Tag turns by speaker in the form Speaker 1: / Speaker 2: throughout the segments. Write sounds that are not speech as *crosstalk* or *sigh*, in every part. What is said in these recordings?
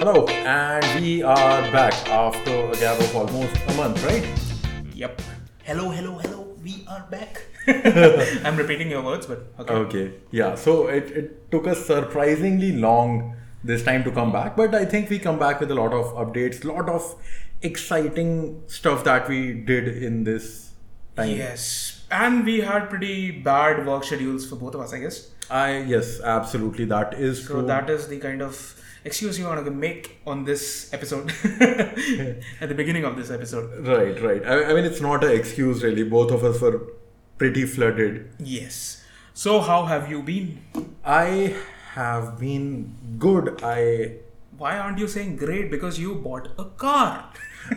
Speaker 1: Hello, and we are back after a gap of almost a month, right?
Speaker 2: Yep. Hello, hello, hello. We are back. *laughs* I'm repeating your words, but okay.
Speaker 1: Okay, yeah, so it, it took us surprisingly long this time to come back, but I think we come back with a lot of updates, lot of exciting stuff that we did in this time.
Speaker 2: Yes. And we had pretty bad work schedules for both of us, I guess.
Speaker 1: I yes, absolutely, that is
Speaker 2: So
Speaker 1: true.
Speaker 2: that is the kind of excuse you want to make on
Speaker 1: *laughs*
Speaker 2: this episode at the beginning of this episode.
Speaker 1: Right, right. I, I mean, it's not an excuse, really. Both of us were pretty flooded.
Speaker 2: Yes. So how have you been?
Speaker 1: I have been good. I
Speaker 2: Why aren't you saying great? Because you bought a car.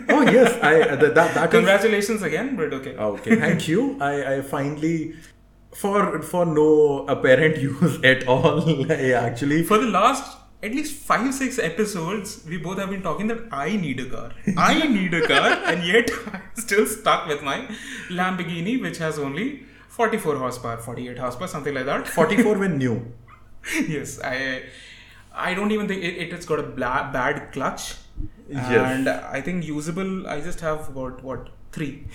Speaker 1: oh yes, I that that,
Speaker 2: *laughs*
Speaker 1: that is Oh,
Speaker 2: Congratulations again, but okay.
Speaker 1: Ah, Okay, thank you. I, I finally, for for no apparent *laughs* use at all, *laughs* I actually
Speaker 2: For the last at least five, six episodes, we both have been talking that I need a car.
Speaker 1: *laughs*
Speaker 2: I need a car, and yet I'm still stuck with my Lamborghini, which has only 44 horsepower, 48 horsepower, something like that.
Speaker 1: 44 when new.
Speaker 2: *laughs* yes, I I don't even think it, it, has got a bla- bad clutch.
Speaker 1: Yes.
Speaker 2: And I think usable, I just have about what? Three.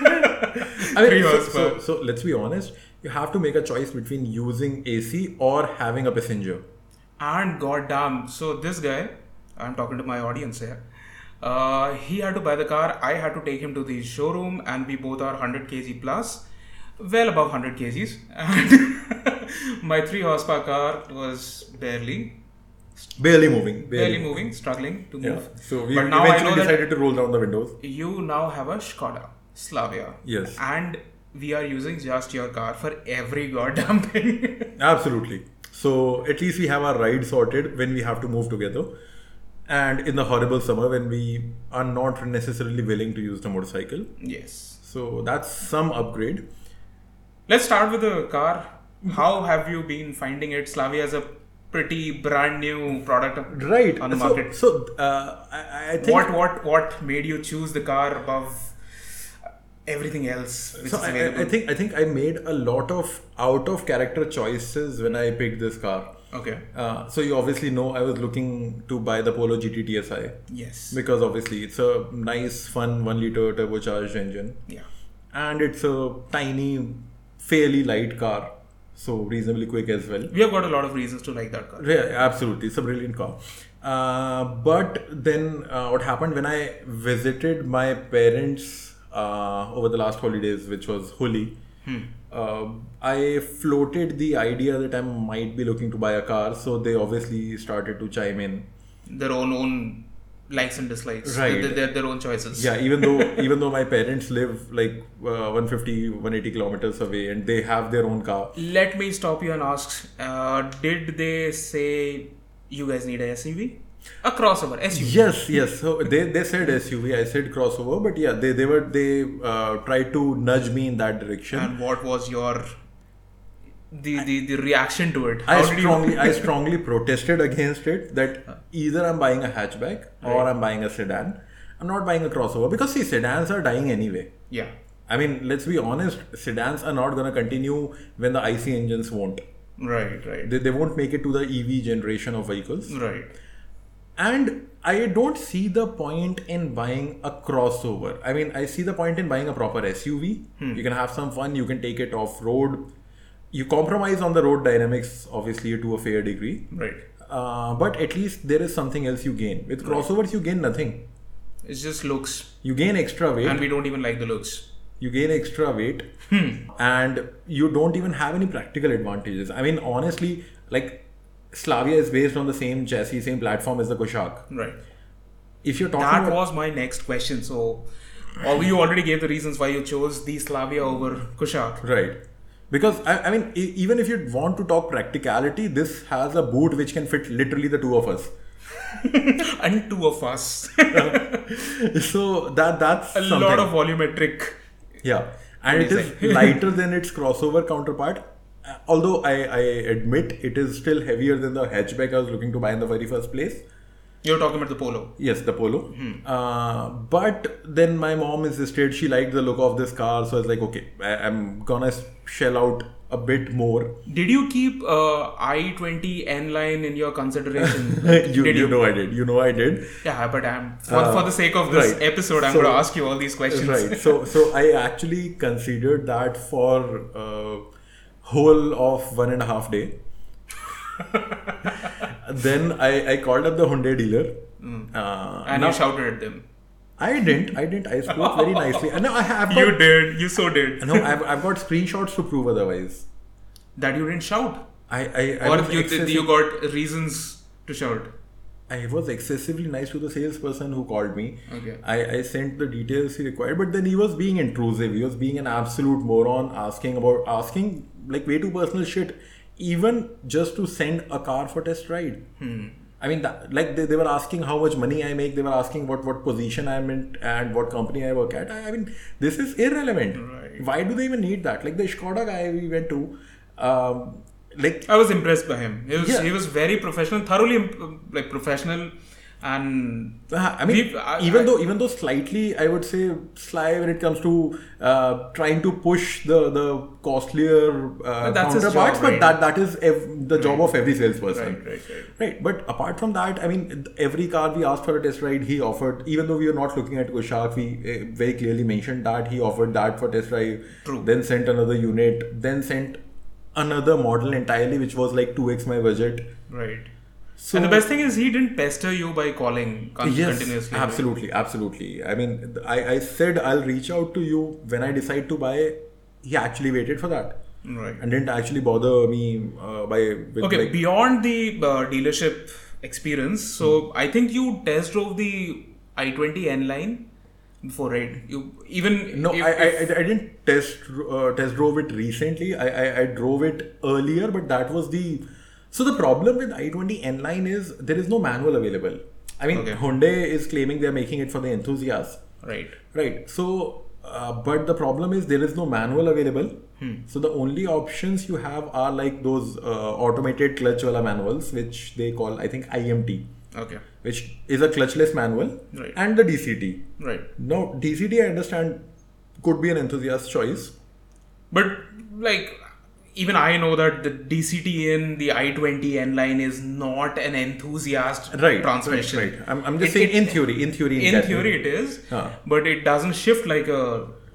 Speaker 1: I mean,
Speaker 2: Three
Speaker 1: so, so,
Speaker 2: horsepower.
Speaker 1: so let's be honest. You have to make a choice between using AC or having a passenger.
Speaker 2: And goddamn, so this guy, I'm talking to my audience here. Uh, he had to buy the car. I had to take him to the showroom, and we both are 100 kg plus, well above 100 kgs. *laughs* And my three horsepower car was barely,
Speaker 1: Barely moving.
Speaker 2: barely moving, struggling to
Speaker 1: Yeah.
Speaker 2: move.
Speaker 1: So we
Speaker 2: but now I know
Speaker 1: eventually
Speaker 2: that
Speaker 1: decided to roll down the windows.
Speaker 2: you now have a Skoda Slavia.
Speaker 1: Yes.
Speaker 2: And we are using just your car for every goddamn thing. *laughs*
Speaker 1: Absolutely. So at least we have our ride sorted when we have to move together. And in the horrible summer when we are not necessarily willing to use the motorcycle.
Speaker 2: yes.
Speaker 1: So that's some upgrade.
Speaker 2: Let's start with the car. How have you been finding it? Slavia is a pretty brand new product.
Speaker 1: Right.
Speaker 2: On the
Speaker 1: so,
Speaker 2: market.
Speaker 1: So uh, I, I think
Speaker 2: What what what made you choose the car above everything else which
Speaker 1: so
Speaker 2: is
Speaker 1: I- I,
Speaker 2: available?
Speaker 1: I think I think I made a lot of out of character choices when I picked this car.
Speaker 2: okay.
Speaker 1: Uh, so you obviously know I was looking to buy the Polo GT TSI
Speaker 2: Yes.
Speaker 1: because obviously it's a nice, fun one liter turbocharged engine.
Speaker 2: Yeah.
Speaker 1: and it's a tiny, fairly light car, so reasonably quick as well.
Speaker 2: We have got a lot of reasons to like that car.
Speaker 1: Yeah, absolutely, it's a brilliant car. Uh, but then, uh, what happened when I visited my parents uh, over the last holidays, which was Holi? Uh, I floated the idea that I might be looking to buy a car, so they obviously started to chime in.
Speaker 2: Their own own likes and dislikes.
Speaker 1: Right.
Speaker 2: Their, their, their own choices.
Speaker 1: Yeah, even though even though my parents live like uh, 150, 180 kilometers away, and they have their own car,
Speaker 2: Let me stop you and ask. Uh, did they say you guys need a SUV? A crossover SUV.
Speaker 1: Yes, yes. So they, they said SUV, I said crossover, but yeah, they, they were they uh, tried to nudge me in that direction.
Speaker 2: and what was your the the, the reaction to it?
Speaker 1: I
Speaker 2: How did you- *laughs*
Speaker 1: strongly I strongly protested against it that either I'm buying a hatchback or I'm buying a sedan. I'm not buying a crossover because see sedans are dying anyway.
Speaker 2: yeah
Speaker 1: I mean, let's be honest, sedans are not going to continue when the IC engines won't.
Speaker 2: right right
Speaker 1: They, they won't make it to the EV generation of vehicles.
Speaker 2: right
Speaker 1: And I don't see the point in buying a crossover. I mean, I see the point in buying a proper SUV.
Speaker 2: Hmm.
Speaker 1: You can have some fun, you can take it off road. You compromise on the road dynamics, obviously, to a fair degree.
Speaker 2: right.
Speaker 1: Uh, but at least there is something else you gain. With crossovers, you gain nothing.
Speaker 2: It's just looks,
Speaker 1: You gain extra weight.
Speaker 2: and Hmm. we don't even like the looks.
Speaker 1: you gain extra weight and you don't even have any practical advantages. I mean, honestly, like Slavia is based on the same chassis, same platform as the Koshak.
Speaker 2: Right.
Speaker 1: If you're talking
Speaker 2: That
Speaker 1: about
Speaker 2: was my next question. So, or you already gave the reasons why you chose the Slavia over Kushak. *laughs*
Speaker 1: Right. Because, I, I mean, e- even if you want to talk practicality, this has a boot which can fit literally the two of us. *laughs*
Speaker 2: and two of us. *laughs*
Speaker 1: So that that's
Speaker 2: A
Speaker 1: something.
Speaker 2: lot of volumetric.
Speaker 1: yeah, and it is
Speaker 2: Amazing. *laughs*
Speaker 1: lighter than its crossover counterpart. Uh, Although I, I admit it is still heavier than the hatchback I was looking to buy in the very first place.
Speaker 2: You're talking about the Polo.
Speaker 1: Yes, the Polo.
Speaker 2: Hmm.
Speaker 1: Uh, but then my mom insisted she liked the look of this car, so I was like, okay, I, I'm gonna shell out a bit more. *laughs*
Speaker 2: Did you keep uh, I twenty N line in your consideration?
Speaker 1: *laughs* you,
Speaker 2: Did
Speaker 1: you know I did. You know I did.
Speaker 2: Yeah, but I'm for, for the sake of
Speaker 1: Uh,
Speaker 2: this
Speaker 1: right.
Speaker 2: episode, I'm
Speaker 1: So-
Speaker 2: going to ask you all these questions.
Speaker 1: Right. So so I actually considered that for uh, whole of one and a half
Speaker 2: *laughs*
Speaker 1: day. then I, I called up the Hyundai dealer.
Speaker 2: Hmm.
Speaker 1: Uh,
Speaker 2: And you shouted at them.
Speaker 1: I didn't. I didn't. I spoke very nicely. And now I have got,
Speaker 2: *laughs* You did. You so did.
Speaker 1: no. I've, I've got screenshots to prove otherwise.
Speaker 2: That you didn't shout,
Speaker 1: I I, I,
Speaker 2: or
Speaker 1: was,
Speaker 2: you
Speaker 1: excessi-
Speaker 2: you got reasons to shout.
Speaker 1: I was excessively nice to the salesperson who called me.
Speaker 2: Okay.
Speaker 1: I, I sent the details he required, but then he was being intrusive. He was being an absolute moron, asking about asking like way too personal shit, even just to send a car for test ride.
Speaker 2: Hmm.
Speaker 1: I mean, that, like they, they were asking how much money I make. They were asking what what position I'm in and what company I work at. I, I mean, this is irrelevant.
Speaker 2: Right.
Speaker 1: Why do they even need that? Like the Skoda guy we went to, um, like
Speaker 2: I was impressed by him. He was
Speaker 1: Yeah.
Speaker 2: he was very professional, thoroughly imp- like professional, and
Speaker 1: Uh, I mean,
Speaker 2: We- I-
Speaker 1: even
Speaker 2: I-
Speaker 1: though even though slightly, I would say sly when it comes to uh, trying to push the the costlier uh,
Speaker 2: that's his
Speaker 1: counterparts,
Speaker 2: job,
Speaker 1: but
Speaker 2: right?
Speaker 1: that that is ev- the job of every salesperson.
Speaker 2: right, right, right.
Speaker 1: Right, but apart from that, I mean, th- every car we asked for a test ride, he offered. Even though we were not looking at Kushak, we uh, very clearly mentioned that he offered that for test drive.
Speaker 2: True.
Speaker 1: Then sent another unit. Then sent another model entirely, which was like two x my budget.
Speaker 2: right.
Speaker 1: So
Speaker 2: and the best thing is he didn't pester you by calling con- continuously. right?
Speaker 1: absolutely, absolutely. I mean, th- I, I said I'll reach out to you when I decide to buy. He actually waited for that
Speaker 2: Right.
Speaker 1: and didn't actually bother me uh, by with
Speaker 2: Okay,
Speaker 1: like
Speaker 2: beyond the uh, dealership experience, so
Speaker 1: Hmm.
Speaker 2: I think you test drove the i20 N line before, right? You even
Speaker 1: no.
Speaker 2: if-
Speaker 1: I, I
Speaker 2: if-
Speaker 1: I- I didn't test uh, test drove it recently. I, I I drove it earlier, but that was the so the problem with i twenty N line is there is no manual available. I mean,
Speaker 2: Okay.
Speaker 1: Hyundai is claiming they are making it for the enthusiasts.
Speaker 2: right.
Speaker 1: Right. So, uh, but the problem is there is no manual available.
Speaker 2: Hmm.
Speaker 1: So the only options you have are like those uh, automated clutch wala manuals, which they call I think IMT,
Speaker 2: Okay,
Speaker 1: which is a clutchless manual,
Speaker 2: Right.
Speaker 1: and the DCT.
Speaker 2: right.
Speaker 1: Now DCT I understand could be an enthusiast choice.
Speaker 2: But like, even I know that the DCT in the i20 N line is not an enthusiast
Speaker 1: Right.
Speaker 2: transmission.
Speaker 1: Right. I'm, I'm just
Speaker 2: It-
Speaker 1: saying
Speaker 2: it-
Speaker 1: in theory, in theory,
Speaker 2: in
Speaker 1: that way.
Speaker 2: theory it is,
Speaker 1: Huh.
Speaker 2: but it doesn't shift like a,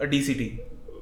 Speaker 2: a DCT.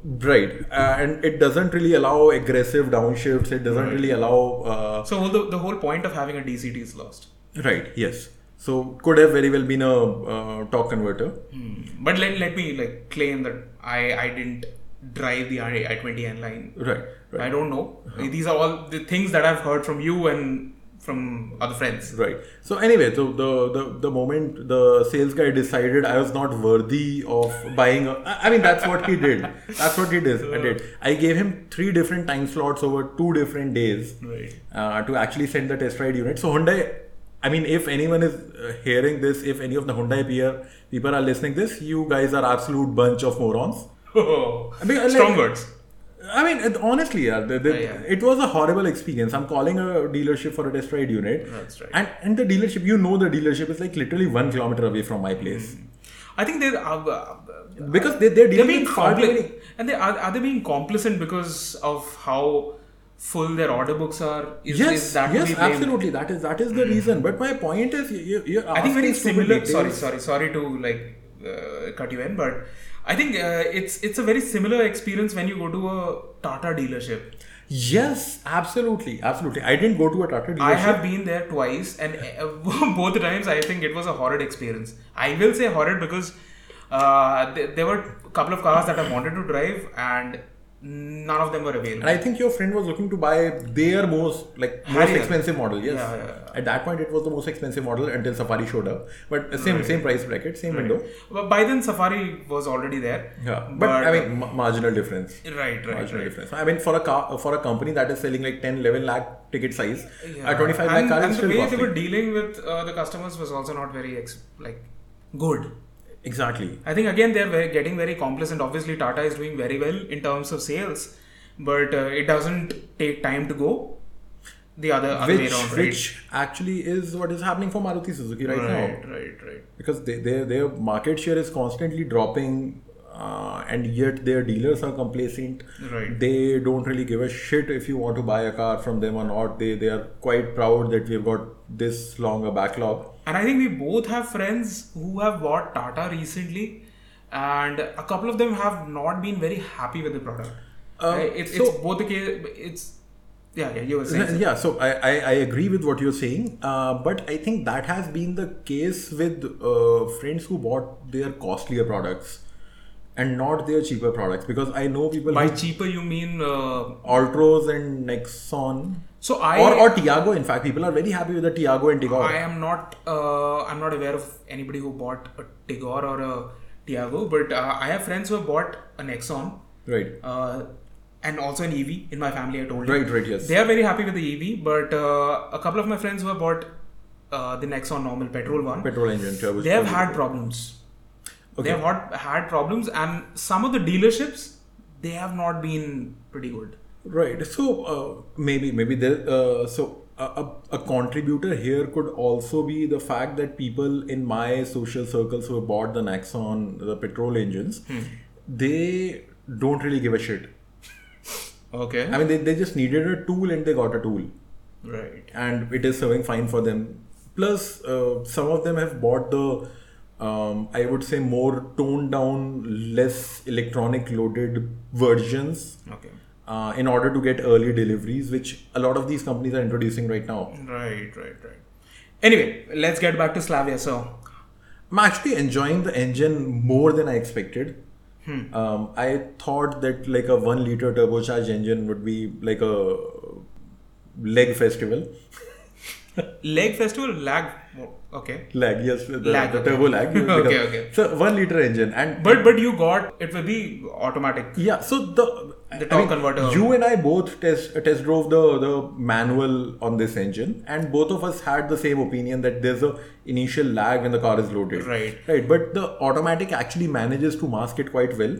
Speaker 1: Right, uh, and it doesn't really allow aggressive downshifts. It doesn't really allow uh,
Speaker 2: So whole- the, the whole point of having a DCT is lost.
Speaker 1: Right. Yes. So could have very well been a uh, torque converter.
Speaker 2: Hmm. But let, let me like claim that I, I didn't drive the I, I-20 N line.
Speaker 1: Right. Right. Uh-huh.
Speaker 2: I don't know. These are all the things that I've heard from you and from other friends.
Speaker 1: Right. So anyway, so the, the the moment the sales guy decided I was not worthy of buying, a, I I mean that's what he did. That's what he did. I did. I gave him three different time slots over two different days
Speaker 2: Right. *laughs*
Speaker 1: uh, to actually send the test ride unit. So Hyundai, I mean, if anyone is uh, hearing this, if any of the Hyundai peer people are listening this, you guys are absolute bunch of morons. mean, uh, like-
Speaker 2: Oh. Strong words.
Speaker 1: I mean, it, honestly, yeah, the- the-
Speaker 2: Oh, Yeah, yeah.
Speaker 1: it was a horrible experience. I'm calling a dealership for a test ride unit.
Speaker 2: That's right.
Speaker 1: And, and the dealership, you know, the dealership is like literally one kilometer away from my place.
Speaker 2: I think they're, uh, uh,
Speaker 1: Because they, they're
Speaker 2: Mm. they're
Speaker 1: dealing
Speaker 2: being
Speaker 1: with far too
Speaker 2: compli-
Speaker 1: many-
Speaker 2: and they are, are they being complicit because of how full their order books are? Is, is
Speaker 1: Yes,
Speaker 2: that to
Speaker 1: yes,
Speaker 2: be blamed? Mm.
Speaker 1: absolutely. That is that is the reason. But my point is, you, you, you're
Speaker 2: I think very
Speaker 1: asking stupid
Speaker 2: similar. Sorry,
Speaker 1: details.
Speaker 2: sorry, sorry to like uh, cut you in, but I think uh, it's it's a very similar experience when you go to a Tata dealership.
Speaker 1: Yes, absolutely, absolutely. I didn't go to a Tata dealership.
Speaker 2: I have been there twice, and uh, *laughs* both times I think it was a horrid experience. I will say horrid because uh, th- there were a couple of cars that I wanted to drive, and none of them were available.
Speaker 1: And I think your friend was looking to buy their most like most
Speaker 2: Harrier.
Speaker 1: expensive model. Yes.
Speaker 2: Yeah, yeah, yeah.
Speaker 1: At that point, it was the most expensive model until Safari showed up. But uh, same same price bracket, same window.
Speaker 2: But by then, Safari was already there.
Speaker 1: Yeah. But, I mean, ma- marginal difference.
Speaker 2: right, right,
Speaker 1: Marginal
Speaker 2: right.
Speaker 1: difference. I mean, for a car, for a company that is selling like 10, 11 lakh ticket size,
Speaker 2: Yeah.
Speaker 1: a 25 lakh
Speaker 2: and,
Speaker 1: car
Speaker 2: and
Speaker 1: is
Speaker 2: the
Speaker 1: still
Speaker 2: way
Speaker 1: costly.
Speaker 2: they were dealing with uh, the customers was also not very ex- like good.
Speaker 1: Exactly.
Speaker 2: I think again they're very, getting very complacent. Obviously, Tata is doing very well in terms of sales, but uh, it doesn't take time to go the other, other way
Speaker 1: Which,
Speaker 2: around.
Speaker 1: which actually is what is happening for Maruti Suzuki right,
Speaker 2: right,
Speaker 1: now
Speaker 2: right, right, right.
Speaker 1: because they, they, their market share is constantly dropping. uh, and yet their dealers are complacent.
Speaker 2: Right.
Speaker 1: They don't really give a shit if you want to buy a car from them or not. They they are quite proud that we've got this long a backlog.
Speaker 2: And I think we both have friends who have bought Tata recently, and a couple of them have not been very happy with the product.
Speaker 1: Um,
Speaker 2: Right? it's,
Speaker 1: so-
Speaker 2: it's both the case. It's yeah, yeah. You were
Speaker 1: *laughs*
Speaker 2: saying.
Speaker 1: Yeah, so I, I, I agree with what you're saying, uh, but I think that has been the case with uh, friends who bought their costlier products and not their cheaper products because I know people
Speaker 2: By
Speaker 1: who
Speaker 2: cheaper, you mean uh,
Speaker 1: Altros and Nexon
Speaker 2: so I
Speaker 1: or, or Tiago. In fact, people are very happy with the Tiago and Tigor.
Speaker 2: I am not uh, I'm not aware of anybody who bought a Tigor or a Tiago, but uh, I have friends who have bought a Nexon
Speaker 1: right,
Speaker 2: uh, and also an EV in my family. I told you.
Speaker 1: right, right. Yes,
Speaker 2: They are very happy with the EV, but uh, a couple of my friends who have bought uh, the Nexon normal petrol one,
Speaker 1: petrol engine. turbo-
Speaker 2: they have had problems.
Speaker 1: Okay.
Speaker 2: They have had, had problems, and some of the dealerships they have not been pretty good.
Speaker 1: Right. So uh, maybe maybe there. Uh, so a, a, a contributor here could also be the fact that people in my social circles who have bought the Naxon, the petrol engines, they don't really give a shit.
Speaker 2: Okay.
Speaker 1: I mean, they, they just needed a tool and they got a tool,
Speaker 2: Right.
Speaker 1: and it is serving fine for them. Plus, uh, some of them have bought the, um, I would say, more toned down, less electronic loaded versions
Speaker 2: Okay.
Speaker 1: uh, in order to get early deliveries, which a lot of these companies are introducing right now.
Speaker 2: Right, right, right. Anyway, let's get back to
Speaker 1: *laughs*
Speaker 2: Slavia. So,
Speaker 1: I'm actually enjoying the engine more than I expected.
Speaker 2: Hmm.
Speaker 1: Um, I thought that like a one liter turbocharged engine would be like a leg festival. *laughs*
Speaker 2: leg festival lag. mo- Okay,
Speaker 1: Lag, yes, the,
Speaker 2: Lag,
Speaker 1: the
Speaker 2: okay.
Speaker 1: turbo lag.
Speaker 2: *laughs* Okay, okay.
Speaker 1: So one liter engine and
Speaker 2: but but you got it will be automatic.
Speaker 1: yeah, so the
Speaker 2: The torque converter.
Speaker 1: You and I both test test drove the the manual on this engine, and both of us had the same opinion that there's a initial lag when the car is loaded.
Speaker 2: Right.
Speaker 1: Right, but the automatic actually manages to mask it quite well.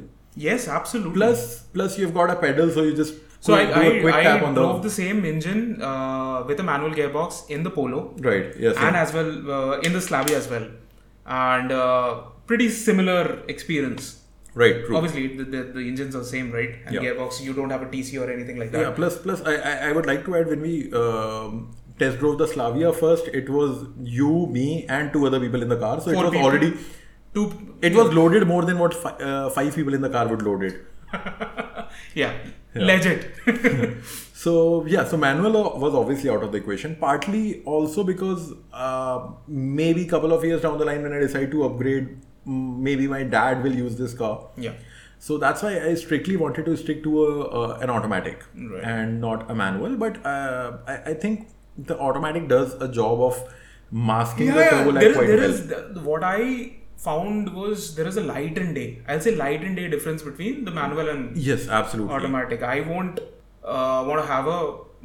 Speaker 2: Yes, absolutely.
Speaker 1: Plus, plus you've got a pedal, so you just
Speaker 2: so I
Speaker 1: quick- do a quick
Speaker 2: I,
Speaker 1: tap
Speaker 2: I
Speaker 1: on
Speaker 2: drove the
Speaker 1: the
Speaker 2: same engine uh, with a manual gearbox in the Polo
Speaker 1: right. Yes.
Speaker 2: and as well uh, in the Slavia as well, and uh, pretty similar experience.
Speaker 1: right. True.
Speaker 2: Obviously, the, the, the engines are same, right? And
Speaker 1: Yeah.
Speaker 2: gearbox, you don't have a TC or anything like that.
Speaker 1: Yeah. Plus, plus I, I I would like to add when we. Um, Test drove the Slavia first. It was you, me, and two other people in the car, so it
Speaker 2: Four
Speaker 1: was
Speaker 2: people.
Speaker 1: already
Speaker 2: Two,
Speaker 1: It was loaded more than what fi- uh, five people in the car would load it.
Speaker 2: *laughs* yeah, *laughs* legit.
Speaker 1: So yeah, so manual o- was obviously out of the equation. Partly also because uh, maybe couple of years down the line when I decide to upgrade, mm, maybe my dad will use this car.
Speaker 2: yeah.
Speaker 1: So that's why I strictly wanted to stick to a, uh, an automatic
Speaker 2: Right.
Speaker 1: and not a manual. But uh, I, I think the automatic does a job of masking the turbo lag
Speaker 2: there is,
Speaker 1: quite
Speaker 2: there
Speaker 1: well.
Speaker 2: is the- what I found was there is a light and day. I'll say light and day difference between the manual and
Speaker 1: yes, absolutely.
Speaker 2: automatic. I won't uh, want to have a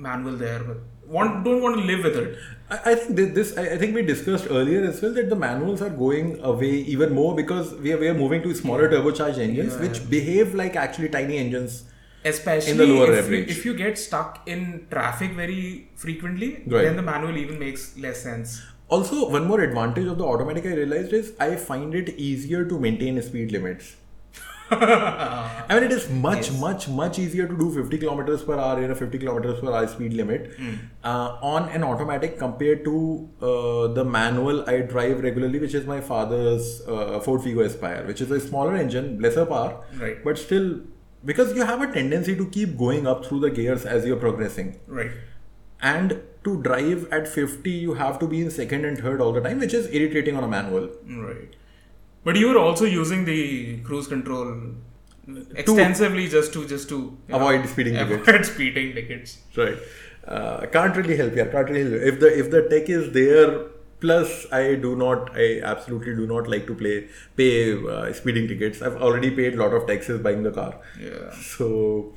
Speaker 2: manual there, but want don't want to live with it.
Speaker 1: I I think thi- this. I I think we discussed earlier as well that the manuals are going away even more because we are, we are moving to smaller turbocharged engines, which behave like actually tiny engines.
Speaker 2: Especially
Speaker 1: lower
Speaker 2: if, you,
Speaker 1: average.
Speaker 2: if you get stuck in traffic very frequently,
Speaker 1: Right.
Speaker 2: then the manual even makes less sense. *laughs*
Speaker 1: Also, one more advantage of the automatic I realized is I find it easier to maintain speed limits. I mean, it is much, much, much easier to do 50 kilometers per hour in a 50 kilometers per hour speed limit uh, on an automatic compared to uh, the manual I drive regularly, which is my father's uh, Ford Figo Aspire, which is a smaller engine, lesser power,
Speaker 2: Right.
Speaker 1: but still because you have a tendency to keep going up through the gears as you're progressing,
Speaker 2: Right.
Speaker 1: and to drive at 50, you have to be in second and third all the time, which is irritating on a manual.
Speaker 2: Right. But you were also using the cruise control extensively just to just to you
Speaker 1: Avoid speeding tickets.
Speaker 2: avoid speeding tickets.
Speaker 1: Right. Uh, can't really help you. Can't really help. you. If the if the tech is there, plus I do not. I absolutely do not like to play pay uh, speeding tickets. I've already paid a lot of taxes buying the car.
Speaker 2: Yeah.
Speaker 1: So,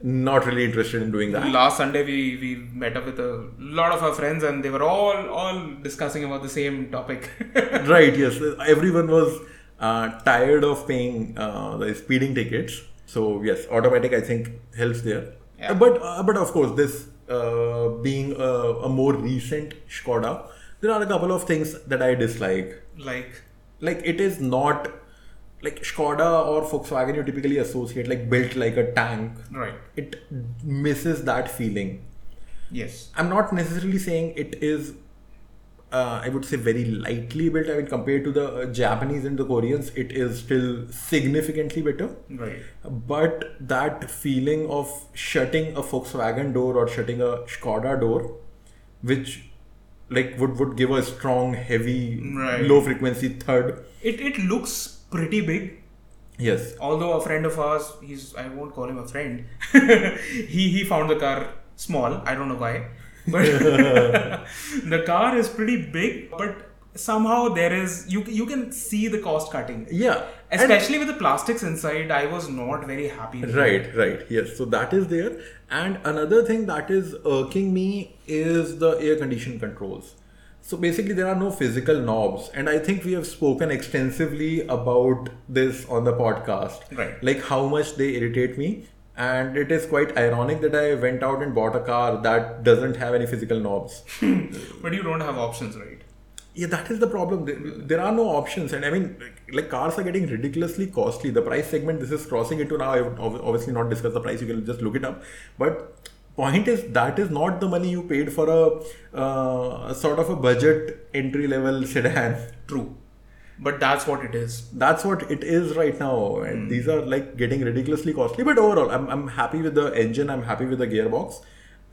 Speaker 1: not really interested in doing that.
Speaker 2: Last Sunday we we met up with a lot of our friends and they were all all discussing about the same topic. *laughs*
Speaker 1: right. Yes. Everyone was uh, tired of paying uh, the speeding tickets. So yes, automatic I think helps there.
Speaker 2: Yeah.
Speaker 1: But uh, but of course, this uh, being a, a more recent Skoda, there are a couple of things that I dislike.
Speaker 2: like
Speaker 1: like it is not like Skoda or Volkswagen, you typically associate like built like a tank.
Speaker 2: Right.
Speaker 1: It misses that feeling.
Speaker 2: Yes.
Speaker 1: I'm not necessarily saying it is. Uh, I would say very lightly built. I mean, compared to the uh, Japanese and the Koreans, it is still significantly better.
Speaker 2: Right.
Speaker 1: But that feeling of shutting a Volkswagen door or shutting a Skoda door, which like would would give a strong, heavy,
Speaker 2: Right.
Speaker 1: low frequency thud.
Speaker 2: It it looks pretty big.
Speaker 1: Yes,
Speaker 2: Although a friend of ours, he's I won't call him a friend. *laughs* he he found the car small. I don't know why, but *laughs* the car is pretty big. But somehow there is you you can see the cost cutting,
Speaker 1: yeah, And-
Speaker 2: especially with the plastics inside. I was not very happy. with it.
Speaker 1: right, right. Yes, so that is there. And another thing that is irking me is the air condition controls. So basically, there are no physical knobs, and I think we have spoken extensively about this on the podcast.
Speaker 2: Right.
Speaker 1: like how much they irritate me and it is quite ironic that i went out and bought a car that doesn't have any physical knobs
Speaker 2: But you don't have options, right?
Speaker 1: yeah that is the problem There- there are no options and i mean like- like cars are getting ridiculously costly the price segment this is crossing into now i would ob- obviously not discuss the price you can just look it up but point is that is not the money you paid for a uh, sort of a budget entry level sedan
Speaker 2: True. But that's what it is.
Speaker 1: that's what it is right now and
Speaker 2: Hmm.
Speaker 1: these are like getting ridiculously costly but overall I'm, I'm happy with the engine i'm happy with the gearbox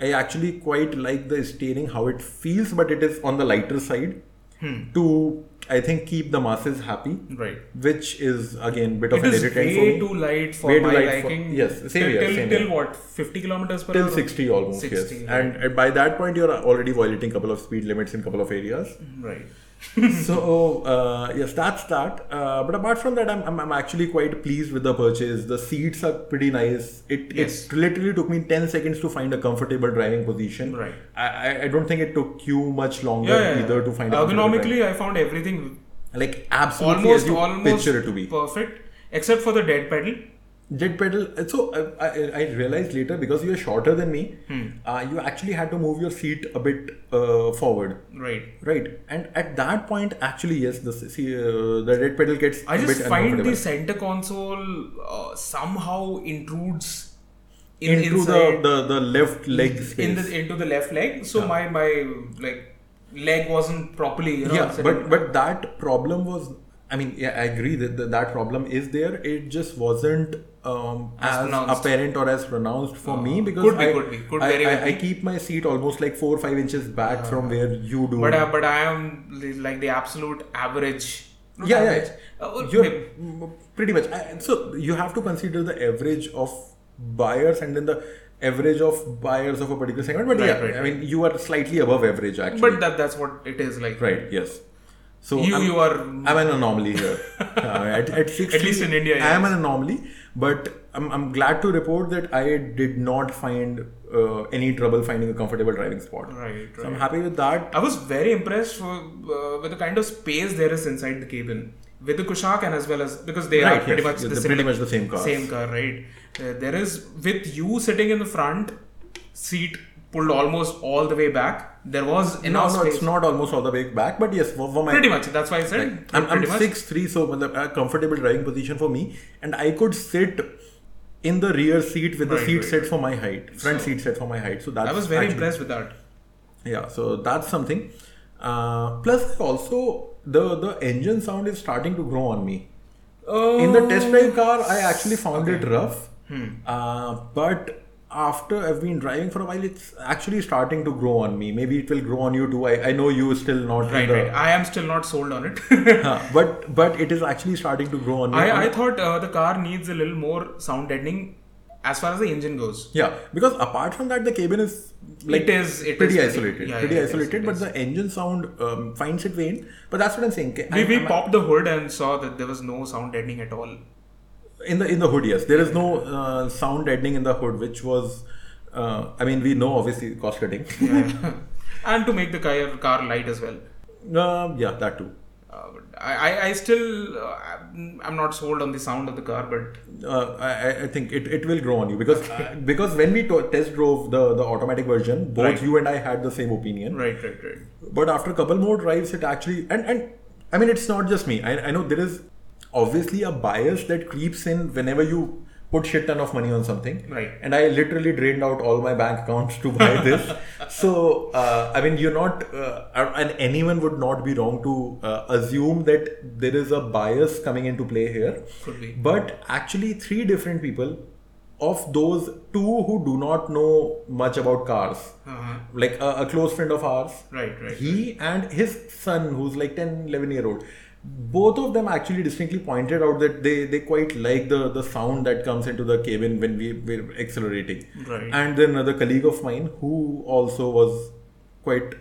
Speaker 1: i actually quite like the steering how it feels but it is on the lighter side
Speaker 2: Hmm.
Speaker 1: to i think keep the masses happy
Speaker 2: Right.
Speaker 1: which is again bit of
Speaker 2: It
Speaker 1: an
Speaker 2: is
Speaker 1: irritant for
Speaker 2: way
Speaker 1: me
Speaker 2: too light for
Speaker 1: Way too
Speaker 2: my
Speaker 1: light for-
Speaker 2: liking.
Speaker 1: yes, same
Speaker 2: till,
Speaker 1: here,
Speaker 2: till,
Speaker 1: same
Speaker 2: till
Speaker 1: here.
Speaker 2: what? 50 kilometers per
Speaker 1: till
Speaker 2: hour?
Speaker 1: 60 almost
Speaker 2: 60,
Speaker 1: yes
Speaker 2: right.
Speaker 1: and, and by that point you're already violating couple of speed limits in couple of areas
Speaker 2: Right. *laughs*
Speaker 1: so uh, yes that's that uh, but apart from that I'm, I'm, I'm actually quite pleased with the purchase the seats are pretty nice it,
Speaker 2: Yes.
Speaker 1: it literally took me 10 seconds to find a comfortable driving position
Speaker 2: Right.
Speaker 1: I, I- I don't think it took you much longer
Speaker 2: Yeah, yeah, yeah.
Speaker 1: either to find a comfortable
Speaker 2: Ergonomically, I found everything
Speaker 1: driving. like absolutely
Speaker 2: almost
Speaker 1: as you
Speaker 2: almost
Speaker 1: picture it to be
Speaker 2: perfect, except for the dead pedal.
Speaker 1: Jet pedal. So uh, I, I realized later because you are shorter than me,
Speaker 2: Hmm.
Speaker 1: uh, you actually had to move your seat a bit uh, forward.
Speaker 2: Right.
Speaker 1: Right, and at that point, actually, yes, the see, uh, the red pedal gets.
Speaker 2: I
Speaker 1: a
Speaker 2: just
Speaker 1: bit
Speaker 2: find
Speaker 1: uncomfortable.
Speaker 2: the center console uh, somehow intrudes in,
Speaker 1: into the,
Speaker 2: inside-
Speaker 1: the the left leg space.
Speaker 2: in the into the left leg. So my my like leg wasn't properly you know
Speaker 1: yeah,
Speaker 2: set
Speaker 1: but
Speaker 2: up.
Speaker 1: but that problem was. I mean, yeah, I agree that that, that problem is there. It just wasn't um,
Speaker 2: As
Speaker 1: as,
Speaker 2: pronounced. Uh,
Speaker 1: apparent or as pronounced for me because
Speaker 2: Could be,
Speaker 1: I,
Speaker 2: could be, could
Speaker 1: I,
Speaker 2: very well
Speaker 1: I, I keep my seat almost like four or five inches back from where you do.
Speaker 2: But I, but I am li- like the absolute average. Not
Speaker 1: yeah, yeah,
Speaker 2: average. Uh,
Speaker 1: you're
Speaker 2: maybe-
Speaker 1: mm, pretty much. I- So you have to consider the average of buyers and then the average of buyers of a particular segment. But
Speaker 2: Right,
Speaker 1: yeah,
Speaker 2: right,
Speaker 1: I mean, you are slightly above average actually.
Speaker 2: but that that's what it is like.
Speaker 1: Right. Yes. So
Speaker 2: You
Speaker 1: I'm,
Speaker 2: you are
Speaker 1: I'm an anomaly
Speaker 2: *laughs*
Speaker 1: here. Uh, at, at, 60,
Speaker 2: least in India,
Speaker 1: I am an anomaly, but I'm, I'm glad to report that I did not find uh, any trouble finding a comfortable driving spot.
Speaker 2: right.
Speaker 1: So
Speaker 2: right.
Speaker 1: I'm happy with that.
Speaker 2: I was very impressed for, uh, with the kind of space there is inside the cabin with the Kushak and as well as because they are
Speaker 1: Right,
Speaker 2: pretty
Speaker 1: yes,
Speaker 2: much
Speaker 1: they're
Speaker 2: the
Speaker 1: pretty
Speaker 2: same,
Speaker 1: much the same cars.
Speaker 2: same car, right? Uh, there is with you sitting in the front seat pulled almost all the way back. There was
Speaker 1: No,
Speaker 2: enough
Speaker 1: no,
Speaker 2: space.
Speaker 1: it's not almost all the way back, but yes, for, for my
Speaker 2: Pretty much. That's why I said
Speaker 1: I'm, I'm
Speaker 2: pretty much.
Speaker 1: 6'3", so matlab, a comfortable driving position for me, and I could sit in the rear seat with the
Speaker 2: Right,
Speaker 1: seat
Speaker 2: right,
Speaker 1: set for my height, front seat set for my height. So that's
Speaker 2: I was very
Speaker 1: actually-
Speaker 2: impressed with that.
Speaker 1: Yeah, so that's something. Uh, plus, also the the engine sound is starting to grow on me.
Speaker 2: Oh,
Speaker 1: In the test drive car, I actually found it rough,
Speaker 2: Hmm.
Speaker 1: uh, but after I've been driving for a while, it's actually starting to grow on me. Maybe it will grow on you too. I, I know you still not in
Speaker 2: right,
Speaker 1: the-
Speaker 2: right. I am still not sold on it.
Speaker 1: Huh, but but it is actually starting to grow on me.
Speaker 2: *laughs* I, I thought uh, the car needs a little more sound deadening as far as the engine goes.
Speaker 1: Yeah, because apart from that, the cabin is like
Speaker 2: It is- it
Speaker 1: pretty
Speaker 2: is pretty-
Speaker 1: isolated,
Speaker 2: yeah,
Speaker 1: pretty
Speaker 2: yeah, it is,
Speaker 1: isolated.
Speaker 2: it
Speaker 1: but
Speaker 2: is.
Speaker 1: the engine sound um, finds it vain. But that's what I'm saying.
Speaker 2: We,
Speaker 1: I'm-
Speaker 2: we
Speaker 1: I'm-
Speaker 2: popped the hood and saw that there was no sound deadening at all.
Speaker 1: in the in the hood, yes, there is no uh, sound deadening in the hood, which was, uh, I mean, we know obviously cost cutting. *laughs*
Speaker 2: *laughs* and to make the car, car light as well.
Speaker 1: um, yeah, that too.
Speaker 2: Uh, but I, I, I still, uh, I'm not sold on the sound of the car, but
Speaker 1: Uh, I, I- I think it, it will grow on you because uh, *laughs* because when we to- test drove the, the automatic version, both
Speaker 2: Right.
Speaker 1: you and I had the same opinion.
Speaker 2: right, right, right.
Speaker 1: but after a couple more drives it actually and and i mean it's not just me i, I know there is obviously a bias that creeps in whenever you put shit ton of money on something.
Speaker 2: Right.
Speaker 1: And I literally drained out all my bank accounts to
Speaker 2: *laughs*
Speaker 1: buy this. so uh, I mean, you're not, uh, and anyone would not be wrong to uh, assume that there is a bias coming into play here.
Speaker 2: Could be.
Speaker 1: But actually, three different people. Of those two who do not know much about cars,
Speaker 2: Uh-huh.
Speaker 1: like a, a close friend of ours,
Speaker 2: Right, right.
Speaker 1: he and his son who's like 10 11 year old both of them actually distinctly pointed out that they they quite like the the sound that comes into the cabin when we we're accelerating
Speaker 2: Right.
Speaker 1: and then another colleague of mine who also was quite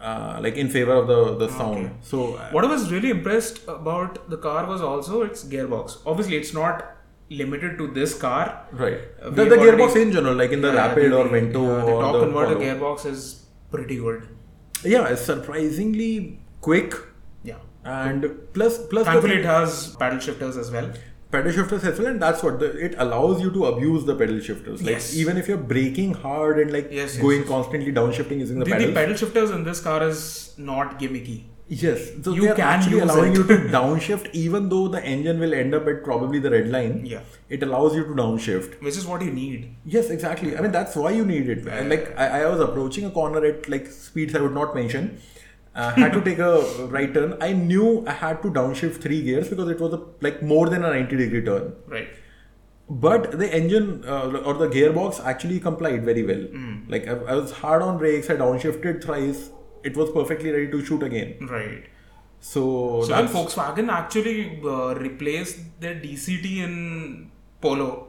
Speaker 1: uh, like in favor of the the sound so uh,
Speaker 2: What I was really impressed about the car was also its gearbox. Obviously, it's not limited to this car.
Speaker 1: right
Speaker 2: Uh,
Speaker 1: the,
Speaker 2: we've
Speaker 1: the gearbox
Speaker 2: already-
Speaker 1: in general like in the
Speaker 2: Yeah,
Speaker 1: rapid
Speaker 2: the-
Speaker 1: or vento
Speaker 2: yeah, the
Speaker 1: or
Speaker 2: top
Speaker 1: the
Speaker 2: converter
Speaker 1: Apollo.
Speaker 2: gearbox is pretty good.
Speaker 1: yeah it's surprisingly quick
Speaker 2: Yeah.
Speaker 1: and plus plus the
Speaker 2: Thankfully, it has paddle shifters as well.
Speaker 1: pedal shifters as well and that's what the, it allows you to abuse the pedal shifters like
Speaker 2: Yes.
Speaker 1: even if you're braking hard and like
Speaker 2: Yes, yes,
Speaker 1: going
Speaker 2: yes.
Speaker 1: constantly downshifting using the,
Speaker 2: The,
Speaker 1: pedals
Speaker 2: the pedal shifters in this car is not gimmicky.
Speaker 1: yes so
Speaker 2: You
Speaker 1: they are
Speaker 2: can
Speaker 1: actually
Speaker 2: use
Speaker 1: allowing
Speaker 2: it. *laughs*
Speaker 1: you to downshift even though the engine will end up at probably the red line
Speaker 2: Yeah.
Speaker 1: it allows you to downshift
Speaker 2: which is what you need.
Speaker 1: yes exactly i mean that's why you need it and like I, I was approaching a corner at like speeds i would not mention uh, had to take a right turn i knew i had to downshift three gears because it was a, like more than a 90 degree turn
Speaker 2: Right.
Speaker 1: But the engine uh, or the gearbox actually complied very well.
Speaker 2: Hmm.
Speaker 1: Like I, I was hard on brakes, I downshifted thrice. It was perfectly ready to shoot again.
Speaker 2: Right.
Speaker 1: So,
Speaker 2: So when Volkswagen actually uh, replaced their DCT in Polo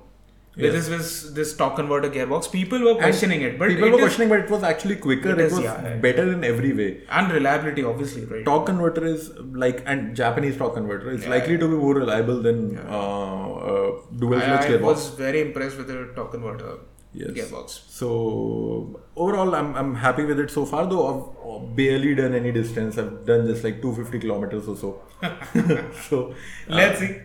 Speaker 2: with
Speaker 1: Yes.
Speaker 2: this this this stock converter gearbox, people were questioning it, but
Speaker 1: people
Speaker 2: it
Speaker 1: were
Speaker 2: is-
Speaker 1: questioning, but it was actually quicker. It,
Speaker 2: it is,
Speaker 1: was
Speaker 2: yeah.
Speaker 1: better in every way.
Speaker 2: and reliability, obviously, right?
Speaker 1: Torque converter is like and Japanese torque converter is likely to be more reliable than uh, uh, dual
Speaker 2: I,
Speaker 1: clutch
Speaker 2: I
Speaker 1: gearbox.
Speaker 2: was very impressed with the torque converter
Speaker 1: Yes.
Speaker 2: gearbox.
Speaker 1: So overall, I'm I'm happy with it so far. Though I've uh, barely done any distance. I've done just like 250 kilometers or
Speaker 2: *laughs*
Speaker 1: so. *laughs* so
Speaker 2: Let's see.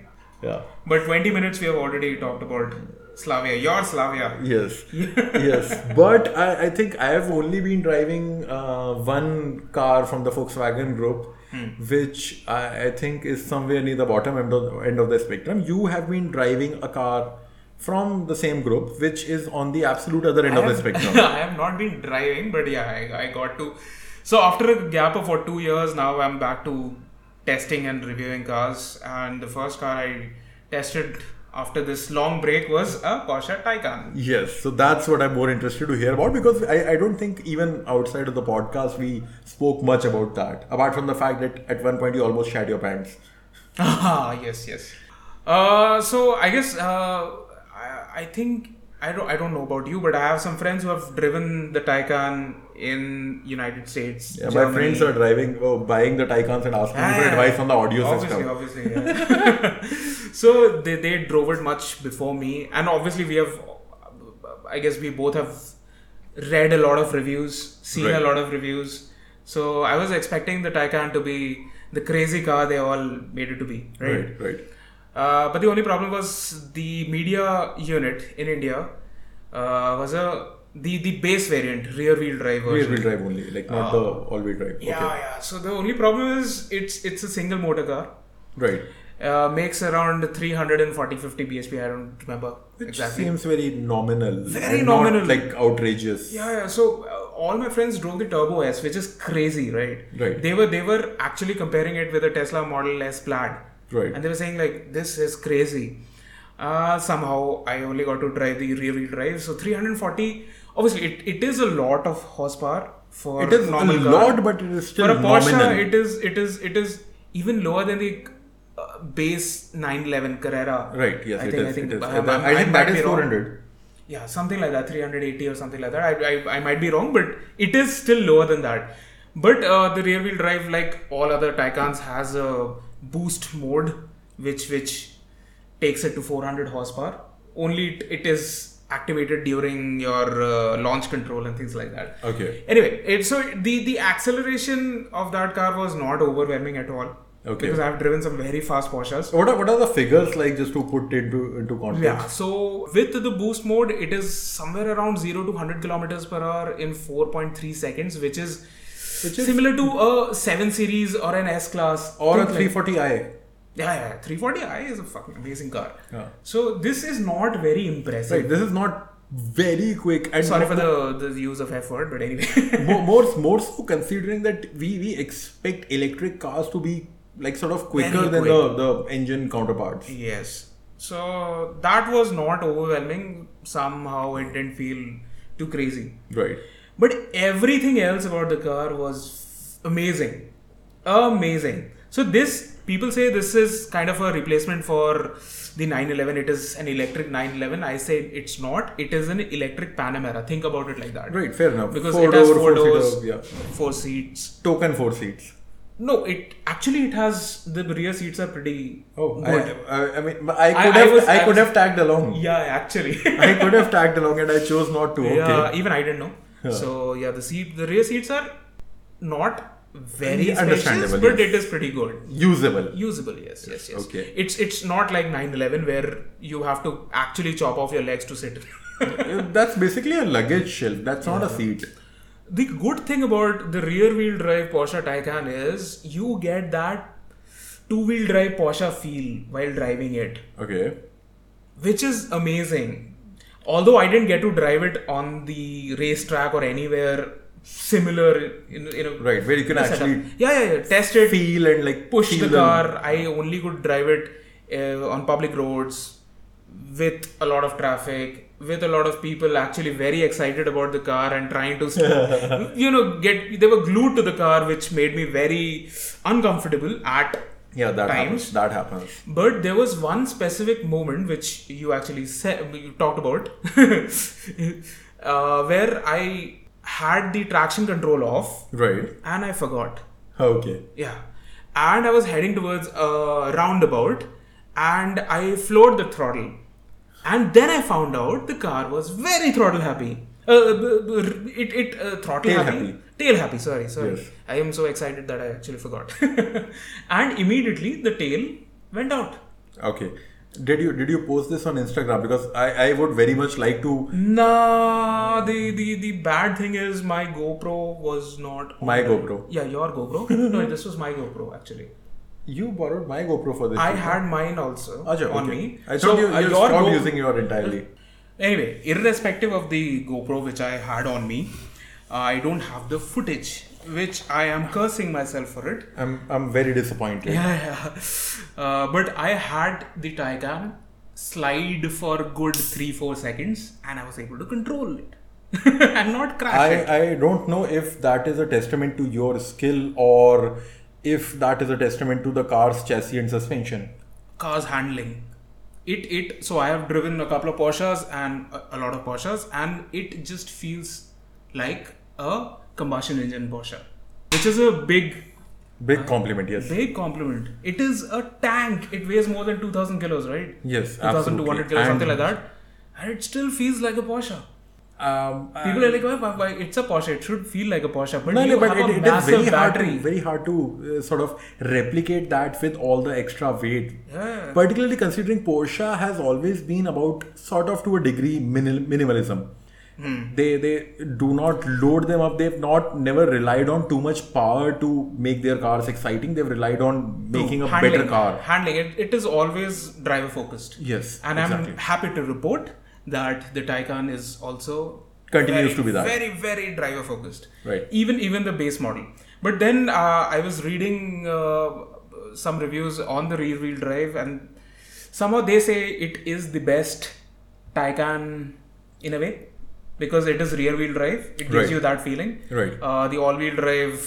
Speaker 1: yeah.
Speaker 2: But 20 minutes we have already talked about Slavia, your Slavia. *laughs*
Speaker 1: Yes. yes. But I, I think I have only been driving uh, one car from the Volkswagen group,
Speaker 2: Hmm.
Speaker 1: which I, I think is somewhere near the bottom end of, end of the spectrum. You have been driving a car from the same group, which is on the absolute other end of the spectrum.
Speaker 2: *laughs* I have not been driving, but yeah, I, I got to. So after a gap of what two years, now I'm back to testing and reviewing cars. And the first car I tested after this long break was a Porsche Taycan. *laughs*
Speaker 1: Yes, so that's what I'm more interested to hear about because I, I don't think even outside of the podcast we spoke much about that. Apart from the fact that at one point you almost shat your pants.
Speaker 2: Ah, yes, yes. Uh, so I guess uh, I, I think I don't I don't know about you, but I have some friends who have driven the Taycan in United States.
Speaker 1: Yeah, my
Speaker 2: Germany. Ah,
Speaker 1: friends are driving, oh, buying the Taycans and asking me for
Speaker 2: Yeah.
Speaker 1: advice on the audio
Speaker 2: obviously,
Speaker 1: system.
Speaker 2: Obviously, yeah. *laughs* so they, they drove it much before me, and obviously we have, I guess we both have read a lot of reviews, seen a
Speaker 1: Right.
Speaker 2: lot of reviews. So I was expecting the Taycan to be the crazy car they all made it to be, right?
Speaker 1: Right, right.
Speaker 2: Uh, but the only problem was the media unit in India uh, was a the the base variant, rear wheel drive
Speaker 1: Rear
Speaker 2: version.
Speaker 1: wheel drive only, like not the all wheel drive.
Speaker 2: Ah. Yeah,
Speaker 1: Okay.
Speaker 2: yeah. So the only problem is it's it's a single motor car.
Speaker 1: Right.
Speaker 2: uh, makes around 340 50 bhp i don't remember
Speaker 1: Which
Speaker 2: exactly
Speaker 1: seems very nominal.
Speaker 2: Very
Speaker 1: and not,
Speaker 2: nominal.
Speaker 1: like outrageous.
Speaker 2: yeah yeah so uh, all my friends drove the turbo s which is crazy right
Speaker 1: Right.
Speaker 2: they were they were actually comparing it with a tesla model s plaid
Speaker 1: Right.
Speaker 2: and they were saying like this is crazy uh, somehow i only got to drive the rear wheel drive so 340 obviously it, it is a lot of horsepower for
Speaker 1: It is a
Speaker 2: normal car.
Speaker 1: lot, but it is still
Speaker 2: for a Porsche,
Speaker 1: nominal.
Speaker 2: it is it is it is even lower than the uh, base 911 Carrera.
Speaker 1: Right, yes,
Speaker 2: I
Speaker 1: it
Speaker 2: think,
Speaker 1: is,
Speaker 2: I think,
Speaker 1: it is.
Speaker 2: I,
Speaker 1: That- I think
Speaker 2: might
Speaker 1: that
Speaker 2: be
Speaker 1: is
Speaker 2: wrong.
Speaker 1: 400.
Speaker 2: Yeah, something like that, 380 or something like that. I, I, I might be wrong, but it is still lower than that. But uh, the rear wheel drive, like all other Taycans, has a boost mode, which which takes it to 400 horsepower. Only it, it is activated during your uh, launch control and things like that
Speaker 1: Okay.
Speaker 2: anyway it, so the the acceleration of that car was not overwhelming at all
Speaker 1: Okay.
Speaker 2: because i've driven some very fast porsches
Speaker 1: What are, what are the figures like just to put into into context?
Speaker 2: yeah so with the boost mode it is somewhere around 0 to 100 kilometers per hour in 4.3 seconds which is
Speaker 1: Which is-
Speaker 2: similar to a 7 series or an s class
Speaker 1: Or a
Speaker 2: Think like-
Speaker 1: 340i.
Speaker 2: Yeah, yeah, 340i is a fucking amazing car.
Speaker 1: Yeah.
Speaker 2: So this is not very impressive.
Speaker 1: Right, this is not very quick. And
Speaker 2: Sorry
Speaker 1: mo-
Speaker 2: for the, the use of F word, but anyway. *laughs*
Speaker 1: mo- more, more, so considering that we, we expect electric cars to be like sort of quicker than
Speaker 2: Very
Speaker 1: the, the engine counterparts.
Speaker 2: yes. So that was not overwhelming. Somehow it didn't feel too crazy.
Speaker 1: Right.
Speaker 2: But everything else about the car was amazing. Amazing. So this people say this is kind of a replacement for the 911. It is an electric 911. I say it's not. It is an electric Panamera. Think about it like that.
Speaker 1: Right, fair enough.
Speaker 2: Because
Speaker 1: Four
Speaker 2: it has
Speaker 1: door,
Speaker 2: four
Speaker 1: four-seater,
Speaker 2: doors,
Speaker 1: yeah.
Speaker 2: four seats.
Speaker 1: Token four seats.
Speaker 2: No, it actually it has the rear seats are pretty
Speaker 1: Oh, I,
Speaker 2: good.
Speaker 1: I, I mean, I
Speaker 2: I-
Speaker 1: could
Speaker 2: I
Speaker 1: have, I,
Speaker 2: was- I
Speaker 1: could
Speaker 2: was-
Speaker 1: have tagged along.
Speaker 2: yeah, actually.
Speaker 1: *laughs* I could have tagged along, and I chose not to.
Speaker 2: Yeah,
Speaker 1: okay.
Speaker 2: even I didn't know.
Speaker 1: Huh.
Speaker 2: So yeah, the seat, the rear seats are not very
Speaker 1: Yeah, understandable,
Speaker 2: spacious, but
Speaker 1: yes.
Speaker 2: it is pretty good.
Speaker 1: Usable.
Speaker 2: Usable, yes, yes, yes.
Speaker 1: Okay.
Speaker 2: It's it's not like 911 where you have to actually chop off your legs to sit. *laughs*
Speaker 1: That's basically a luggage shelf. That's not a seat.
Speaker 2: the good thing about the rear wheel drive Porsche Taycan is you get that two wheel drive Porsche feel while driving it.
Speaker 1: Okay.
Speaker 2: which is amazing. Although I didn't get to drive it on the racetrack or anywhere similar in, in a
Speaker 1: Right, where you can
Speaker 2: in a setup.
Speaker 1: actually
Speaker 2: yeah, yeah, yeah. test it,
Speaker 1: Feel and like
Speaker 2: push
Speaker 1: feel
Speaker 2: the
Speaker 1: them.
Speaker 2: car. I only could drive it uh, on public roads with a lot of traffic, with a lot of people actually very excited about the car and trying to,
Speaker 1: *laughs*
Speaker 2: st- you know, get. They were glued to the car, which made me very uncomfortable at
Speaker 1: Yeah, that
Speaker 2: Times.
Speaker 1: happens. That happens.
Speaker 2: but there was one specific moment which you actually said you talked about, *laughs* uh, where I had the traction control off
Speaker 1: Right.
Speaker 2: and I forgot.
Speaker 1: Okay.
Speaker 2: Yeah, and I was heading towards a roundabout, and I floored the throttle, and then I found out the car was very throttle happy. Uh, b- b- it it uh, throttle
Speaker 1: Tail
Speaker 2: happy,
Speaker 1: happy.
Speaker 2: tail happy. Sorry, sorry.
Speaker 1: Yes.
Speaker 2: I am so excited that I actually forgot. *laughs* and immediately the tail went out.
Speaker 1: Okay. Did you did you post this on Instagram? Because I I would very much like to.
Speaker 2: Nah, the, the the bad thing is my GoPro was not. on
Speaker 1: My
Speaker 2: the-
Speaker 1: GoPro.
Speaker 2: Yeah, your
Speaker 1: *laughs*
Speaker 2: GoPro. no, this was my GoPro actually.
Speaker 1: You borrowed my GoPro for this.
Speaker 2: I
Speaker 1: shoot.
Speaker 2: had mine also
Speaker 1: Acha,
Speaker 2: on
Speaker 1: okay.
Speaker 2: me.
Speaker 1: I thought you,
Speaker 2: uh,
Speaker 1: you
Speaker 2: your
Speaker 1: stopped
Speaker 2: Go-
Speaker 1: using your entirely.
Speaker 2: Anyway, irrespective of the GoPro which I had on me, uh, I don't have the footage, which I am cursing myself for it. *laughs*
Speaker 1: I'm I'm very disappointed.
Speaker 2: Yeah, yeah. Uh, but I had the Taycan slide for good three four seconds, and I was able to control it *laughs* and not crash it.
Speaker 1: I, I don't know if that is a testament to your skill or if that is a testament to the car's chassis and suspension.
Speaker 2: car's handling it it so i have driven a couple of porsches and a, a lot of porsches and it just feels like a combustion engine porsche which is a big
Speaker 1: Uh, Big compliment, yes.
Speaker 2: big compliment it is a tank it weighs more than 2000 kilos right
Speaker 1: Yes,
Speaker 2: 2200
Speaker 1: absolutely.
Speaker 2: kilos something
Speaker 1: And-
Speaker 2: like that and it still feels like a porsche
Speaker 1: Um,
Speaker 2: people are like why, why, why it's a porsche it should feel like a porsche but
Speaker 1: no,
Speaker 2: you
Speaker 1: no, but
Speaker 2: have
Speaker 1: it,
Speaker 2: a
Speaker 1: it is
Speaker 2: massive
Speaker 1: very hard,
Speaker 2: battery
Speaker 1: to, very hard to uh, sort of replicate that with all the extra weight.
Speaker 2: Yeah.
Speaker 1: Particularly considering Porsche has always been about sort of to a degree minimal, minimalism.
Speaker 2: Hmm.
Speaker 1: They they do not load them up. They've not never relied on too much power to make their cars exciting. They've relied on making a better
Speaker 2: Handling-
Speaker 1: car.
Speaker 2: handling it it is always driver focused
Speaker 1: Yes,
Speaker 2: and
Speaker 1: exactly.
Speaker 2: I'm happy to report that the Taycan is also
Speaker 1: Continues
Speaker 2: very,
Speaker 1: to be that.
Speaker 2: very very driver focused.
Speaker 1: Right.
Speaker 2: Even even the base model. But then uh, I was reading uh, some reviews on the rear wheel drive, and somehow they say it is the best Taycan in a way because it is rear wheel drive. It gives
Speaker 1: Right.
Speaker 2: you that feeling.
Speaker 1: Right.
Speaker 2: Uh, the all wheel drive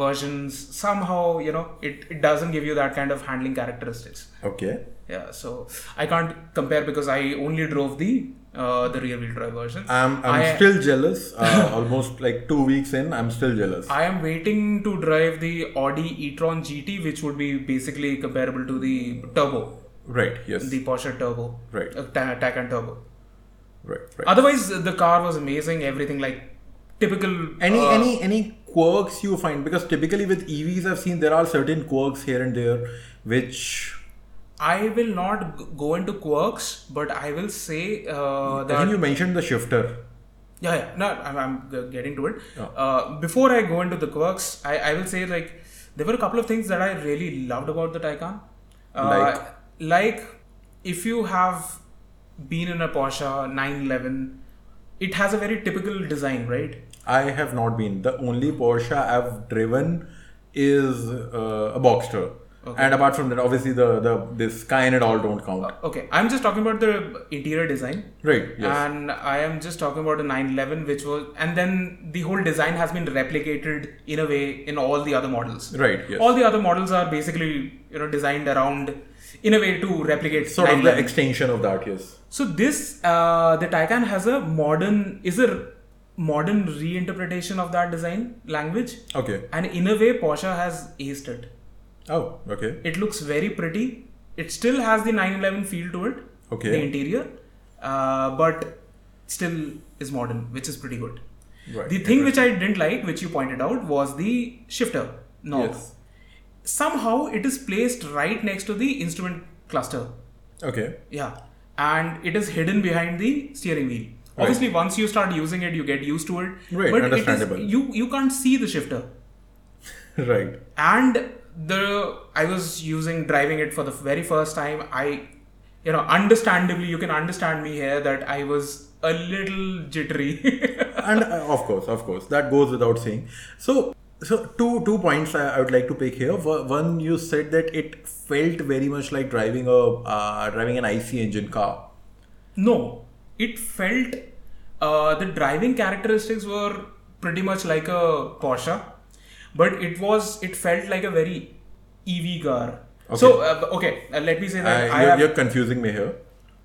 Speaker 2: versions somehow you know it, it doesn't give you that kind of handling characteristics
Speaker 1: Okay.
Speaker 2: yeah so i can't compare because i only drove the uh, the rear wheel drive version
Speaker 1: I'm I'm
Speaker 2: I-
Speaker 1: still jealous.
Speaker 2: *coughs*
Speaker 1: Uh, almost like two weeks in, I'm still jealous.
Speaker 2: I am waiting to drive the audi e-tron gt which would be basically comparable to the turbo
Speaker 1: right. Yes.
Speaker 2: the porsche turbo
Speaker 1: Right.
Speaker 2: uh, Ta- Taycan turbo
Speaker 1: right. Right.
Speaker 2: otherwise the car was amazing everything like typical
Speaker 1: any
Speaker 2: uh,
Speaker 1: any any quirks you find because typically with evs i've seen there are certain quirks here and there which
Speaker 2: i will not g- go into quirks but i will say uh,
Speaker 1: i
Speaker 2: that
Speaker 1: think you mentioned the shifter
Speaker 2: Yeah, yeah. No, I'm, I'm g- getting to it. Uh, before I go into the quirks, I, I will say like there were a couple of things that I really loved about the Taycan. Uh, like, if you have been in a Porsche 911, it has a very typical design, right?
Speaker 1: I have not been. The only Porsche I've driven is uh, a Boxster. And apart from that, obviously the the this Cayenne and all don't count.
Speaker 2: Okay, I'm just talking about the interior design.
Speaker 1: right. Yes.
Speaker 2: And I am just talking about the 911, which was, and then the whole design has been replicated in a way in all the other models.
Speaker 1: right. Yes.
Speaker 2: All the other models are basically, you know, designed around, in a way, to replicate.
Speaker 1: sort of the
Speaker 2: 911.
Speaker 1: extension of that. Yes.
Speaker 2: So this, uh, the Taycan has a modern, is a r- modern reinterpretation of that design language,
Speaker 1: Okay.
Speaker 2: and in a way, Porsche has aced it.
Speaker 1: Oh. Okay.
Speaker 2: It looks very pretty. It still has the 911 feel to it.
Speaker 1: Okay.
Speaker 2: The interior, uh, but still is modern, which is pretty good.
Speaker 1: Right.
Speaker 2: The thing which I didn't like, which you pointed out, was the shifter knob.
Speaker 1: Yes.
Speaker 2: Somehow it is placed right next to the instrument cluster.
Speaker 1: Okay. *laughs*
Speaker 2: Yeah. And it is hidden behind the steering wheel. Obviously, once you start using it, you get used to it.
Speaker 1: Right,
Speaker 2: but
Speaker 1: understandable.
Speaker 2: It is, you you can't see the shifter.
Speaker 1: right.
Speaker 2: And the I was using driving it for the very first time. I, you know, understandably, you can understand me here that I was a little jittery. *laughs*
Speaker 1: and uh, of course, of course, that goes without saying. So, so two two points I, I would like to pick here. Wo- One, you said that it felt very much like driving a uh, driving an IC engine car.
Speaker 2: No, it felt uh, the driving characteristics were pretty much like a Porsche, but it was it felt like a very EV car. So uh, okay, uh, let me say
Speaker 1: I,
Speaker 2: that I,
Speaker 1: you're,
Speaker 2: have
Speaker 1: you're confusing me here.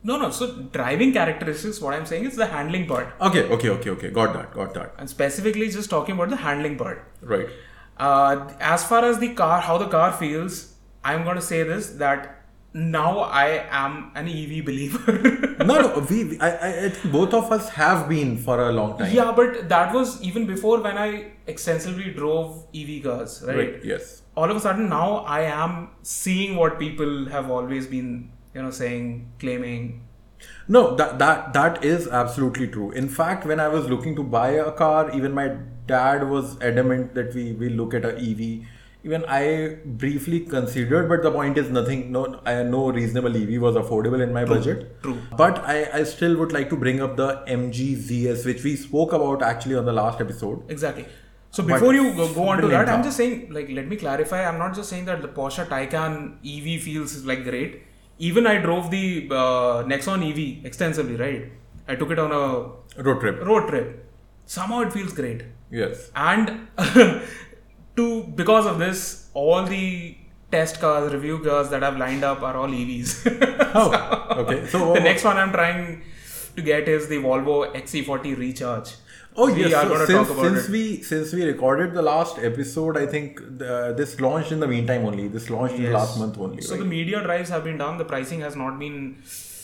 Speaker 2: no no. So driving characteristics, what I'm saying is the handling part,
Speaker 1: Okay, okay, okay, okay. Got that. Got that.
Speaker 2: and specifically just talking about the handling part.
Speaker 1: Right.
Speaker 2: Uh, as far as the car, how the car feels, I'm gonna say this that now I am an EV believer. *laughs*
Speaker 1: No, no. We, we I, I, I think both of us have been for a long time.
Speaker 2: Yeah, but that was even before when I extensively drove EV cars, right?
Speaker 1: Right. Yes.
Speaker 2: All of a sudden now I am seeing what people have always been, you know, saying, claiming.
Speaker 1: No, that that that is absolutely true. In fact, when I was looking to buy a car, even my dad was adamant that we we look at a EV. Even I briefly considered, but the point is nothing. No, I, no reasonable EV was affordable in my budget.
Speaker 2: true.
Speaker 1: But I I still would like to bring up the MG ZS, which we spoke about actually on the last episode.
Speaker 2: Exactly. So
Speaker 1: But
Speaker 2: before you go, go on to
Speaker 1: brilliant
Speaker 2: that, I'm
Speaker 1: car.
Speaker 2: just saying, like, let me clarify. I'm not just saying that the Porsche Taycan EV feels like great. Even I drove the uh, Nexon EV extensively, right? I took it on a
Speaker 1: Road trip.
Speaker 2: road trip. Somehow it feels great.
Speaker 1: Yes.
Speaker 2: and *laughs* to because of this all the test cars review cars that i've lined up are all *laughs* evs
Speaker 1: Oh, okay. So
Speaker 2: the next one i'm trying to get is the volvo xc40 recharge
Speaker 1: Oh
Speaker 2: we
Speaker 1: yes,
Speaker 2: are
Speaker 1: so
Speaker 2: going to
Speaker 1: since,
Speaker 2: talk about
Speaker 1: since
Speaker 2: it
Speaker 1: we since we recorded the last episode, I think the, this launched in the meantime only. This launched in the
Speaker 2: Yes.
Speaker 1: last month only.
Speaker 2: so the
Speaker 1: right?
Speaker 2: media drives have been done the pricing has not been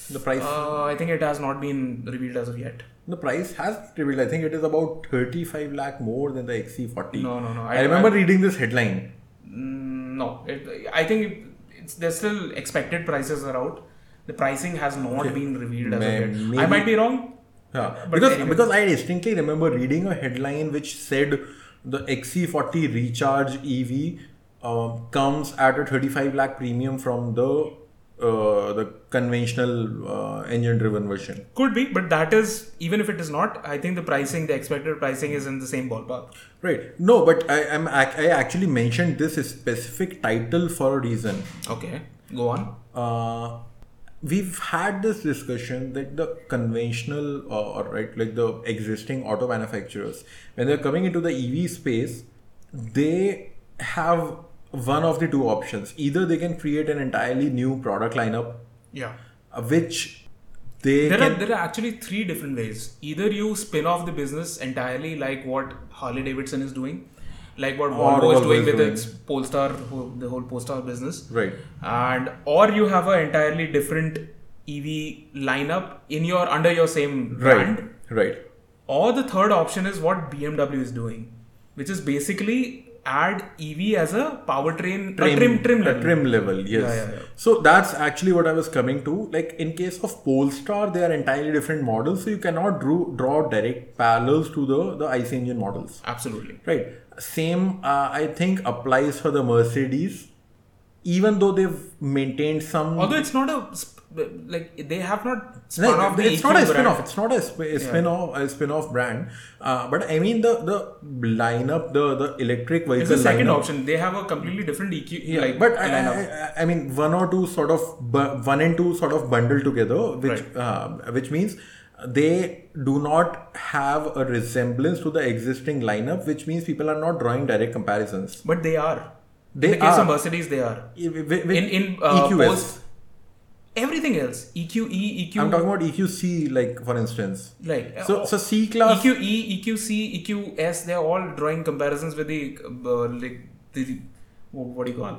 Speaker 1: the, price
Speaker 2: uh, i think it has not been revealed as of yet
Speaker 1: the price has been revealed. I think it is about thirty five lakh more than the XC40.
Speaker 2: No, no, no,
Speaker 1: I,
Speaker 2: I-
Speaker 1: remember reading this headline.
Speaker 2: Mm, no it, i think it, it's there's still expected prices are out the pricing has not been revealed as
Speaker 1: May-
Speaker 2: of yet i
Speaker 1: maybe-
Speaker 2: might be wrong
Speaker 1: Yeah,
Speaker 2: But
Speaker 1: because
Speaker 2: anyway.
Speaker 1: because I distinctly remember reading a headline which said the XC40 Recharge EV um, comes at a 35 lakh premium from the uh, the conventional uh, engine driven version.
Speaker 2: Could be, but that is even if it is not. I think the pricing, the expected pricing, is in the same ballpark.
Speaker 1: Right. No, but I am I actually mentioned this specific title for a reason.
Speaker 2: Okay, go on.
Speaker 1: Uh, we've had this discussion that the conventional uh, or right like the existing auto manufacturers when they're coming into the EV space, they have one of the two options. Either they can create an entirely new product lineup,
Speaker 2: Yeah,
Speaker 1: uh, which they
Speaker 2: there
Speaker 1: can
Speaker 2: are there are actually three different ways. Either you spin off the business entirely, like what Harley Davidson is doing, like what
Speaker 1: Or
Speaker 2: Volvo is
Speaker 1: Volvo
Speaker 2: doing
Speaker 1: is
Speaker 2: with
Speaker 1: doing.
Speaker 2: its Polestar, who- the whole Polestar business,
Speaker 1: right.
Speaker 2: and or you have an entirely different EV lineup in your under your same brand.
Speaker 1: Right. Right.
Speaker 2: Or the third option is what BMW is doing, which is basically add EV as a powertrain, trim, a trim, trim
Speaker 1: a
Speaker 2: level.
Speaker 1: trim level, yes.
Speaker 2: yeah, yeah.
Speaker 1: So that's actually what I was coming to. Like in case of Polestar, they are entirely different models, so you cannot drew, draw direct parallels to the the ICE engine models,
Speaker 2: Absolutely.
Speaker 1: right? Same, uh, I think, applies for the Mercedes. even though they've maintained some
Speaker 2: Although it's not a sp- like they have not spun
Speaker 1: No,
Speaker 2: off the
Speaker 1: it's
Speaker 2: EQ
Speaker 1: not a
Speaker 2: brand.
Speaker 1: spin-off. It's not a, sp- a spin-off. A spin-off brand. Uh, but I mean the the lineup, the the electric vehicle
Speaker 2: It's the second
Speaker 1: lineup.
Speaker 2: option. They have a completely different EQ.
Speaker 1: Yeah,
Speaker 2: like, uh,
Speaker 1: but I, I,
Speaker 2: lineup.
Speaker 1: I- I mean one or two sort of bu- one and two sort of bundle together, which uh, which means they do not have a resemblance to the existing lineup, which means people are not drawing direct comparisons.
Speaker 2: but they are.
Speaker 1: They
Speaker 2: In the case
Speaker 1: are.
Speaker 2: of Mercedes, they are.
Speaker 1: I- wi- wi-
Speaker 2: In in uh,
Speaker 1: EQS.
Speaker 2: post- everything else E EQE EQ
Speaker 1: I'm talking about EQC, like for instance.
Speaker 2: like uh, E,
Speaker 1: So so C class.
Speaker 2: EQE, EQC, EQS, they're all drawing comparisons with the uh, like the what, what do you call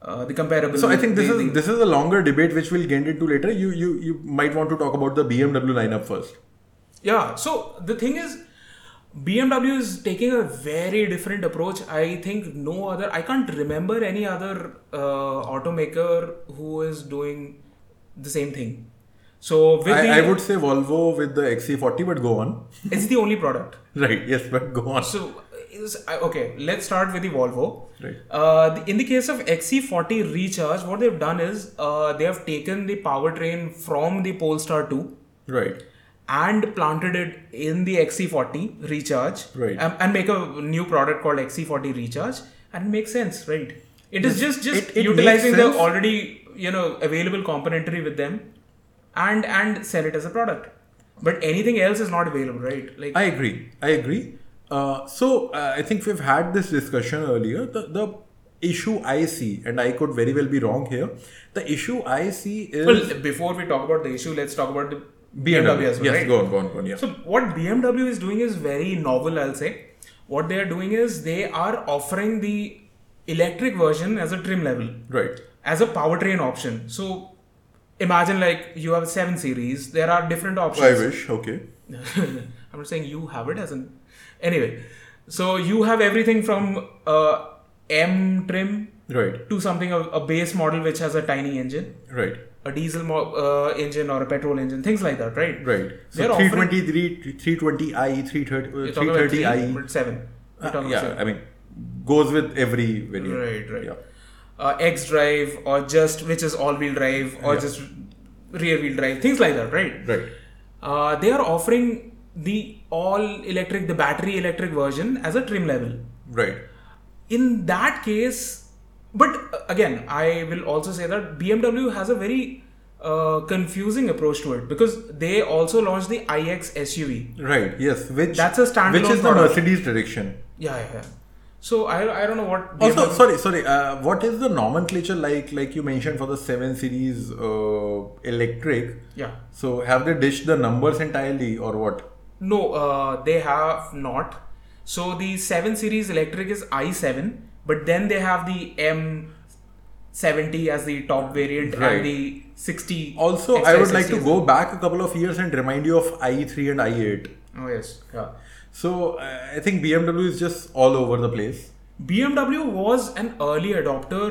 Speaker 2: uh, the comparable.
Speaker 1: So I think this
Speaker 2: the-
Speaker 1: is
Speaker 2: the-
Speaker 1: this is a longer debate which we'll get into later. You you you might want to talk about the BMW lineup first.
Speaker 2: yeah. So the thing is, BMW is taking a very different approach. I think no other. I can't remember any other uh, automaker who is doing the same thing. So with the,
Speaker 1: I, I would say Volvo with the XC40, but go on. *laughs*
Speaker 2: it's the only product.
Speaker 1: Right. Yes, but go on.
Speaker 2: So is I- okay. Let's start with the Volvo.
Speaker 1: Right.
Speaker 2: Uh, the- in the case of XC40 Recharge, what they've done is uh, they have taken the powertrain from the Polestar 2
Speaker 1: Right.
Speaker 2: and planted it in the XC40 Recharge
Speaker 1: Right.
Speaker 2: um, and make a new product called XC40 Recharge and it makes sense, right? It is just just
Speaker 1: it- it
Speaker 2: utilizing
Speaker 1: makes
Speaker 2: the
Speaker 1: sense.
Speaker 2: already you know available componentry with them and and sell it as a product. But anything else is not available, right? Like
Speaker 1: I agree. I agree. Uh, so uh, I think we've had this discussion earlier. The the issue I see, and I could very well be wrong here. The issue I see is
Speaker 2: Well, before we talk about the issue, let's talk about the BMW, as well.
Speaker 1: yes,
Speaker 2: right?
Speaker 1: go on, go on, go on. Yeah.
Speaker 2: So what BMW is doing is very novel, I'll say. What they are doing is they are offering the electric version as a trim level,
Speaker 1: right.
Speaker 2: as a powertrain option. So imagine like you have seven series. There are different options.
Speaker 1: I wish. Okay.
Speaker 2: *laughs* I'm not saying you have it as an anyway. So you have everything from uh, M trim
Speaker 1: Right.
Speaker 2: to something of a base model which has a tiny engine
Speaker 1: Right.
Speaker 2: a diesel mo- uh, engine or a petrol engine, things like that, right?
Speaker 1: Right.
Speaker 2: They're
Speaker 1: So
Speaker 2: offering-
Speaker 1: 323, 320i, 330,
Speaker 2: You're talking about three,
Speaker 1: 330i.
Speaker 2: but seven. You're
Speaker 1: Uh,
Speaker 2: talking
Speaker 1: E. yeah,
Speaker 2: about
Speaker 1: I mean, goes with every
Speaker 2: seven.
Speaker 1: variant.
Speaker 2: Right, right.
Speaker 1: Yeah.
Speaker 2: Uh, X drive or just which is all-wheel drive or
Speaker 1: Yeah.
Speaker 2: just rear-wheel drive, things like that, right?
Speaker 1: Right.
Speaker 2: Uh, they are offering the all-electric, the battery electric version as a trim level.
Speaker 1: Right.
Speaker 2: in that case but uh, again i will also say that bmw has a very uh, confusing approach to it because they also launched the ix suv
Speaker 1: Right. Yes. Which
Speaker 2: That's a standalone
Speaker 1: Which is the
Speaker 2: product.
Speaker 1: Mercedes direction.
Speaker 2: yeah yeah, yeah. so I, I don't know what BMW
Speaker 1: Also, sorry, sorry. Uh, what is the nomenclature like? Like you mentioned for the seven series uh, electric.
Speaker 2: yeah
Speaker 1: So have they dished the numbers entirely or what?
Speaker 2: no uh, they have not so the 7 series electric is i7 but then they have the m70 as the top variant
Speaker 1: Right.
Speaker 2: and the 60
Speaker 1: Also, I would
Speaker 2: XI60
Speaker 1: like to
Speaker 2: as-
Speaker 1: go back a couple of years and remind you of i3 and i8.
Speaker 2: oh yes yeah
Speaker 1: So uh, I think BMW is just all over the place.
Speaker 2: BMW was an early adopter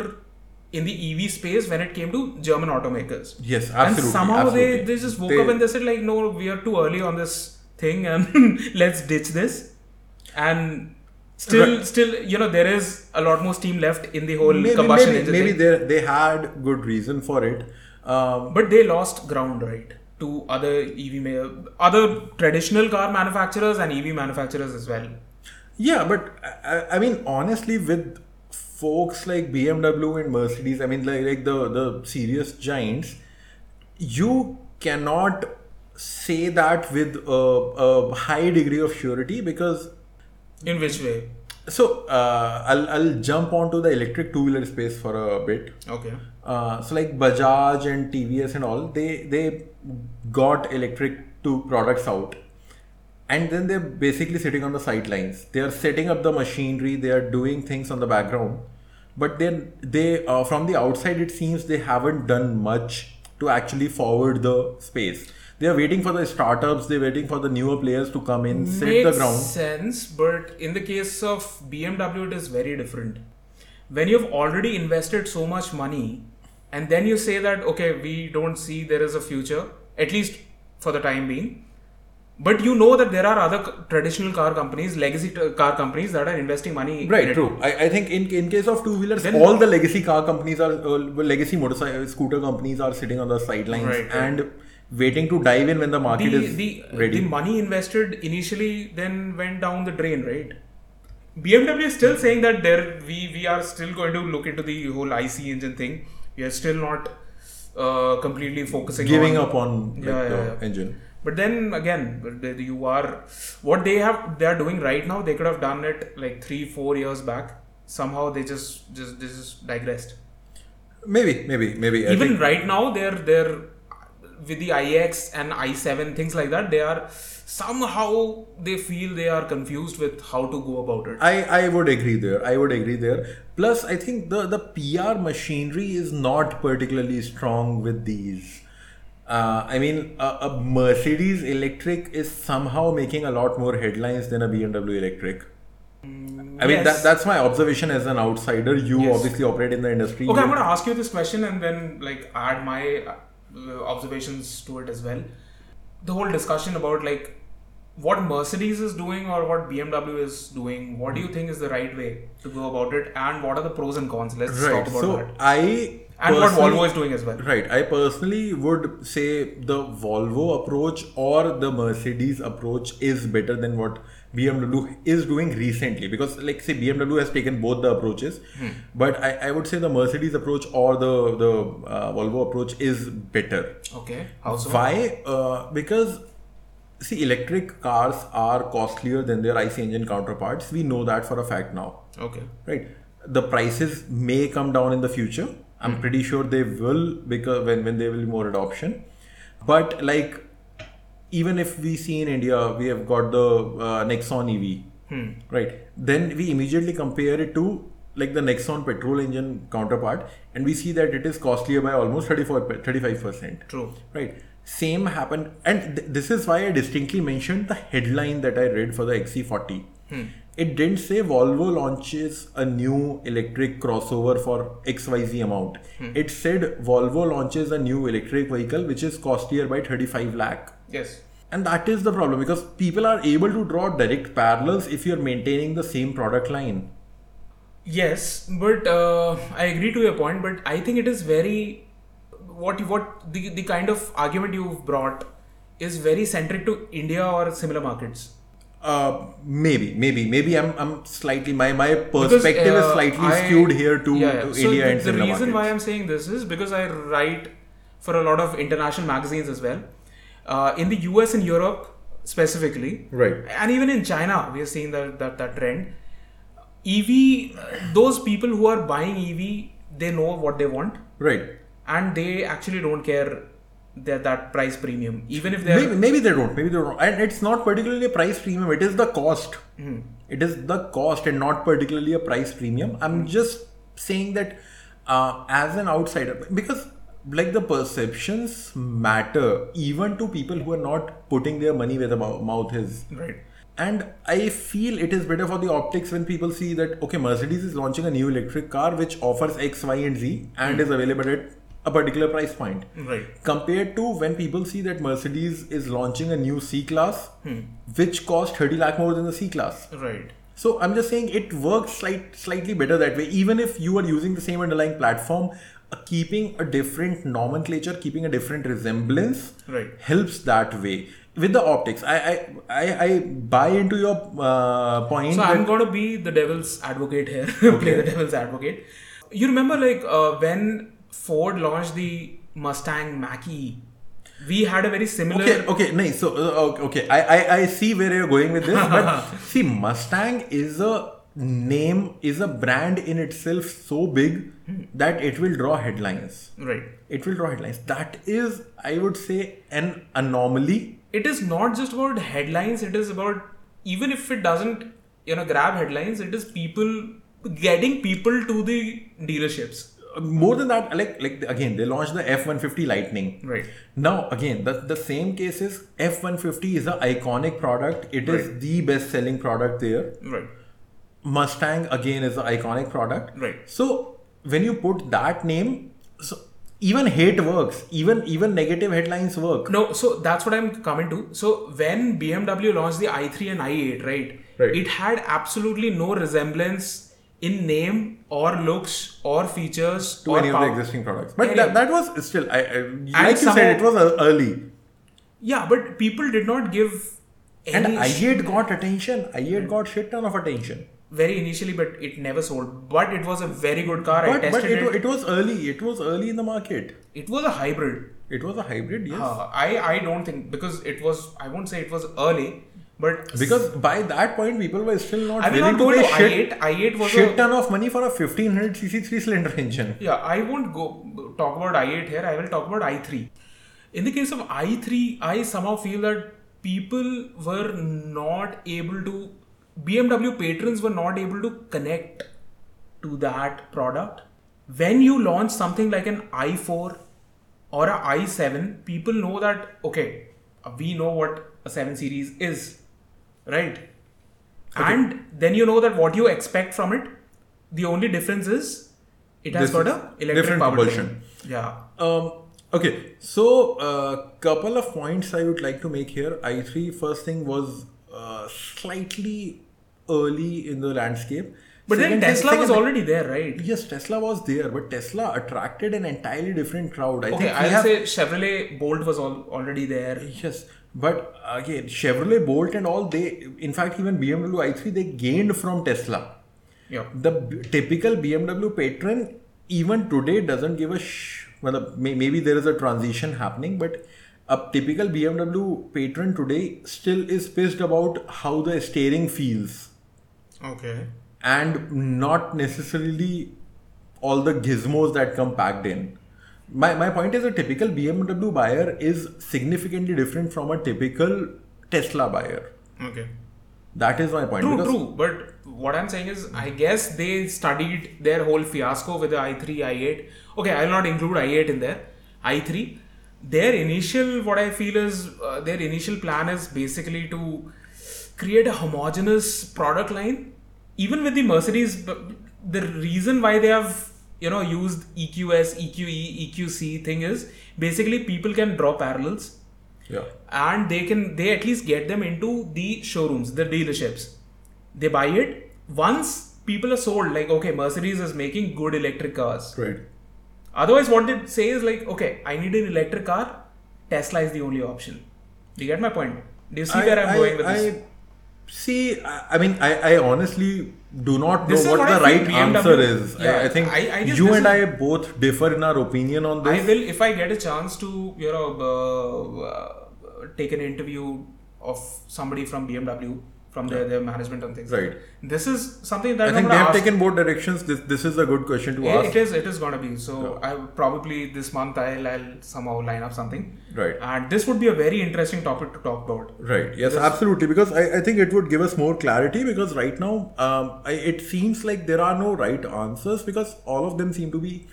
Speaker 2: in the EV space when it came to German automakers.
Speaker 1: Yes,
Speaker 2: And
Speaker 1: absolutely,
Speaker 2: somehow
Speaker 1: absolutely.
Speaker 2: They, they just woke
Speaker 1: They-
Speaker 2: up and they said, like, no, we are too early on this thing and *laughs* let's ditch this. And still, still, you know, there is a lot more steam left in the whole combustion
Speaker 1: maybe,
Speaker 2: engine.
Speaker 1: maybe
Speaker 2: thing.
Speaker 1: they they had good reason for it. Um,
Speaker 2: But they lost ground, right? To other EV, ma- other traditional car manufacturers and EV manufacturers as well.
Speaker 1: yeah, but I, I mean, honestly, with folks like BMW and Mercedes, I mean, like, like the the serious giants, you cannot say that with a, a high degree of surety because
Speaker 2: In which way?
Speaker 1: so uh, I'll I'll jump onto the electric two wheeler space for a bit.
Speaker 2: Okay.
Speaker 1: Uh, so like Bajaj and TVS and all, they they got electric two products out, and then they're basically sitting on the sidelines. They are setting up the machinery, they are doing things on the background, but then they uh, from the outside it seems they haven't done much to actually forward the space. They are waiting for the startups, they're waiting for the newer players to come in, set the
Speaker 2: makes
Speaker 1: ground.
Speaker 2: sense, but in the case of BMW, it is very different. When you've already invested so much money, and then you say that okay, we don't see there is a future, at least for the time being. But you know that there are other c- traditional car companies, legacy t- car companies that are investing money. in
Speaker 1: Right,
Speaker 2: it.
Speaker 1: true. I, I think in in case of two wheelers,
Speaker 2: Then-
Speaker 1: all the legacy car companies are uh, legacy motorcycle scooter companies are sitting on the sidelines
Speaker 2: Right, right.
Speaker 1: and waiting to dive in when the market
Speaker 2: The,
Speaker 1: is
Speaker 2: the,
Speaker 1: ready.
Speaker 2: the money invested initially then went down the drain, right? BMW is still saying that there we, we are still going to look into the whole IC engine thing. We are still not uh, completely focusing
Speaker 1: giving
Speaker 2: on,
Speaker 1: up on like,
Speaker 2: Yeah, yeah,
Speaker 1: the
Speaker 2: yeah.
Speaker 1: engine.
Speaker 2: But then again, th- you are what they have they are doing right now. They could have done it like three, four years back. Somehow they just just this is digressed.
Speaker 1: Maybe, maybe, maybe. I
Speaker 2: Even
Speaker 1: think-
Speaker 2: right now, they're they're with the iX and i7 things like that. They are somehow they feel they are confused with how to go about it.
Speaker 1: I, I would agree there. I would agree there. Plus, I think the, the PR machinery is not particularly strong with these. Uh, I mean, a, a Mercedes electric is somehow making a lot more headlines than a BMW electric. I mean,
Speaker 2: Mm, yes.
Speaker 1: that, that's my observation as an outsider. You
Speaker 2: Yes.
Speaker 1: obviously operate in the industry.
Speaker 2: Okay,
Speaker 1: You-
Speaker 2: I'm gonna ask you this question and then like add my uh, observations to it as well. The whole discussion about like what Mercedes is doing or what BMW is doing. What do you think is the right way to go about it, and what are the pros and cons? Let's
Speaker 1: right.
Speaker 2: talk about
Speaker 1: So,
Speaker 2: that.
Speaker 1: I.
Speaker 2: And what
Speaker 1: personally-
Speaker 2: Volvo is doing as well.
Speaker 1: Right. I personally would say the Volvo approach or the Mercedes approach is better than what BMW is doing recently because like say BMW has taken both the approaches but I, I would say the Mercedes approach or the the uh, Volvo approach is better
Speaker 2: Okay, how so?
Speaker 1: why uh, because see electric cars are costlier than their IC engine counterparts we know that for a fact now
Speaker 2: Okay,
Speaker 1: right the prices may come down in the future i'm pretty sure they will because when, when there will be more adoption but like even if we see in india we have got the uh, nexon ev right then we immediately compare it to like the nexon petrol engine counterpart and we see that it is costlier by almost 34 pe- 35%
Speaker 2: true.
Speaker 1: Right. Same happened, and th- this is why I distinctly mentioned the headline that I read for the XC40.
Speaker 2: Hmm.
Speaker 1: It didn't say Volvo launches a new electric crossover for XYZ amount.
Speaker 2: Hmm.
Speaker 1: It said Volvo launches a new electric vehicle which is costlier by 35 lakh.
Speaker 2: Yes.
Speaker 1: And that is the problem because people are able to draw direct parallels if you're maintaining the same product line.
Speaker 2: Yes, but uh, I agree to your point. But I think it is very what you, what the the kind of argument you've brought is very centric to India or similar markets.
Speaker 1: Uh, maybe, maybe, maybe I'm, I'm slightly my my
Speaker 2: Because,
Speaker 1: perspective
Speaker 2: uh,
Speaker 1: is slightly
Speaker 2: I-
Speaker 1: skewed here to,
Speaker 2: yeah, yeah.
Speaker 1: to
Speaker 2: So
Speaker 1: India
Speaker 2: the,
Speaker 1: and
Speaker 2: the
Speaker 1: similar
Speaker 2: reason
Speaker 1: markets.
Speaker 2: why I'm saying this is because I write for a lot of international magazines as well. Uh, in the US and Europe specifically,
Speaker 1: Right.
Speaker 2: and even in China, we are seeing that that, that trend. EV, uh, those people who are buying EV, they know what they want.
Speaker 1: Right.
Speaker 2: and they actually don't care that that price premium even if they're
Speaker 1: Maybe, maybe they don't. Maybe they don't. And it's not particularly a price premium. It is the cost. It is the cost and not particularly a price premium. I'm just saying that uh, as an outsider, because like the perceptions matter even to people who are not putting their money where the mou- mouth is.
Speaker 2: right
Speaker 1: And I feel it is better for the optics when people see that okay, Mercedes is launching a new electric car which offers X, Y, and Z and is available at a particular price point
Speaker 2: right
Speaker 1: compared to when people see that Mercedes is launching a new C class,
Speaker 2: Hmm.
Speaker 1: which costs 30 lakh more than the C class.
Speaker 2: right
Speaker 1: So I'm just saying it works slight, slightly better that way. Even if you are using the same underlying platform, uh, keeping a different nomenclature, keeping a different resemblance
Speaker 2: Right.
Speaker 1: helps that way. With the optics, I I, I, I buy into your uh, point.
Speaker 2: so
Speaker 1: that-
Speaker 2: i'm going to be the devil's advocate here *laughs* play the devil's advocate you remember like uh, when ford launched the mustang mach-e we had a very similar
Speaker 1: Okay, okay, nice. So, uh, okay, okay, I, I, I see where you're going with this,
Speaker 2: *laughs*
Speaker 1: but see, Mustang is a name, is a brand in itself so big that it will draw headlines.
Speaker 2: right
Speaker 1: It will draw headlines. That is, I would say, an anomaly.
Speaker 2: it is not just about headlines it is about even if it doesn't you know grab headlines it is people getting people to the dealerships
Speaker 1: Uh, More than that, like, like again, they launched the F 150 Lightning.
Speaker 2: right
Speaker 1: Now, again, the, the same case is F 150 is an iconic product, It is
Speaker 2: Right.
Speaker 1: the best selling product there.
Speaker 2: right
Speaker 1: Mustang again is an iconic product.
Speaker 2: Right.
Speaker 1: So when you put that name, so even hate works even even negative headlines work
Speaker 2: No, so that's what I'm coming to. So when BMW launched the i3 and i8, right?
Speaker 1: Right.
Speaker 2: It had absolutely no resemblance in name or looks or features
Speaker 1: to
Speaker 2: or
Speaker 1: any of
Speaker 2: power-
Speaker 1: the existing products but
Speaker 2: Any-
Speaker 1: that, that was still i, I like you
Speaker 2: somehow-
Speaker 1: said it was ear- early
Speaker 2: Yeah, but people did not give
Speaker 1: and
Speaker 2: any
Speaker 1: i8 got attention i8 got shit ton of attention
Speaker 2: very initially, but it never sold. But it was a very good car. I
Speaker 1: but,
Speaker 2: tested
Speaker 1: but it, wa-
Speaker 2: it.
Speaker 1: it was early it was early in the market
Speaker 2: It was a hybrid.
Speaker 1: it was a hybrid yes
Speaker 2: Uh, I I don't think because it was I won't say it was early, but
Speaker 1: because by that point people were still not
Speaker 2: I will
Speaker 1: willing
Speaker 2: not go
Speaker 1: to
Speaker 2: into
Speaker 1: pay shit
Speaker 2: i8. i8 was a
Speaker 1: shit ton of money for a 1500cc three cylinder engine.
Speaker 2: Yeah, I won't go talk about i8 here. I will talk about i3. In the case of i3, I somehow feel that people were not able to, BMW patrons were not able to connect to that product. When you launch something like an i4 or a i7, people know that, okay, we know what a 7 series is, right? And then you know that what you expect from it. The only difference is it
Speaker 1: This
Speaker 2: has got
Speaker 1: is
Speaker 2: a electric
Speaker 1: different
Speaker 2: powertrain.
Speaker 1: propulsion.
Speaker 2: Yeah,
Speaker 1: Um, okay, so uh, couple of points I would like to make here. i3 first thing was uh, slightly early in the landscape,
Speaker 2: but then
Speaker 1: Second thing-
Speaker 2: Tesla was
Speaker 1: second-
Speaker 2: already there, right?
Speaker 1: Yes, Tesla was there, but Tesla attracted an entirely different crowd. I
Speaker 2: Okay,
Speaker 1: think we
Speaker 2: I'll
Speaker 1: have-
Speaker 2: say Chevrolet Bolt was all already there.
Speaker 1: Yes, but again, Chevrolet Bolt and all they, in fact, even BMW i3 they gained from Tesla.
Speaker 2: Yeah,
Speaker 1: the b- typical BMW patron even today doesn't give a sh. Well, may- maybe there is a transition happening, but a typical BMW patron today still is pissed about how the steering feels
Speaker 2: okay,
Speaker 1: and not necessarily all the gizmos that come packed in. My, my point is a typical BMW buyer is significantly different from a typical Tesla buyer.
Speaker 2: okay.
Speaker 1: That is my point.
Speaker 2: True,
Speaker 1: because-
Speaker 2: true. But what I'm saying is, I guess they studied their whole fiasco with the i3, i8. Okay, I'll not include i8 in there. i3. Their initial, what I feel is, uh, their initial plan is basically to create a homogeneous product line. Even with the Mercedes, b- the reason why they have you know used E EQS, EQE, EQC E thing is basically people can draw parallels
Speaker 1: Yeah.
Speaker 2: and they can they at least get them into the showrooms the dealerships they buy it once people are sold like okay mercedes is making good electric cars
Speaker 1: Right.
Speaker 2: otherwise what they say is like okay i need an electric car tesla is the only option do you get my point do you see where i'm going with this
Speaker 1: See, I, I mean, I, I honestly do not know
Speaker 2: This is
Speaker 1: what
Speaker 2: what I
Speaker 1: the
Speaker 2: think
Speaker 1: right
Speaker 2: BMW
Speaker 1: answer is.
Speaker 2: yeah,
Speaker 1: I, I think
Speaker 2: I- I guess
Speaker 1: you
Speaker 2: this
Speaker 1: and
Speaker 2: is-
Speaker 1: I both differ in our opinion on
Speaker 2: i
Speaker 1: this.
Speaker 2: will if i get a chance to you know uh, uh, take an interview of somebody from bmw from their, their management and things
Speaker 1: Right.
Speaker 2: this is something
Speaker 1: I
Speaker 2: that I'm
Speaker 1: think
Speaker 2: gonna
Speaker 1: they have
Speaker 2: ask Eh,
Speaker 1: taken both directions. This this is a good question to
Speaker 2: It,
Speaker 1: ask.
Speaker 2: it is. It is gonna be. So I probably this month I'll, I'll somehow line up something.
Speaker 1: Right.
Speaker 2: And this would be a very interesting topic to talk about.
Speaker 1: Right. Yes, absolutely. Because I, I think it would give us more clarity. Because right now, um, I, it seems like there are no right answers because all of them seem to be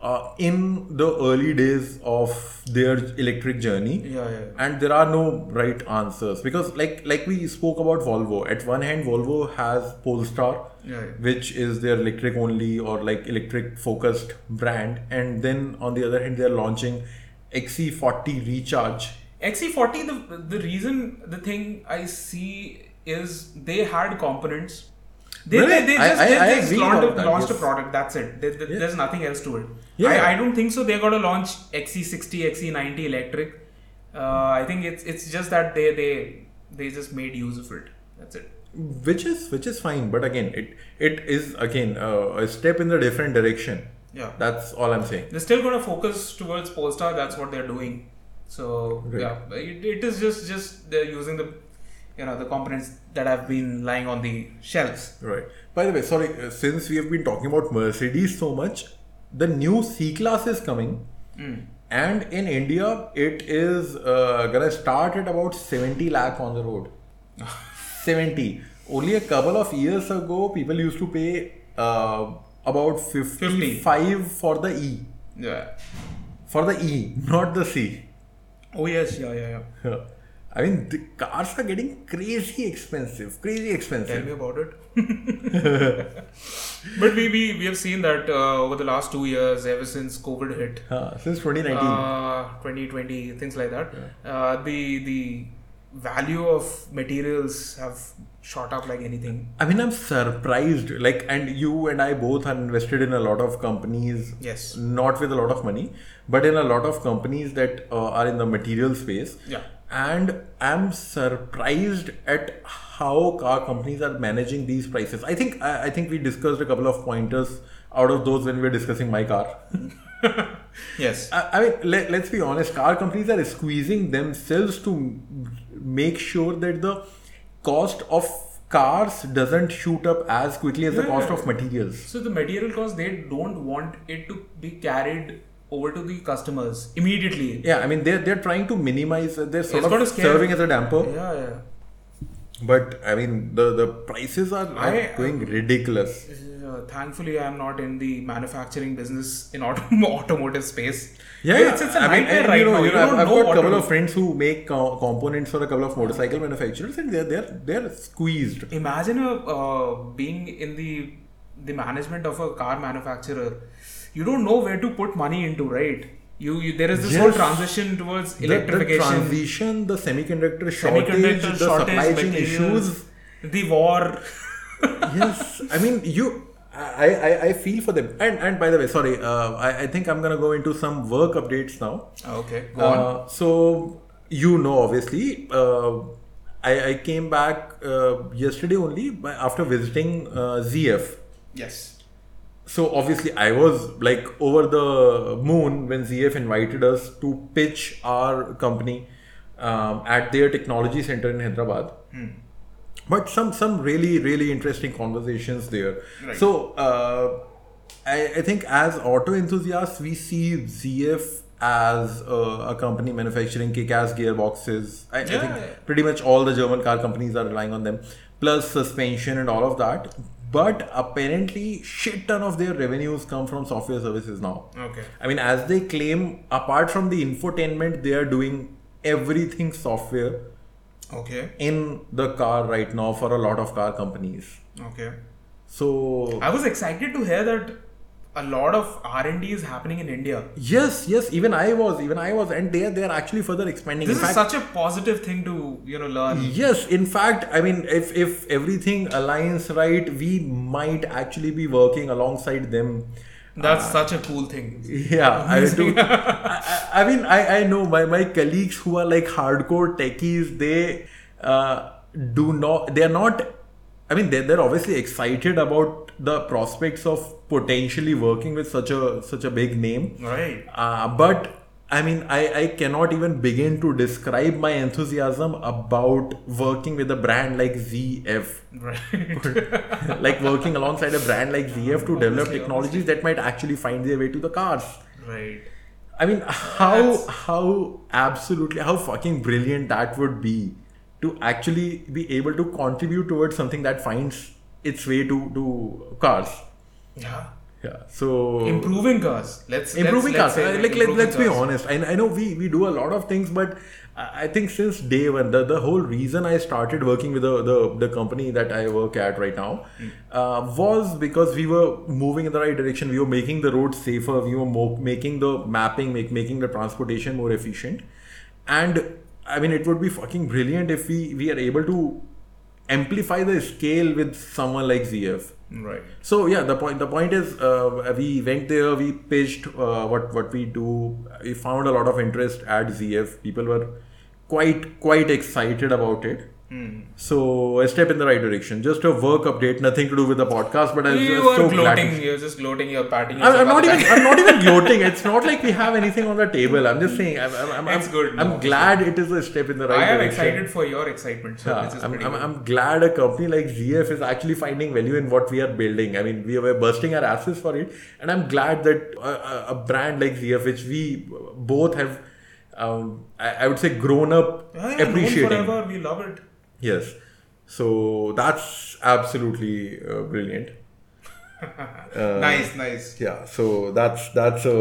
Speaker 1: uh, in the early days of their electric journey.
Speaker 2: Yeah, yeah.
Speaker 1: and there are no right answers because like like we spoke about volvo at one hand volvo has polestar
Speaker 2: Yeah, yeah.
Speaker 1: which is their electric only or like electric focused brand and then on the other hand they are launching xc40 recharge
Speaker 2: XC40. E The the reason the thing I see is they had components. They,
Speaker 1: Really?
Speaker 2: they, they
Speaker 1: I-
Speaker 2: just,
Speaker 1: I-
Speaker 2: they
Speaker 1: I
Speaker 2: just
Speaker 1: agree
Speaker 2: launched,
Speaker 1: about
Speaker 2: a,
Speaker 1: that,
Speaker 2: launched a
Speaker 1: yes.
Speaker 2: product. That's it. There- there- There's nothing else to it.
Speaker 1: Yeah, yeah.
Speaker 2: I, I don't think so. They're gonna launch E XC60, XC90 electric. Uh, I think it's it's just that they they they just made use of it. That's it.
Speaker 1: which is which is fine but again it it is again uh, a step in the different direction
Speaker 2: Yeah.
Speaker 1: that's all i'm saying
Speaker 2: they're still going to focus towards Polestar. That's what they're doing. So
Speaker 1: Right.
Speaker 2: yeah, it, it is just just they're using the you know the components that have been lying on the shelves.
Speaker 1: right by the way sorry uh, since we have been talking about mercedes so much the new c class is coming and in india it is uh, gonna start at about 70 lakh on the road 70 only a couple of years ago people used to pay uh, about 55 for the e
Speaker 2: Yeah.
Speaker 1: for the e not the c
Speaker 2: Oh yes, yeah, yeah, yeah.
Speaker 1: I mean, the cars are getting crazy expensive, crazy
Speaker 2: Tell
Speaker 1: expensive.
Speaker 2: me about it. *laughs* but we, we we have seen that uh, over the last two years, ever since COVID hit,
Speaker 1: Huh, since 2019,
Speaker 2: uh, 2020, things like that, uh, the the value of materials have shot up like anything.
Speaker 1: I mean, I'm surprised. Like, and you and I both are invested in a lot of companies.
Speaker 2: Yes.
Speaker 1: Not with a lot of money, but in a lot of companies that uh, are in the material space.
Speaker 2: Yeah.
Speaker 1: And I'm surprised at how car companies are managing these prices. I think I, I think we discussed a couple of pointers out of those when we were discussing my car. *laughs*
Speaker 2: Yes.
Speaker 1: I, I mean, let, let's be honest. Car companies are squeezing themselves to m- make sure that the cost of cars doesn't shoot up as quickly as the cost of materials.
Speaker 2: So the material cost, they don't want it to be carried over to the customers immediately.
Speaker 1: Yeah, I mean they're they're trying to minimize. They're sort
Speaker 2: It's got
Speaker 1: of
Speaker 2: a scale.
Speaker 1: serving as a damper,
Speaker 2: Yeah, yeah.
Speaker 1: but I mean the the prices are, are
Speaker 2: I-
Speaker 1: going ridiculous.
Speaker 2: Uh, thankfully, I'm not in the manufacturing business in autom- *laughs* automotive space.
Speaker 1: Yeah,
Speaker 2: it's, it's a
Speaker 1: I mean,
Speaker 2: nightmare
Speaker 1: and,
Speaker 2: right
Speaker 1: you know,
Speaker 2: now.
Speaker 1: you know, I've,
Speaker 2: don't
Speaker 1: I've
Speaker 2: know
Speaker 1: got
Speaker 2: what
Speaker 1: a couple
Speaker 2: to
Speaker 1: of friends who make co- components for a couple of motorcycle manufacturers, and they're they're they're squeezed.
Speaker 2: do. Imagine a, uh, being in the the management of a car manufacturer. You don't know where to put money into, right? You, you there is this whole
Speaker 1: Yes.
Speaker 2: transition towards
Speaker 1: the, the
Speaker 2: electrification,
Speaker 1: transition, the semiconductor shortage,
Speaker 2: semiconductor
Speaker 1: the
Speaker 2: shortage,
Speaker 1: supply chain
Speaker 2: materials,
Speaker 1: issues.
Speaker 2: the war.
Speaker 1: *laughs* yes, I mean you. I, I, I feel for them. And and by the way, sorry, uh, I, I think I'm gonna go into some work updates now.
Speaker 2: okay, go on.
Speaker 1: Uh, so you know, obviously, uh, I, I came back uh, yesterday only by, after visiting uh, ZF.
Speaker 2: Yes.
Speaker 1: So obviously, I was like over the moon when ZF invited us to pitch our company um, at their technology center in Hyderabad.
Speaker 2: Hmm.
Speaker 1: But some some really really interesting conversations there.
Speaker 2: Right.
Speaker 1: So uh, I, I think as auto enthusiasts, we see ZF as a, a company manufacturing kick-ass gearboxes. I, I
Speaker 2: Yeah.
Speaker 1: think pretty much all the German car companies are relying on them, plus suspension and all of that. But apparently, shit ton of their revenues come from software services now.
Speaker 2: Okay.
Speaker 1: I mean, as they claim, apart from the infotainment, they are doing everything software
Speaker 2: Okay.
Speaker 1: in the car right now for a lot of car companies.
Speaker 2: Okay.
Speaker 1: So
Speaker 2: I was excited to hear that a lot of R and D is happening in India.
Speaker 1: yes, yes, even I was, even I was, and they are they are actually further expanding.
Speaker 2: This
Speaker 1: in
Speaker 2: is
Speaker 1: fact,
Speaker 2: such a positive thing to you know learn.
Speaker 1: Yes, in fact, I mean, if if everything aligns right, we might actually be working alongside them.
Speaker 2: That's such a cool thing.
Speaker 1: Yeah, I do. I, I- I mean, I, I know my, my colleagues who are like hardcore techies, they uh, do not, they're not, I mean, they're, they're obviously excited about the prospects of potentially working with such a such a big name.
Speaker 2: Right.
Speaker 1: Uh, but I mean, I, I cannot even begin to describe my enthusiasm about working with a brand like ZF.
Speaker 2: Right.
Speaker 1: *laughs* like working alongside a brand like ZF to develop
Speaker 2: Obviously,
Speaker 1: technologies that might actually find their way to the cars.
Speaker 2: right.
Speaker 1: I mean, how how absolutely how fucking brilliant that would be to actually be able to contribute towards something that finds its way to to cars.
Speaker 2: Yeah.
Speaker 1: Yeah. So
Speaker 2: Improving cars. Let's
Speaker 1: improving cars.
Speaker 2: let's, Let's say
Speaker 1: Uh, like, like
Speaker 2: improving
Speaker 1: let's be
Speaker 2: cars.
Speaker 1: honest. I, I know we we do a lot of things, but I I think since day one, the, the whole reason I started working with the the, the company that I work at right now uh, was because we were moving in the right direction. We were making the roads safer. We were mo- making the mapping, make, making the transportation more efficient. And I mean, it would be fucking brilliant if we we are able to amplify the scale with someone like ZF.
Speaker 2: Right.
Speaker 1: So yeah, the point the point is uh, we went there, we pitched uh, what what we do. We found a lot of interest at ZF. People were quite quite excited about it.
Speaker 2: Hmm.
Speaker 1: So a step in the right direction. Just a work update, nothing to do with the podcast, but I was
Speaker 2: You
Speaker 1: just
Speaker 2: are
Speaker 1: so glad. to-
Speaker 2: gloating. You're just gloating. You're patting
Speaker 1: I'm,
Speaker 2: yourself.
Speaker 1: I'm
Speaker 2: on
Speaker 1: not
Speaker 2: the
Speaker 1: even I'm not even gloating. It's not like we have anything on the table. I'm just saying I'm I'm, I'm,
Speaker 2: It's good,
Speaker 1: I'm
Speaker 2: no,
Speaker 1: glad it is a step in the
Speaker 2: back.
Speaker 1: right
Speaker 2: I am
Speaker 1: direction.
Speaker 2: excited for your excitement. So
Speaker 1: Yeah,
Speaker 2: this is
Speaker 1: I'm,
Speaker 2: pretty
Speaker 1: I'm,
Speaker 2: good.
Speaker 1: I'm glad a company like ZF is actually finding value in what we are building. I mean, we were bursting our asses for it, and I'm glad that a, a- a brand like ZF, which we both have, um, I, I would say, grown up
Speaker 2: Yeah, yeah, Ah, known
Speaker 1: appreciating. Uh,
Speaker 2: forever. We love it.
Speaker 1: Yes, so that's absolutely uh, brilliant.
Speaker 2: nice, nice.
Speaker 1: Yeah, so that's that's a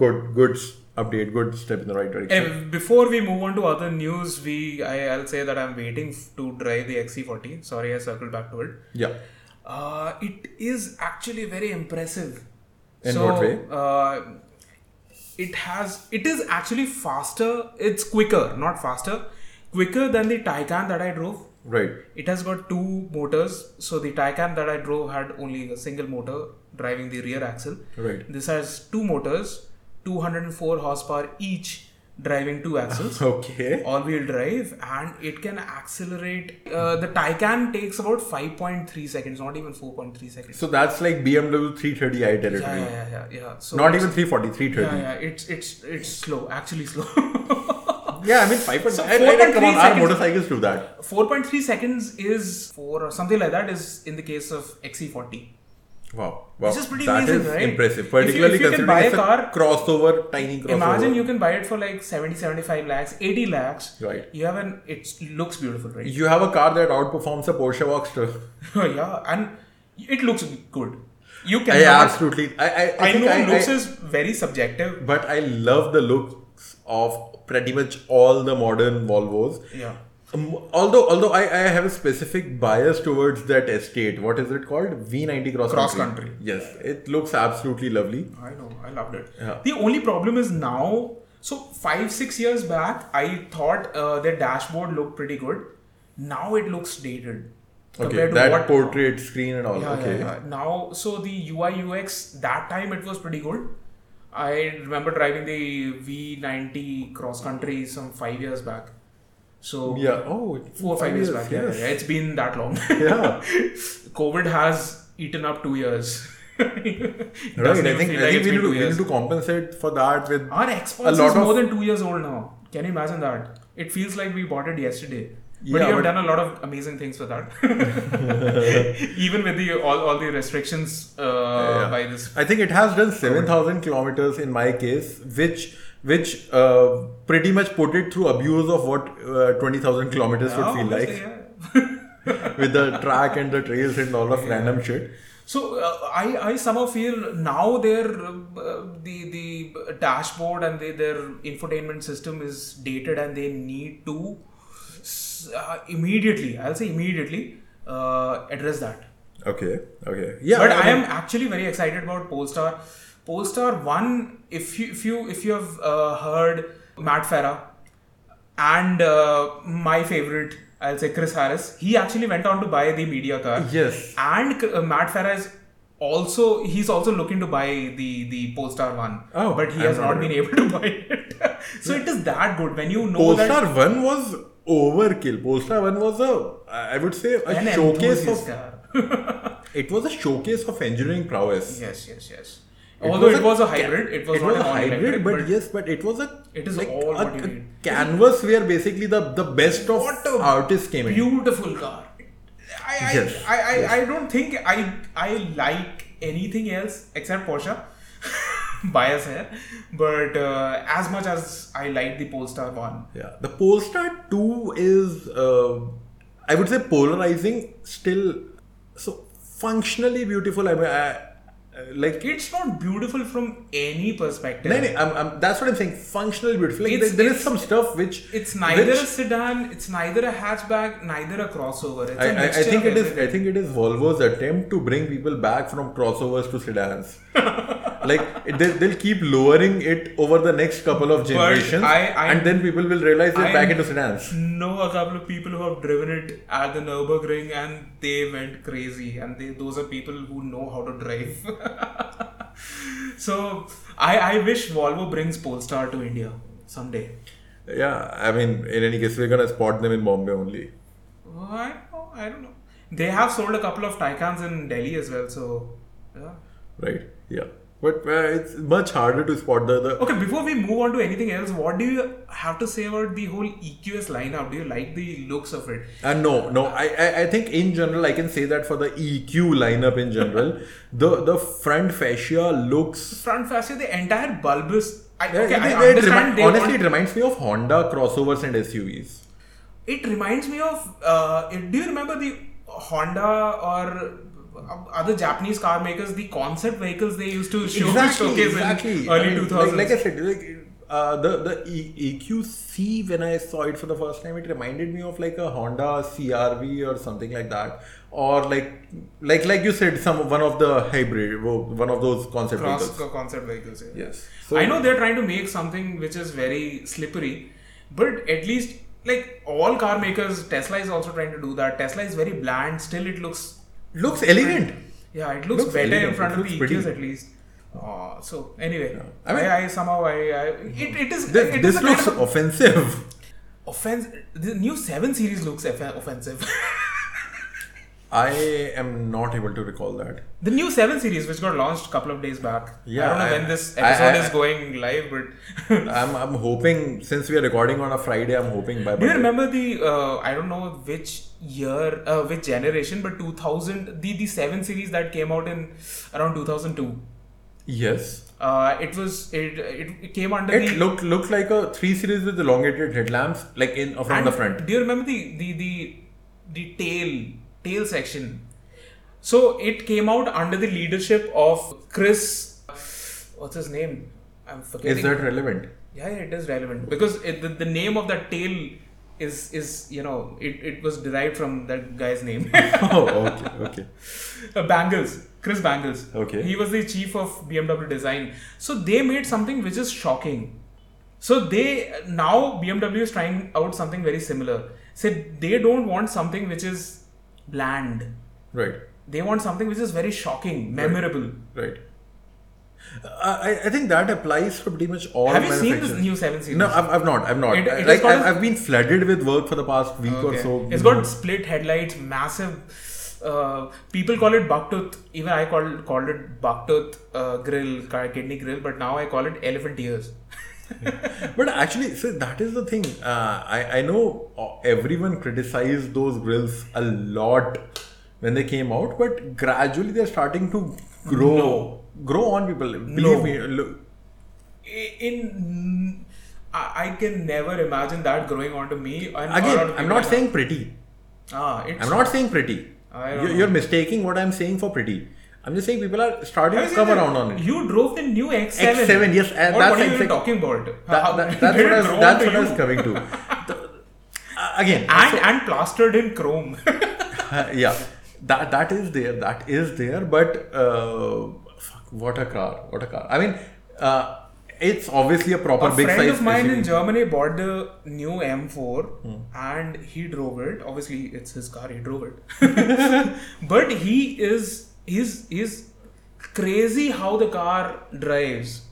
Speaker 1: good good update. Good step in the right direction.
Speaker 2: Anyway, before we move on to other news, we I, I'll say that I'm waiting f- to drive the XC40. Sorry, I circled back to it.
Speaker 1: Yeah.
Speaker 2: Uh, it is actually very impressive.
Speaker 1: In
Speaker 2: so,
Speaker 1: what way?
Speaker 2: Uh, it has. It is actually faster. It's quicker, not faster. Quicker than the Taycan that I drove.
Speaker 1: Right.
Speaker 2: It has got two motors. So the Taycan that I drove had only a single motor driving the rear axle.
Speaker 1: Right.
Speaker 2: This has two motors, 204 horsepower each, driving two
Speaker 1: *laughs*
Speaker 2: axles.
Speaker 1: Okay.
Speaker 2: All-wheel drive, and it can accelerate. Uh, the Taycan takes about 5.3 seconds, not even 4.3 seconds.
Speaker 1: So that's like BMW 330i territory.
Speaker 2: Yeah, yeah, yeah, yeah. yeah. So
Speaker 1: Not
Speaker 2: it's-
Speaker 1: even 340, 330.
Speaker 2: Yeah, yeah. It's it's it's slow. Actually, slow. *laughs*
Speaker 1: Yeah, I mean, 5.3.
Speaker 2: So
Speaker 1: I, I, I, come
Speaker 2: 4.3
Speaker 1: on, our
Speaker 2: seconds.
Speaker 1: motorcycles do that.
Speaker 2: 4.3 seconds is four or something like that is in the case of E XC40.
Speaker 1: Wow. wow.
Speaker 2: Which is pretty
Speaker 1: That
Speaker 2: amazing,
Speaker 1: is
Speaker 2: right? If
Speaker 1: impressive.
Speaker 2: you-
Speaker 1: Particularly
Speaker 2: if you can
Speaker 1: considering
Speaker 2: buy a
Speaker 1: it's
Speaker 2: car-
Speaker 1: crossover, tiny crossover.
Speaker 2: Imagine you can buy it for like 70, 75 lakhs, 80 lakhs.
Speaker 1: Right.
Speaker 2: You have an it looks beautiful, right? *laughs*
Speaker 1: You have a car that outperforms a Porsche Boxster. *laughs*
Speaker 2: yeah, and it looks good. You
Speaker 1: I
Speaker 2: cannot.
Speaker 1: absolutely. I I,
Speaker 2: I,
Speaker 1: think
Speaker 2: know
Speaker 1: I,
Speaker 2: looks
Speaker 1: I-
Speaker 2: is very subjective.
Speaker 1: but I love the looks of pretty much all the modern Volvos.
Speaker 2: Yeah.
Speaker 1: Um, although although I, I have a specific bias towards that estate. What is it called? V90 cross
Speaker 2: Cross
Speaker 1: country.
Speaker 2: country.
Speaker 1: Yes, it looks absolutely lovely.
Speaker 2: I know. I loved it.
Speaker 1: Yeah.
Speaker 2: The only problem is now. So five six years back, I thought uh, their dashboard looked pretty good. Now it looks dated.
Speaker 1: Okay,
Speaker 2: compared to
Speaker 1: that
Speaker 2: what-
Speaker 1: portrait screen and all.
Speaker 2: Yeah,
Speaker 1: Oh, okay.
Speaker 2: yeah, yeah. Now, so the UI UX that time it was pretty good. I remember driving the V90 cross country some five years back. So
Speaker 1: Yeah. Oh, it-
Speaker 2: four or five years, back. Yeah,
Speaker 1: yes.
Speaker 2: yeah, it's been that long.
Speaker 1: *laughs* Yeah.
Speaker 2: COVID has eaten up two years. *laughs*
Speaker 1: Right.
Speaker 2: right.
Speaker 1: I think, I think we, need to, we need to compensate for that with.
Speaker 2: Our Xbox
Speaker 1: lot
Speaker 2: is more
Speaker 1: of-
Speaker 2: than two years old now. Can you imagine that? It feels like we bought it yesterday. But
Speaker 1: Yeah,
Speaker 2: you have
Speaker 1: but-
Speaker 2: done a lot of amazing things for
Speaker 1: *laughs*
Speaker 2: that. Even with the all, all the restrictions uh,
Speaker 1: Yeah.
Speaker 2: by this.
Speaker 1: I think it has done 7,000 kilometers in my case, which which uh, pretty much put it through abuse of what uh, 20,000 kilometers would feel like
Speaker 2: Obviously, Oh, yeah. *laughs*
Speaker 1: with the track and the trails and all of random shit.
Speaker 2: So uh, I I somehow feel now their uh, the the dashboard and the, their infotainment system is dated and they need to s- uh, immediately I'll say immediately uh, address that.
Speaker 1: Okay, okay. Yeah,
Speaker 2: but I
Speaker 1: mean,
Speaker 2: am actually very excited about Polestar. Polestar one, if you if you if you have uh, heard Matt Farah and uh, my favorite, I'll say Chris Harris, he actually went on to buy the media car.
Speaker 1: Yes.
Speaker 2: and uh, Matt Farah is also he's also looking to buy the the Polestar one.
Speaker 1: Oh,
Speaker 2: but he
Speaker 1: I'm
Speaker 2: has
Speaker 1: not
Speaker 2: not been able to *laughs* buy it. so it is that good when you know that
Speaker 1: Polestar 1 was overkill. Polestar 1 was a, I would say,
Speaker 2: an
Speaker 1: a showcase
Speaker 2: enthusiast
Speaker 1: of.
Speaker 2: car. *laughs*
Speaker 1: It was a showcase of engineering prowess.
Speaker 2: Yes, yes, yes. Although it was a
Speaker 1: ca-
Speaker 2: hybrid, it was
Speaker 1: it
Speaker 2: not
Speaker 1: was
Speaker 2: an
Speaker 1: a
Speaker 2: all-electric,
Speaker 1: hybrid, but, yes, but it was a
Speaker 2: It is
Speaker 1: like a,
Speaker 2: all what you
Speaker 1: a
Speaker 2: need.
Speaker 1: canvas where basically the the best of
Speaker 2: What a
Speaker 1: artists came in.
Speaker 2: beautiful car. I I,
Speaker 1: Yes,
Speaker 2: I, I, I don't think I I like anything else except Porsche. *laughs* Bias here, but uh, as much as I like the Polestar one,
Speaker 1: Yeah, the Polestar Two is uh, I would say polarizing. Still, so functionally beautiful. I mean, I, I- like.
Speaker 2: it's not beautiful from any perspective.
Speaker 1: No, no, I'm, I'm, that's what I'm saying. Functionally beautiful. Like,
Speaker 2: It's-
Speaker 1: there- there is
Speaker 2: it's-
Speaker 1: some stuff which
Speaker 2: It's neither
Speaker 1: which-
Speaker 2: a sedan, it's neither a hatchback, neither a crossover. It's a
Speaker 1: I, I, I
Speaker 2: mixture
Speaker 1: think
Speaker 2: of
Speaker 1: it is.
Speaker 2: everything.
Speaker 1: I think it is Volvo's attempt to bring people back from crossovers to
Speaker 2: *laughs*
Speaker 1: sedans. like it- they, they'll keep lowering it over the next couple of generations,
Speaker 2: I- I-
Speaker 1: and then people will realize they're back
Speaker 2: I'm-
Speaker 1: into sedans.
Speaker 2: know a couple of people who have driven it at the Nürburgring and they went crazy. And they, those are people who know how to drive. *laughs* so I, I wish Volvo brings Polestar to India someday.
Speaker 1: Yeah, I mean, in any case, we're gonna spot them in Bombay only.
Speaker 2: Oh, I don't know. I don't know. They have sold a couple of Taycans in Delhi as well. So yeah.
Speaker 1: Right? Yeah. But uh, it's much harder to spot the. the
Speaker 2: Okay, before we move on to anything else, what do you have to say about the whole EQS lineup? Do you like the looks of it?
Speaker 1: Uh, no, no. I, I, I think in general I can say that for the EQ lineup in
Speaker 2: *laughs*
Speaker 1: general, the the front fascia looks
Speaker 2: Front fascia, the entire bulbous. I,
Speaker 1: Yeah,
Speaker 2: okay,
Speaker 1: it-
Speaker 2: I
Speaker 1: it
Speaker 2: understand.
Speaker 1: remi-
Speaker 2: they
Speaker 1: honestly,
Speaker 2: want-
Speaker 1: it reminds me of Honda crossovers and SUVs.
Speaker 2: It reminds me of. Uh, it- do you remember the Honda or uh, other Japanese *laughs* car makers, the concept vehicles they used to show showcase in
Speaker 1: I
Speaker 2: early
Speaker 1: mean,
Speaker 2: two thousands?
Speaker 1: Like, like I said, like, uh, the the e- EQC when I saw it for the first time, it reminded me of like a Honda CRV or something like that, or like like like you said, some one of the hybrid, wo- one of those concept
Speaker 2: cross
Speaker 1: vehicles.
Speaker 2: concept vehicles. yeah.
Speaker 1: Yes.
Speaker 2: I know they're trying to make something which is very slippery, but at least like all car makers, Tesla is also trying to do that. Tesla is very bland. Still, it looks
Speaker 1: looks elegant.
Speaker 2: yeah, it looks,
Speaker 1: Looks
Speaker 2: better
Speaker 1: elegant,
Speaker 2: in front
Speaker 1: it
Speaker 2: of
Speaker 1: looks
Speaker 2: the
Speaker 1: pretty.
Speaker 2: EQs at least. Uh, so anyway, I,
Speaker 1: I mean-
Speaker 2: I, somehow I, I it, it is
Speaker 1: This,
Speaker 2: it is
Speaker 1: this
Speaker 2: a kind
Speaker 1: looks
Speaker 2: of
Speaker 1: offensive.
Speaker 2: offense. The new seven series looks eff- offensive. *laughs*
Speaker 1: I am not able to recall that.
Speaker 2: the new seven series which got launched a couple of days back. I
Speaker 1: Yeah,
Speaker 2: don't know
Speaker 1: I-
Speaker 2: when this
Speaker 1: I- I-
Speaker 2: episode is
Speaker 1: I-
Speaker 2: going live, but *laughs*
Speaker 1: I'm I'm hoping since we are recording on a Friday, I'm hoping by
Speaker 2: Do
Speaker 1: Monday-
Speaker 2: you remember the uh, I don't know which year, uh, which generation, but 2000 the the seven series that came out in around 2002.
Speaker 1: Yes.
Speaker 2: Uh, it was it it it came under
Speaker 1: It
Speaker 2: the
Speaker 1: looked looked like a three series with elongated headlamps, like in uh, from
Speaker 2: and
Speaker 1: the front.
Speaker 2: Do you remember the the the the tail tail section? So it came out under the leadership of Chris. What's his name? I'm forgetting.
Speaker 1: Is that
Speaker 2: *laughs*
Speaker 1: relevant?
Speaker 2: Yeah, yeah, it is relevant because it, the, the name of that tail is is you know it, it was derived from that guy's name.
Speaker 1: *laughs* oh, okay, okay.
Speaker 2: *laughs* Uh, Bangles, Chris Bangles.
Speaker 1: Okay.
Speaker 2: He was the chief of BMW design. So they made something which is shocking. So they now BMW is trying out something very similar. Say they don't want something which is bland.
Speaker 1: Right,
Speaker 2: They want something which is very shocking, memorable.
Speaker 1: right. Uh, I, I think that applies for pretty much all.
Speaker 2: Have you seen this
Speaker 1: manufacturers.
Speaker 2: new 7 series?
Speaker 1: No, I've, I've not. I've not.
Speaker 2: It- it is
Speaker 1: like
Speaker 2: called
Speaker 1: I've,
Speaker 2: as-
Speaker 1: I've been flooded with work for the past week or
Speaker 2: Okay.
Speaker 1: so.
Speaker 2: It's got split headlights, massive. Uh, people call it bucktooth. Even I called called it bucktooth uh, grill, kidney grill. But now I call it elephant ears. *laughs*
Speaker 1: But actually, so that is the thing. Uh, I I know uh, everyone criticized those grills a lot when they came out, but gradually they're starting to grow
Speaker 2: No.
Speaker 1: grow on people. Believe
Speaker 2: No.
Speaker 1: me. Look,
Speaker 2: in I, I can never imagine that growing onto me. And
Speaker 1: again,
Speaker 2: or onto
Speaker 1: I'm
Speaker 2: people
Speaker 1: not
Speaker 2: I
Speaker 1: saying pretty.
Speaker 2: know. Ah, it's.
Speaker 1: I'm not saying pretty.
Speaker 2: I don't
Speaker 1: You're, you're mistaking what I'm saying for pretty. I'm just saying people are starting
Speaker 2: Have
Speaker 1: to
Speaker 2: you seen
Speaker 1: come
Speaker 2: that-
Speaker 1: around on it.
Speaker 2: You drove the new X7.
Speaker 1: X7, yes, and
Speaker 2: what,
Speaker 1: that's
Speaker 2: what are you even
Speaker 1: exact-
Speaker 2: talking about? *laughs* How-
Speaker 1: That, that,
Speaker 2: *laughs*
Speaker 1: that's
Speaker 2: did
Speaker 1: what,
Speaker 2: it
Speaker 1: I was,
Speaker 2: grow
Speaker 1: that's
Speaker 2: onto
Speaker 1: what I
Speaker 2: you?
Speaker 1: was coming
Speaker 2: *laughs*
Speaker 1: to. The- uh, again,
Speaker 2: And and plastered in chrome. *laughs*
Speaker 1: *laughs* yeah, that that is there. That is there. But uh, fuck, what a car! What a car! I mean, uh, it's obviously a proper
Speaker 2: A
Speaker 1: big
Speaker 2: friend
Speaker 1: size.
Speaker 2: of mine in
Speaker 1: SUV.
Speaker 2: Germany bought the new M4
Speaker 1: Hmm.
Speaker 2: and he drove it. Obviously, it's his car. He drove it, *laughs* but he is he's is crazy how the car drives.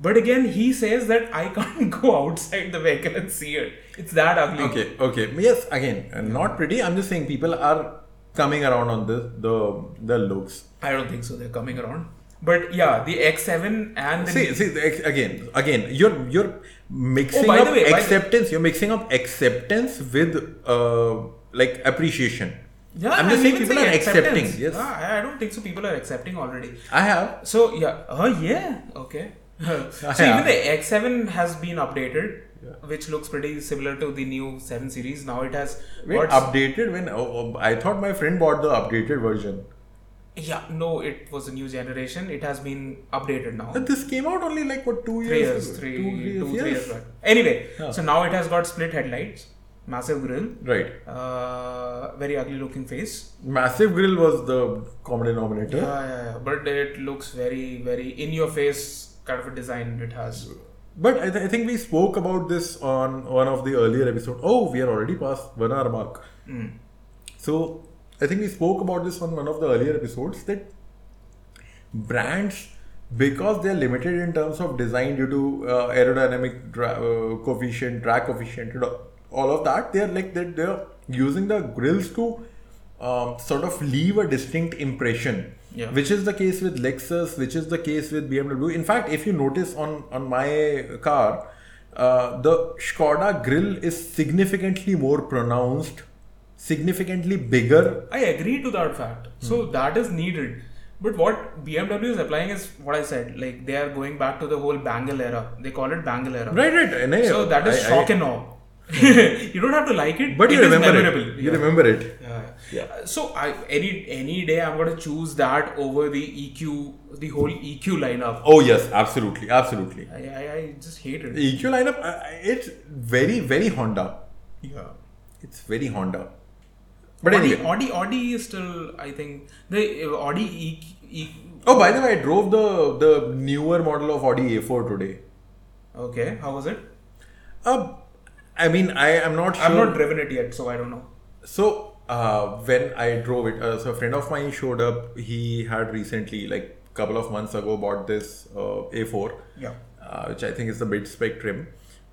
Speaker 2: But again, he says that I can't *laughs* go outside the vehicle and see it. It's that ugly.
Speaker 1: Okay, okay. Yes, again, uh, not pretty. I'm just saying people are coming around on this the the looks.
Speaker 2: I don't think so. They're coming around. But yeah, the X7 and the
Speaker 1: See, see, the ex- again, again, you're you're mixing
Speaker 2: Oh, by
Speaker 1: up
Speaker 2: the way, by the-
Speaker 1: acceptance. You're mixing up acceptance with uh, like appreciation.
Speaker 2: yeah,
Speaker 1: I'm just
Speaker 2: and
Speaker 1: saying
Speaker 2: even
Speaker 1: people
Speaker 2: say
Speaker 1: are
Speaker 2: acceptance. Ah.
Speaker 1: accepting. Yes,
Speaker 2: Yeah, I- I don't think so. People are accepting already.
Speaker 1: I have.
Speaker 2: So yeah, oh yeah,
Speaker 1: *laughs*
Speaker 2: okay. so
Speaker 1: Yeah.
Speaker 2: even the X7 has been updated, which looks pretty similar to the new 7 series. Now it has
Speaker 1: Wait,
Speaker 2: got-
Speaker 1: updated when oh, oh, I thought my friend bought the updated version.
Speaker 2: yeah, no, it was a new generation. It has been updated now.
Speaker 1: But this came out only like what two
Speaker 2: Three
Speaker 1: years?
Speaker 2: years,
Speaker 1: ago?
Speaker 2: three,
Speaker 1: two, three
Speaker 2: two,
Speaker 1: years.
Speaker 2: three
Speaker 1: yes.
Speaker 2: years back. Anyway,
Speaker 1: Yeah.
Speaker 2: so now it has got split headlights, massive grill,
Speaker 1: Right.
Speaker 2: uh, very ugly looking face.
Speaker 1: Massive grill was the common denominator.
Speaker 2: Yeah, yeah, yeah, Uh, but it looks very, very in your face kind of a design it has.
Speaker 1: But I, th- I think we spoke about this on one of the earlier episodes. Oh, we are already past one hour mark.
Speaker 2: Hmm.
Speaker 1: So I think we spoke about this on one of the earlier episodes that brands, because they are limited in terms of design due to uh, aerodynamic dra- uh, coefficient, drag coefficient, and all of that, they are like they're, they're using the grills to um, sort of leave a distinct impression.
Speaker 2: Yeah.
Speaker 1: Which is the case with Lexus, which is the case with BMW. In fact, if you notice on on my car, uh, the Skoda grill is significantly more pronounced, significantly bigger.
Speaker 2: I agree to that fact.
Speaker 1: Hmm.
Speaker 2: So that is needed. But what BMW is applying is what I said. Like they are going back to the whole bangle era. They call it bangle era.
Speaker 1: Right, right. and I-
Speaker 2: So that is
Speaker 1: I- I-
Speaker 2: shock and awe. *laughs* you don't have to like it.
Speaker 1: but
Speaker 2: it
Speaker 1: you
Speaker 2: is
Speaker 1: remember
Speaker 2: memorable.
Speaker 1: it.
Speaker 2: Yeah.
Speaker 1: You remember it.
Speaker 2: Yeah.
Speaker 1: Yeah.
Speaker 2: So I any any day I'm gonna choose that over the EQ, the whole EQ lineup.
Speaker 1: Oh yes, absolutely, absolutely.
Speaker 2: I, I, I just hate it.
Speaker 1: The EQ lineup, I- I- it's very, very Honda.
Speaker 2: Yeah.
Speaker 1: It's very Honda. But
Speaker 2: Audi,
Speaker 1: anyway.
Speaker 2: Audi, Audi is still I think the uh, Audi EQ.
Speaker 1: Oh, by the way, I drove the the newer model of Audi A4 today.
Speaker 2: okay, how was it?
Speaker 1: Uh, I mean, I am not sure.
Speaker 2: I've not driven it yet, so I don't know.
Speaker 1: So uh, when I drove it, uh, so a friend of mine showed up. He had recently, like couple of months ago, bought this uh, A4,
Speaker 2: Yeah.
Speaker 1: uh, which I think is the mid spec trim.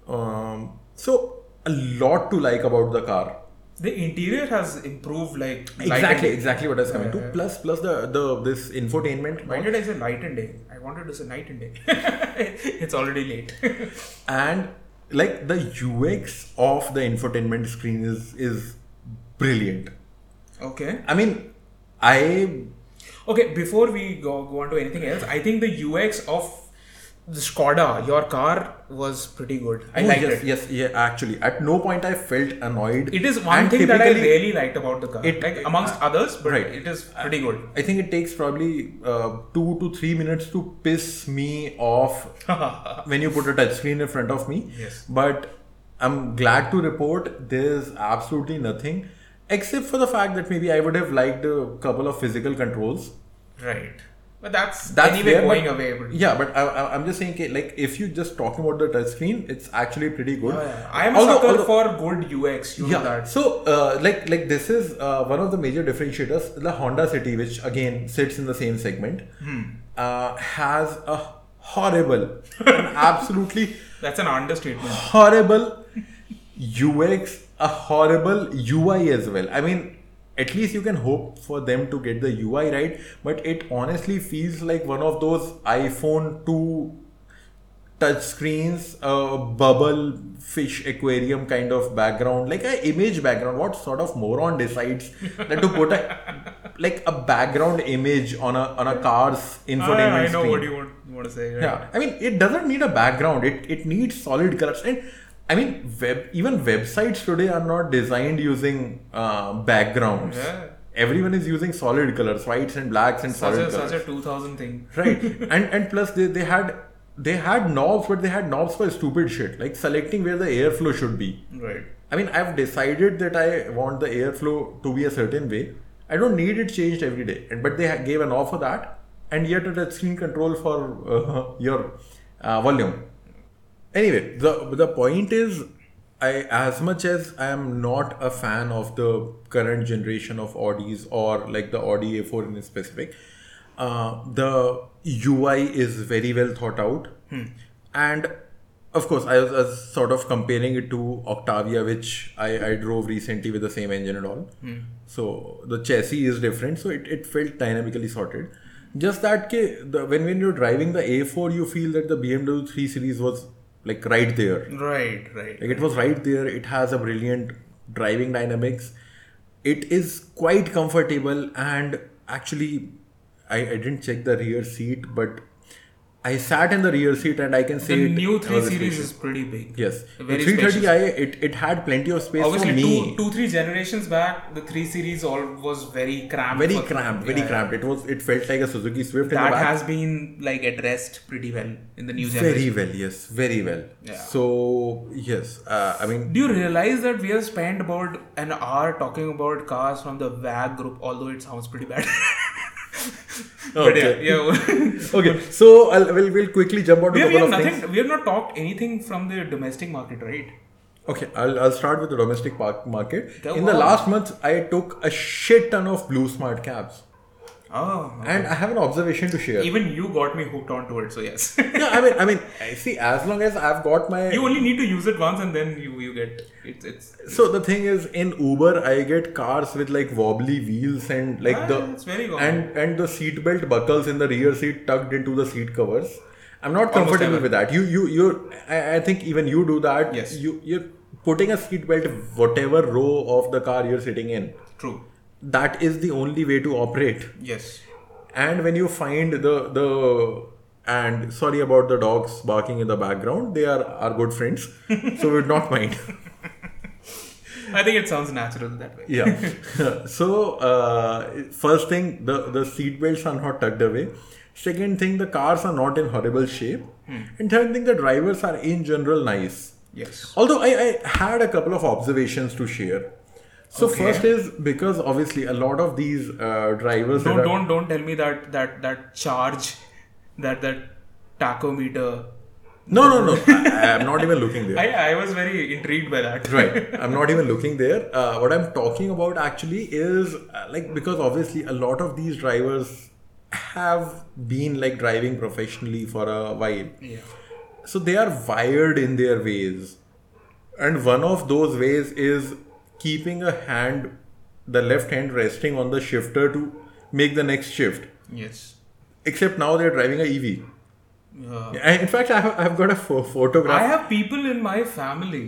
Speaker 1: Um, so a lot to like about the car.
Speaker 2: The interior has improved like light
Speaker 1: Exactly,
Speaker 2: and day.
Speaker 1: exactly what I was coming to.
Speaker 2: Yeah.
Speaker 1: Plus, plus the the this infotainment
Speaker 2: Why did I say light and day? I wanted to say night and day. *laughs* it's already late. *laughs*
Speaker 1: and like the UX of the infotainment screen is is brilliant.
Speaker 2: okay.
Speaker 1: I mean, I
Speaker 2: Okay, before we go, go on to anything else, I think the UX of the Skoda, your car, was pretty good. I
Speaker 1: Oh,
Speaker 2: liked
Speaker 1: yes,
Speaker 2: it.
Speaker 1: Yes, yeah, actually. At no point I felt annoyed.
Speaker 2: It is one
Speaker 1: And
Speaker 2: thing that I
Speaker 1: typically-
Speaker 2: really liked about the car.
Speaker 1: It- uh,
Speaker 2: like amongst others, but
Speaker 1: Right.
Speaker 2: it is pretty good. *laughs*
Speaker 1: I think it takes probably uh, two to three minutes to piss me off when you put a touchscreen in front of me.
Speaker 2: Yes.
Speaker 1: But I'm glad to report there's absolutely nothing except for the fact that maybe I would have liked a couple of physical controls.
Speaker 2: right. But that's,
Speaker 1: That's
Speaker 2: anyway
Speaker 1: there,
Speaker 2: going
Speaker 1: but-
Speaker 2: away. But
Speaker 1: Yeah, but I, I, I'm just saying, okay, like, if you just talking about the touchscreen, it's actually pretty good.
Speaker 2: Oh, I am a
Speaker 1: Although-
Speaker 2: sucker
Speaker 1: although-
Speaker 2: for good UX. You know
Speaker 1: Yeah.
Speaker 2: that.
Speaker 1: So, uh, like, like this is uh, one of the major differentiators. The Honda City, which again sits in the same segment, uh, has a horrible, an absolutely
Speaker 2: That's an understatement.
Speaker 1: horrible UX, a horrible UI as well. I mean, at least you can hope for them to get the UI right, but it honestly feels like one of those iPhone two touch screens, uh, bubble fish aquarium kind of background, like a image background. What sort of moron decides that to put a like a background image on a on a
Speaker 2: *laughs*
Speaker 1: car's
Speaker 2: Ah, I,
Speaker 1: infotainment
Speaker 2: I know
Speaker 1: screen?
Speaker 2: what you want, want to say. Right?
Speaker 1: Yeah, I mean, it doesn't need a background. It it needs solid colors. And I mean, web even websites today are not designed using uh, backgrounds.
Speaker 2: Yeah.
Speaker 1: Everyone is using solid colors, whites and blacks and
Speaker 2: Such
Speaker 1: solid
Speaker 2: a,
Speaker 1: colors.
Speaker 2: such a 2000 thing.
Speaker 1: right. And and plus they, they had they had knobs, but they had knobs for stupid shit like selecting where the airflow should be.
Speaker 2: *laughs* Right.
Speaker 1: I mean, I've decided that I want the airflow to be a certain way. I don't need it changed every day. And but they ha- gave an offer that, and yet a touchscreen control for uh, *laughs* your uh, volume. Anyway, the the point is, I as much as I am not a fan of the current generation of Audis or like the Audi A4 in specific, uh, the UI is very well thought out, and of course I was, I was sort of comparing it to Octavia, which I, I drove recently with the same engine and all. So the chassis is different, so it, it felt dynamically sorted. Just that ke, the, when when you're driving the A4, you feel that the BMW 3 Series was like right there.
Speaker 2: Right, right.
Speaker 1: Like it was right there. It has a brilliant driving dynamics. It is quite comfortable and actually, I, I didn't check the rear seat, but I sat in the rear seat and I can say
Speaker 2: The
Speaker 1: it
Speaker 2: new 3
Speaker 1: was
Speaker 2: series
Speaker 1: spacious.
Speaker 2: is pretty big.
Speaker 1: yes.
Speaker 2: Very
Speaker 1: the
Speaker 2: spacious.
Speaker 1: 330i it, it had plenty of space
Speaker 2: Obviously,
Speaker 1: for me.
Speaker 2: two, two, three generations back, the 3 series all was very cramped.
Speaker 1: very
Speaker 2: for-
Speaker 1: cramped,
Speaker 2: Yeah,
Speaker 1: very
Speaker 2: yeah.
Speaker 1: cramped. It was it felt like a Suzuki Swift in the
Speaker 2: That
Speaker 1: back.
Speaker 2: has been like addressed pretty well in the new generation.
Speaker 1: very well, yes, very well.
Speaker 2: Yeah.
Speaker 1: So yes, uh, I mean
Speaker 2: *laughs* Do you realize that we have spent about an hour talking about cars from the VAG group, although it sounds pretty bad? *laughs* But yeah,
Speaker 1: Oh, Okay.
Speaker 2: yeah. *laughs*
Speaker 1: okay. So I'll, we'll we'll quickly jump on to
Speaker 2: we,
Speaker 1: a
Speaker 2: have, we
Speaker 1: couple
Speaker 2: have
Speaker 1: of things.
Speaker 2: nothing. We have not talked anything from the domestic market, right?
Speaker 1: Okay, I'll, I'll start with the domestic park market.
Speaker 2: Go
Speaker 1: In the
Speaker 2: on.
Speaker 1: last month, I took a shit ton of blue smart cabs,
Speaker 2: Oh,
Speaker 1: and I have an observation to share.
Speaker 2: even you got me hooked onto it. So yes,
Speaker 1: yeah,
Speaker 2: *laughs*
Speaker 1: I mean, I mean, I see, as long as I've got my
Speaker 2: you only need to use it once, and then you you get it's it's
Speaker 1: so the thing is in Uber, I get cars with like wobbly wheels and like
Speaker 2: Ah,
Speaker 1: the
Speaker 2: it's very common.
Speaker 1: and and the seatbelt buckles in the rear seat tucked into the seat covers. I'm not comfortable
Speaker 2: ever.
Speaker 1: with that. You you you. I, I think even you do that.
Speaker 2: Yes.
Speaker 1: You you're putting a seatbelt whatever row of the car you're sitting in.
Speaker 2: true.
Speaker 1: that is the only way to operate
Speaker 2: Yes,
Speaker 1: and when you find the the and sorry about the dogs
Speaker 2: *laughs*
Speaker 1: barking in the background they are our good friends so we would not mind
Speaker 2: I think it sounds natural that way.
Speaker 1: yeah. *laughs* so uh, first thing, the the seat belts are not tucked away. Second thing, the cars are not in horrible shape.
Speaker 2: Hmm.
Speaker 1: And third thing, the drivers are in general nice.
Speaker 2: Yes.
Speaker 1: Although I, I had a couple of observations to share. So
Speaker 2: Okay.
Speaker 1: first is because obviously a lot of these uh, drivers that
Speaker 2: Don't
Speaker 1: are-
Speaker 2: don't don't tell me that that that charge, that that tachometer.
Speaker 1: no no no I, I'm not even looking there.
Speaker 2: *laughs* I I was very intrigued by that.
Speaker 1: right i'm not even looking there uh, what i'm talking about actually is uh, like because obviously a lot of these drivers have been like driving professionally for a while
Speaker 2: Yeah.
Speaker 1: so they are wired in their ways and one of those ways is keeping a hand the left hand resting on the shifter to make the next shift
Speaker 2: *laughs* Yes.
Speaker 1: except now they're driving a ev
Speaker 2: Uh,
Speaker 1: And in fact i have I've got a pho- photograph
Speaker 2: I have people in my family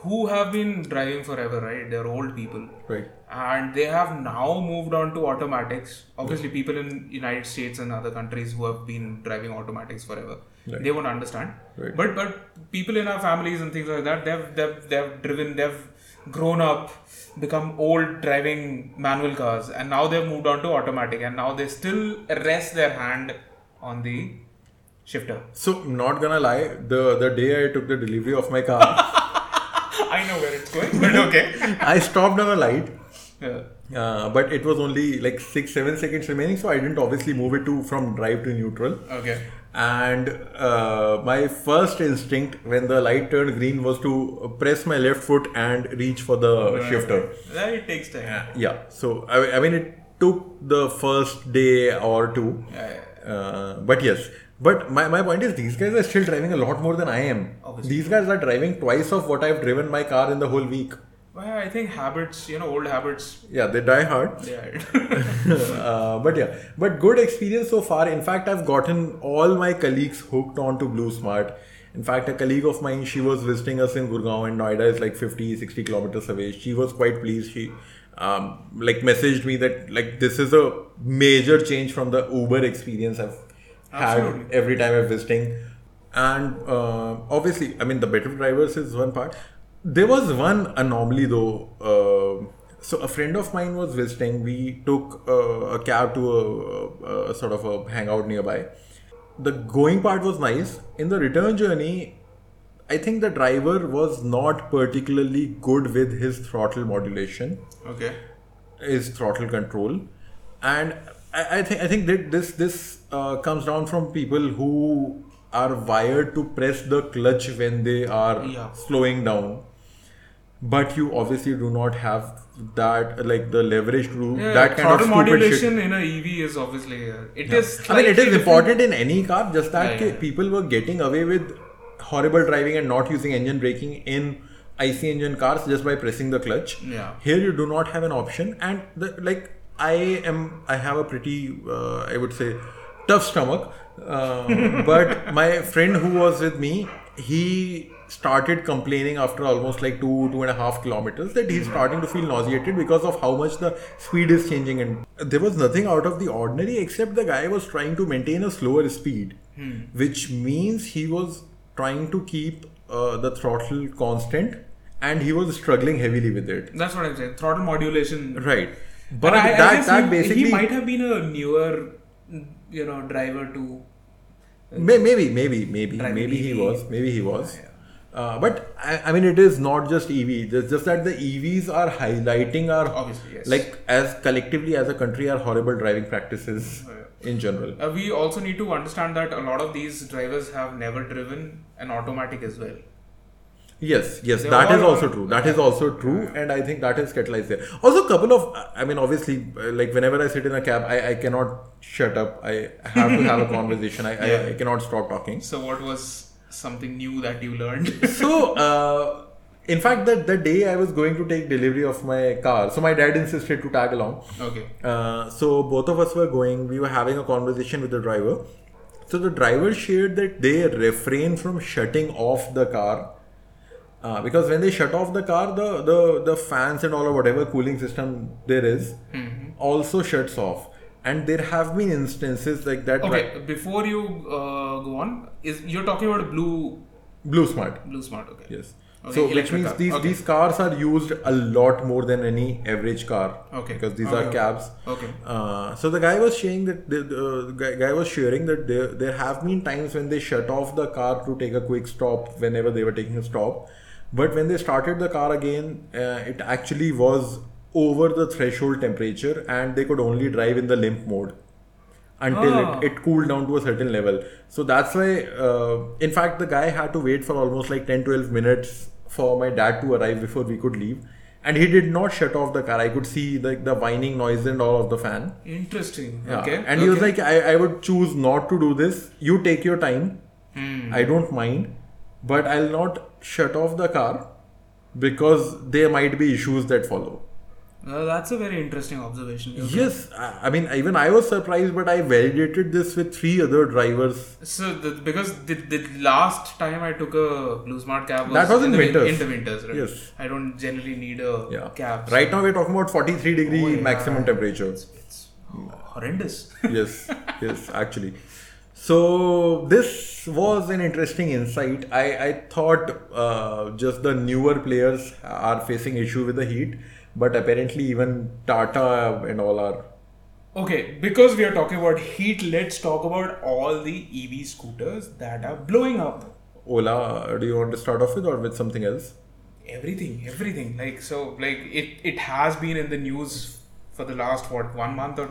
Speaker 2: who have been driving forever, right? They're old people.
Speaker 1: right
Speaker 2: and they have now moved on to automatics obviously people in united states and other countries who have been driving automatics forever they won't understand
Speaker 1: Right.
Speaker 2: but but people in our families and things like that they've they've, they've driven they've grown up become old driving manual cars and now they've moved on to automatic and now they still rest their hand on the shifter
Speaker 1: So not gonna lie, the the day I took the delivery of my car,
Speaker 2: *laughs*
Speaker 1: *laughs*
Speaker 2: i know where it's going *laughs* but okay
Speaker 1: I stopped on a light,
Speaker 2: Yeah.
Speaker 1: uh, but it was only like six seven seconds remaining, so I didn't obviously move it to from drive to neutral.
Speaker 2: okay
Speaker 1: And uh, my first instinct when the light turned green was to press my left foot and reach for the shifter.
Speaker 2: that it takes time
Speaker 1: Yeah. So I, I mean, it took the first day or two,
Speaker 2: Yeah, yeah.
Speaker 1: uh, but yes. But my, my point is these guys are still driving a lot more than I am.
Speaker 2: Obviously.
Speaker 1: These guys are driving twice of what I've driven my car in the whole week.
Speaker 2: Well, I think habits, you know, old habits.
Speaker 1: Yeah, they die hard.
Speaker 2: Yeah. *laughs*
Speaker 1: uh, but yeah, but good experience so far. In fact, I've gotten all my colleagues hooked on to Blue Smart. In fact, a colleague of mine, she was visiting us in Gurgaon and Noida is like 50, 60 kilometers away. She was quite pleased. She um, like messaged me that like this is a major change from the Uber experience I've had
Speaker 2: Absolutely.
Speaker 1: every time I'm visiting. And uh, obviously, I mean, the better drivers is one part. There was one anomaly though. Uh, so a friend of mine was visiting. We took uh, a cab to a, a, a sort of a hangout nearby. The going part was nice. In the return journey, I think the driver was not particularly good with his throttle modulation
Speaker 2: okay.
Speaker 1: is throttle control, and I, I think I think that this this uh, comes down from people who are wired to press the clutch when they are
Speaker 2: Yeah.
Speaker 1: slowing down. But you obviously do not have that like the leverage to do
Speaker 2: Yeah,
Speaker 1: that kind of
Speaker 2: throttle
Speaker 1: stupid shit.
Speaker 2: modulation in a EV is obviously uh, it is.
Speaker 1: I mean, it is
Speaker 2: slightly
Speaker 1: important in any car. Just that
Speaker 2: Yeah,
Speaker 1: ki-
Speaker 2: yeah.
Speaker 1: people were getting away with horrible driving and not using engine braking in IC engine cars just by pressing the clutch.
Speaker 2: Yeah.
Speaker 1: Here you do not have an option, and the, like I am, I have a pretty, uh, I would say, tough stomach. Uh, *laughs* but my friend who was with me, he started complaining after almost like two two and a half kilometers that he's starting to feel nauseated because of how much the speed is changing and there was nothing out of the ordinary except the guy was trying to maintain a slower speed which means he was trying to keep uh, the throttle constant and he was struggling heavily with it
Speaker 2: different. That's what I'm saying. Throttle modulation.
Speaker 1: Right. But
Speaker 2: But I, I
Speaker 1: that,
Speaker 2: guess
Speaker 1: that
Speaker 2: he,
Speaker 1: basically
Speaker 2: he might have been a newer, you know, driver to.
Speaker 1: may, maybe maybe maybe
Speaker 2: Driving
Speaker 1: maybe he
Speaker 2: EV.
Speaker 1: was maybe he was. Uh, but I, I mean, it is not just EV. Just, just that the EVs are highlighting our
Speaker 2: Obviously, yes.
Speaker 1: like as collectively as a country our horrible driving practices
Speaker 2: Oh,
Speaker 1: in general.
Speaker 2: Uh, we also need to understand that a lot of these drivers have never driven an automatic as well.
Speaker 1: Yes, yes,
Speaker 2: They
Speaker 1: that
Speaker 2: all
Speaker 1: is also
Speaker 2: are-
Speaker 1: true. That is also true, and I think that is catalyzed there. Also, couple of, I mean, obviously, uh, like whenever I sit in a cab, I, I cannot shut up. I have to
Speaker 2: *laughs*
Speaker 1: have a conversation. I, I, I cannot stop talking.
Speaker 2: So what was something new that you learned? *laughs*
Speaker 1: So, uh, in fact, the, the day I was going to take delivery of my car, so my dad insisted to tag along.
Speaker 2: okay.
Speaker 1: Uh, so both of us were going. We were having a conversation with the driver. So the driver shared that they refrain from shutting off the car uh, because when they shut off the car, the the the fans and all or whatever cooling system there is also shuts off. And there have been instances like that.
Speaker 2: Okay. Before you uh, go on, is you're talking about blue
Speaker 1: Blue smart.
Speaker 2: blue smart? Okay.
Speaker 1: Yes. so
Speaker 2: Okay,
Speaker 1: which
Speaker 2: electric
Speaker 1: means
Speaker 2: car.
Speaker 1: these
Speaker 2: Okay.
Speaker 1: these cars are used a lot more than any average car.
Speaker 2: Okay.
Speaker 1: Because these
Speaker 2: Okay,
Speaker 1: are
Speaker 2: okay.
Speaker 1: cabs.
Speaker 2: Okay.
Speaker 1: Uh, so the guy was saying that the, the guy, guy was sharing that there there have been times when they shut off the car to take a quick stop whenever they were taking a stop, but when they started the car again, uh, it actually was over the threshold temperature and they could only drive in the limp mode until
Speaker 2: Ah.
Speaker 1: it, it cooled down to a certain level. So that's why, uh, in fact, the guy had to wait for almost like 10 12 minutes for my dad to arrive before we could leave. And he did not shut off the car. I could see like the whining noise and all of the fan.
Speaker 2: Interesting.
Speaker 1: Yeah.
Speaker 2: Okay.
Speaker 1: And he was
Speaker 2: okay.
Speaker 1: like, I, I would choose not to do this. You take your time.
Speaker 2: Hmm.
Speaker 1: I don't mind. But I'll not shut off the car because there might be issues that follow.
Speaker 2: Mm-hmm. Well, Uh, that's a very interesting observation.
Speaker 1: Yes, I I mean, even I was surprised, but I validated this with three other drivers
Speaker 2: So, the, because the, the last time I took a Blue Smart cab was,
Speaker 1: That was in
Speaker 2: the, win-
Speaker 1: winters.
Speaker 2: In the winters, right?
Speaker 1: Yes.
Speaker 2: I don't generally need a
Speaker 1: Yeah.
Speaker 2: cab.
Speaker 1: Right now we're talking about 43 degree
Speaker 2: Oh, yeah.
Speaker 1: maximum temperature.
Speaker 2: *laughs* It's horrendous. *laughs*
Speaker 1: yes, yes, actually. So this was an interesting insight. I, I thought uh, just the newer players are facing issue with the heat, but apparently even Tata and all are.
Speaker 2: Okay, because we are talking about heat, let's talk about all the EV scooters that are blowing up.
Speaker 1: Ola, do you want to start off with or with something else?
Speaker 2: Everything, everything. Like so, like it it has been in the news for the last what one month or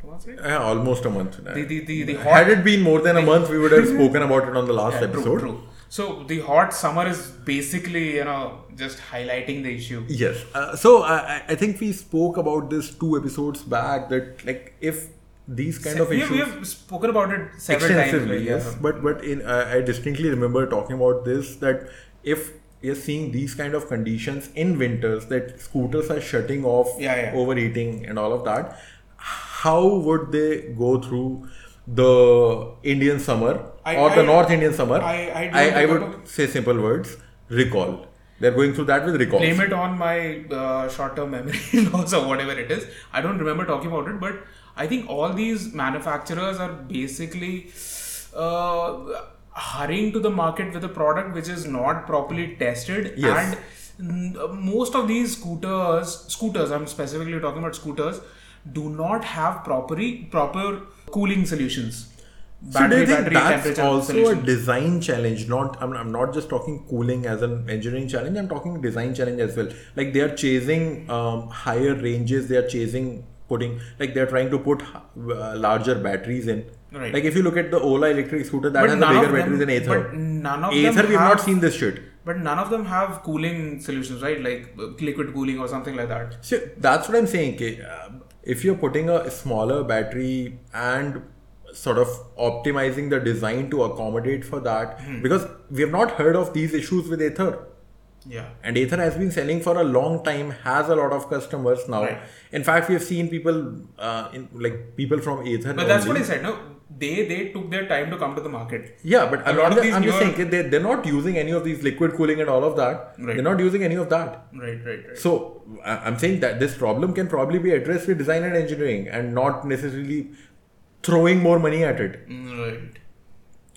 Speaker 2: two months, right?
Speaker 1: Yeah, almost a month.
Speaker 2: The the the, the hot
Speaker 1: Had it been more than a month, we would
Speaker 2: *laughs*
Speaker 1: have spoken about it on the last
Speaker 2: Yeah,
Speaker 1: episode.
Speaker 2: True, true. So the hot summer is basically you know just highlighting the issue.
Speaker 1: Yes. Uh, so I, I- I think we spoke about this two episodes back that like if these kind of
Speaker 2: we, have,
Speaker 1: issues
Speaker 2: we have spoken about it several times.
Speaker 1: extensively,
Speaker 2: like,
Speaker 1: yes.
Speaker 2: yeah.
Speaker 1: But but in I I distinctly remember talking about this that if you're seeing these kind of conditions in winters that scooters are shutting off,
Speaker 2: Yeah, yeah.
Speaker 1: overeating, and all of that, how would they go through the Indian summer
Speaker 2: I-
Speaker 1: or the
Speaker 2: I-
Speaker 1: North Indian summer?
Speaker 2: I- I don't
Speaker 1: I, I
Speaker 2: remember.
Speaker 1: would say simple words: recall. They're going through that with recall.
Speaker 2: blame it on my uh, short-term memory *laughs* loss or whatever it is. I don't remember talking about it, but I think all these manufacturers are basically uh, hurrying to the market with a product which is not properly tested
Speaker 1: Yes.
Speaker 2: and mm, most of these scooters scooters i'm specifically talking about scooters do not have properly proper cooling solutions
Speaker 1: So do you think that's
Speaker 2: temperature
Speaker 1: also
Speaker 2: solution.
Speaker 1: a design challenge? Not, I'm, I'm not just talking cooling as an engineering challenge. I'm talking design challenge as well. Like they are chasing um, higher ranges. They are chasing putting like they are trying to put uh, larger batteries in.
Speaker 2: Right.
Speaker 1: Like if you look at the Ola electric scooter, that
Speaker 2: But
Speaker 1: has a
Speaker 2: none of
Speaker 1: bigger
Speaker 2: them-
Speaker 1: battery than Aether.
Speaker 2: but none of them
Speaker 1: Aether, we've
Speaker 2: have-
Speaker 1: not seen this shit.
Speaker 2: But none of them have cooling solutions, right? Like uh, liquid cooling or something like that.
Speaker 1: So that's what I'm saying. K. Uh, If you're putting a smaller battery and sort of optimizing the design to accommodate for that,
Speaker 2: Hmm.
Speaker 1: because we have not heard of these issues with Aether.
Speaker 2: Yeah.
Speaker 1: And Aether has been selling for a long time, has a lot of customers now.
Speaker 2: Right.
Speaker 1: In fact, we have seen people, uh, in, like people from Aether.
Speaker 2: But that's what
Speaker 1: only.
Speaker 2: I said. No, they they took their time to come to the market.
Speaker 1: Yeah, but a
Speaker 2: lot of these
Speaker 1: I'm just
Speaker 2: newer-
Speaker 1: saying that they, they're not using any of these liquid cooling and all of that.
Speaker 2: Right.
Speaker 1: They're not using any of that.
Speaker 2: Right, right, right.
Speaker 1: So I- I'm saying that this problem can probably be addressed with design and engineering and not necessarily throwing more money at it.
Speaker 2: Mm, Right.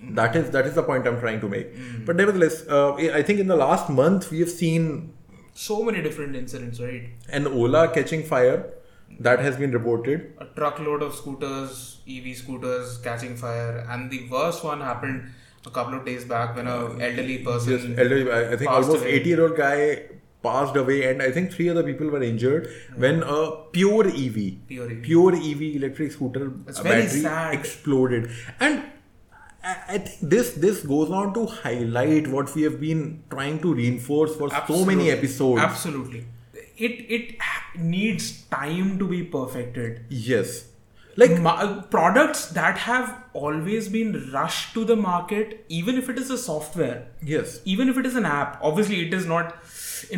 Speaker 1: That is that is the point I'm trying to make. But nevertheless, uh, I think in the last month we have seen
Speaker 2: So many different incidents, right?
Speaker 1: an Ola catching fire that has been reported.
Speaker 2: A truckload of scooters, EV scooters catching fire, and the worst one happened a couple of days back when a elderly person.
Speaker 1: This elderly, I I think
Speaker 2: Passed
Speaker 1: almost
Speaker 2: away.
Speaker 1: 80 year old guy passed away, and I think three other people were injured when a pure EV,
Speaker 2: Hmm. Pure EV.
Speaker 1: pure EV electric scooter
Speaker 2: It's
Speaker 1: uh,
Speaker 2: very
Speaker 1: battery
Speaker 2: sad.
Speaker 1: exploded. And I I think this this goes on to highlight what we have been trying to reinforce for so many
Speaker 2: Absolutely.
Speaker 1: episodes.
Speaker 2: Absolutely. It it ha- needs time to be perfected.
Speaker 1: yes, like
Speaker 2: Ma- uh, products that have always been rushed to the market even if it is a software
Speaker 1: yes,
Speaker 2: even if it is an app obviously it is not